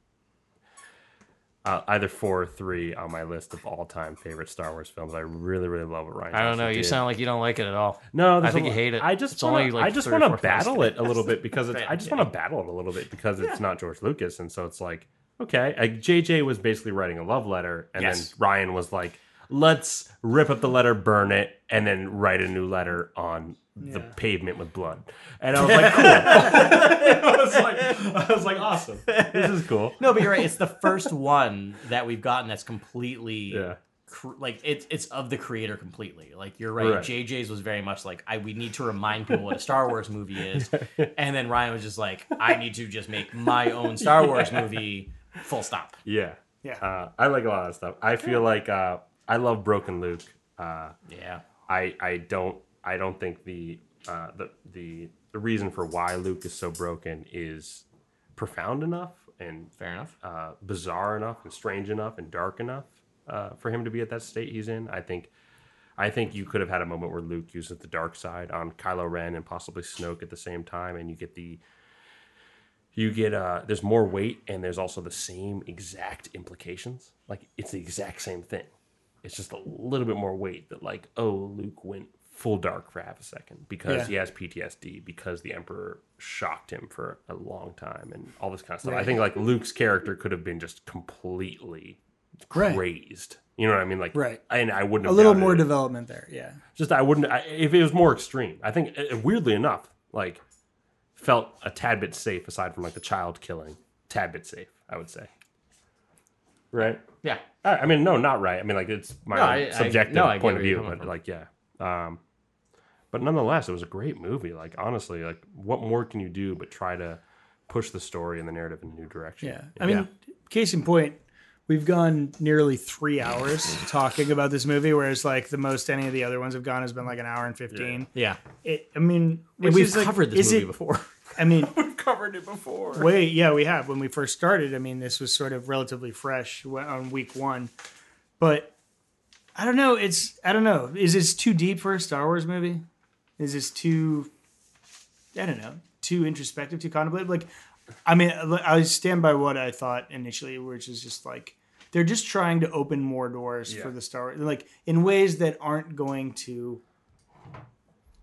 uh, either four or three on my list of all time favorite Star Wars films. I really, really love what Ryan. I don't Johnson know. You did. sound like you don't like it at all. no. I there's a think you lot- hate it. I just It's want only, to. like, I just three or want to four times battle it a [LAUGHS] little bit because it's, I just Yeah. want to battle it a little bit because it's not George Lucas, and so it's like okay, like, JJ was basically writing a love letter, and Yes. then Ryan was like, let's rip up the letter, burn it, and then write a new letter on the pavement with blood. And I was like, cool. [LAUGHS] [LAUGHS] I was like, I was like, awesome. This is cool. No, but you're right. It's the first one that we've gotten that's completely Yeah. cr- like it's it's of the creator completely. Like you're right. Right. JJ's was very much like I we need to remind people what a Star Wars movie [LAUGHS] is, and then Ryan was just like I need to just make my own Star Wars movie. Full stop. Yeah. Yeah. Uh, I like a lot of stuff. I feel like uh, I love Broken Luke. Uh, Yeah. I I don't I don't think the uh, the the the reason for why Luke is so broken is profound enough and Fair enough. uh, bizarre enough and strange enough and dark enough uh, for him to be at that state he's in. I think, I think you could have had a moment where Luke uses the dark side on Kylo Ren and possibly Snoke at the same time, and you get the, you get uh, there's more weight and there's also the same exact implications. Like it's the exact same thing. It's just a little bit more weight that like, oh, Luke went full dark for half a second because Yeah. he has PTSD because the Emperor shocked him for a long time and all this kind of stuff. I think like Luke's character could have been just completely Right. crazed. You know what I mean? Like Right. And I wouldn't A have little doubted more it. development there. Yeah. Just I wouldn't I, if it was more extreme. I think uh, weirdly enough, like felt a tad bit safe aside from like the child killing. Tad bit safe, I would say. Right. Yeah. I I mean, no, not right. I mean, like it's my No, own I- I- subjective no, I get point of where you're view, coming but from. like, yeah. Um, but nonetheless, it was a great movie. Like, honestly, like, what more can you do but try to push the story and the narrative in a new direction? Yeah. I mean, case in point, we've gone nearly three hours talking about this movie, whereas like the most any of the other ones have gone has been like an hour and fifteen. Yeah. It, I mean, And which we've is, like, covered this is movie it- before. I mean, [LAUGHS] we've covered it before. Wait, yeah, we have. When we first started, I mean, this was sort of relatively fresh w- on week one, but I don't know. It's I don't know. Is this too deep for a Star Wars movie? Is this too? I don't know. Too introspective, too contemplative. Like, I mean, I I stand by what I thought initially, which is just like they're just trying to open more doors for the Star Wars, like in ways that aren't going to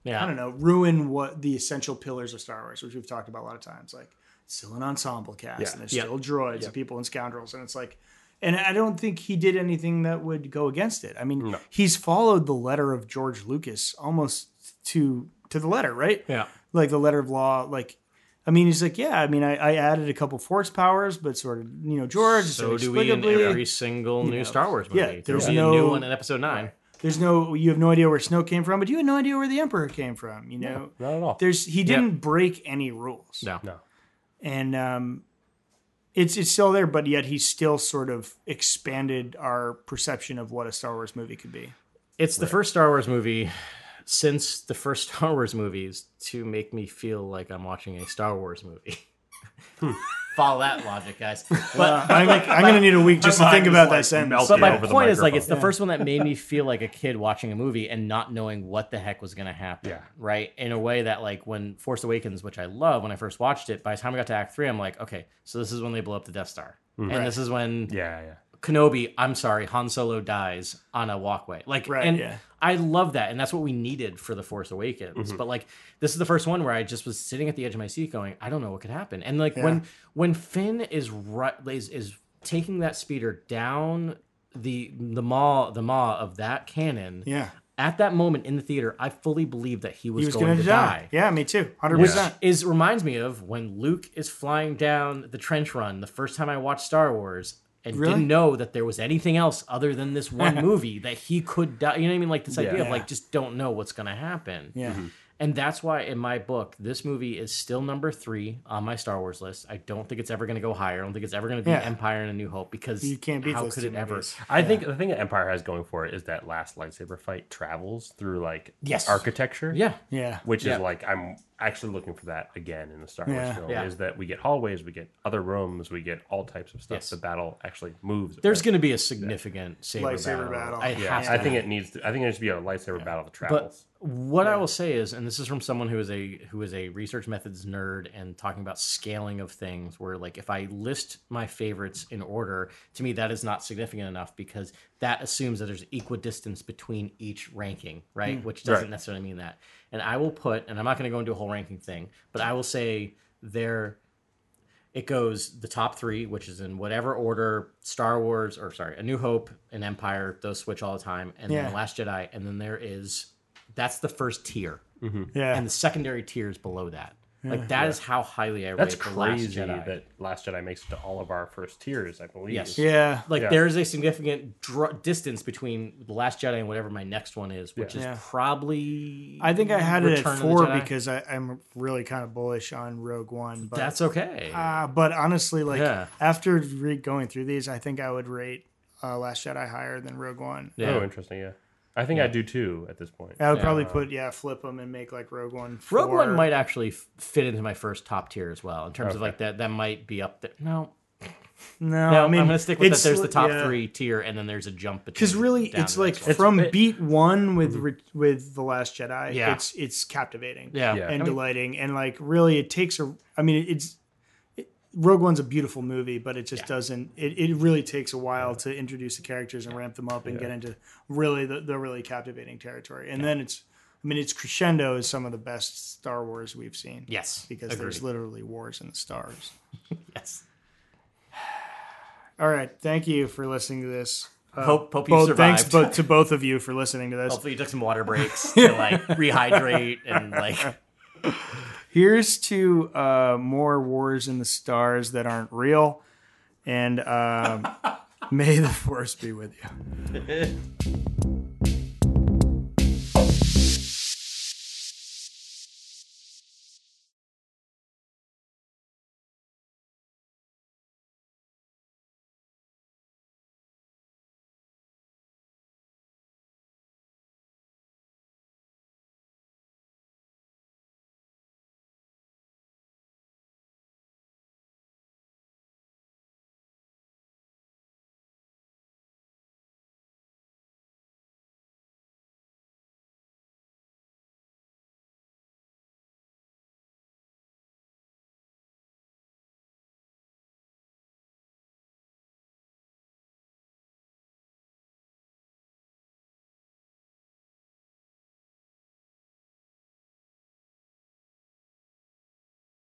Yeah. I don't know, ruin what the essential pillars of Star Wars, which we've talked about a lot of times, like still an ensemble cast Yeah. and there's Yep. still droids and people and scoundrels. And it's like, and I don't think he did anything that would go against it. I mean, he's followed the letter of George Lucas almost to, to the letter, right? Yeah. Like the letter of law, like, I mean, he's like, yeah, I mean, I, I added a couple force powers, but sort of, you know, George, So so do we in inexplicably- every single new know. Star Wars movie. Yeah, there's there's be a no- new one in Episode Nine. There's no, you have no idea where Snoke came from, but you had no idea where the Emperor came from. You know, Not at all. there's he didn't break any rules, No. No. and um, it's it's still there, but yet he still sort of expanded our perception of what a Star Wars movie could be. It's the first Star Wars movie since the first [LAUGHS] Star Wars movies to make me feel like I'm watching a Star Wars movie. [LAUGHS] Follow that logic, guys. But I'm Uh, like, I'm gonna need a week [LAUGHS] just to think about that sentence. melted but my over the point is like microphone. it's the first one that made me feel like a kid watching a movie and not knowing what the heck was going to happen Yeah. right in a way that like when force awakens which i love when i first watched it by the time i got to act three i'm like okay so this is when they blow up the death star and this is when Yeah, yeah. Kenobi, I'm sorry, Han Solo dies on a walkway. Like, Right, and yeah. Mm-hmm. I love that, and that's what we needed for the Force Awakens. But like, this is the first one where I just was sitting at the edge of my seat, going, I don't know what could happen. And like when when Finn is right is, is taking that speeder down the the maw the maw of that cannon. Yeah, At that moment in the theater, I fully believed that he was, he was going gonna to die. die Yeah, me too, hundred which percent. is reminds me of when Luke is flying down the trench run the first time I watched Star Wars and Really? didn't know that there was anything else other [LAUGHS] than this one movie that he could die. You know what I mean? Like this idea of Yeah. like just don't know what's gonna happen. Yeah. And that's why, in my book, this movie is still number three on my Star Wars list. I don't think it's ever going to go higher. I don't think it's ever going to be Yeah. Empire and A New Hope because You can't beat how those could two it ever? movies. I think the thing that Empire has going for it is that last lightsaber fight travels through like Yes. architecture. Yeah, Yeah. Which Yeah. is like I'm actually looking for that again in the Star Yeah. Wars film. Yeah. Is that we get hallways, we get other rooms, we get all types of stuff. Yes. The battle actually moves. there's going to be a significant saber Lightsaber battle. battle. I yeah. have I to think it needs. To, I think it should be a lightsaber battle But that travels. what I will say is, and this is from someone who is a who is a research methods nerd and talking about scaling of things, where like if I list my favorites in order, to me that is not significant enough because that assumes that there's equidistance between each ranking, right? Which doesn't Mm, Right. necessarily mean that. And I will put, and I'm not going to go into a whole ranking thing, but I will say there it goes the top three, which is in whatever order Star Wars or sorry, A New Hope and Empire, those switch all the time, and then Yeah. The Last Jedi, and then there is that's the first tier, Yeah. and the secondary tier is below that. Like that is how highly I That's rate crazy The Last Jedi. that Last Jedi Oh, makes it to all of our first tiers. I believe. Yes. yeah. like Yeah. there is a significant dr- distance between The Last Jedi and whatever my next one is, which is Yeah. probably I think I had it Return at of the four Jedi. because I, I'm really kind of bullish on Rogue One. But that's okay. uh, but honestly, like Yeah. after re- going through these, I think I would rate uh, Last Jedi higher than Rogue One. Yeah. Oh, interesting. Yeah. I think I do too at this point. I would probably put yeah, flip them and make like Rogue One. Rogue One four. might actually f- fit into my first top tier as well in terms of Okay. like that. That might be up there. No, No, No, I I mean am gonna stick with that. it's There's the sli- top yeah. three tier, and then there's a jump between. because really down it's to the like next one. from beat one Mm-hmm. with re with the last jedi Yeah. it's it's captivating yeah, Yeah. and I mean- delighting and like really it takes a i mean it's it, rogue one's a beautiful movie but it just doesn't it, it really takes a while to introduce the characters and ramp them up and get into really the, the really captivating territory and then it's i mean it's crescendo is some of the best star wars we've seen yes, because agreed. there's literally wars in the stars yes. all right thank you for listening to this Uh, Hope, hope you both, survived. thanks both [LAUGHS] to both of you for listening to this. Hopefully, you took some [LAUGHS] water breaks to like rehydrate and like. Here's to uh, more wars in the stars that aren't real, uh, [LAUGHS] and um, may the force be with you.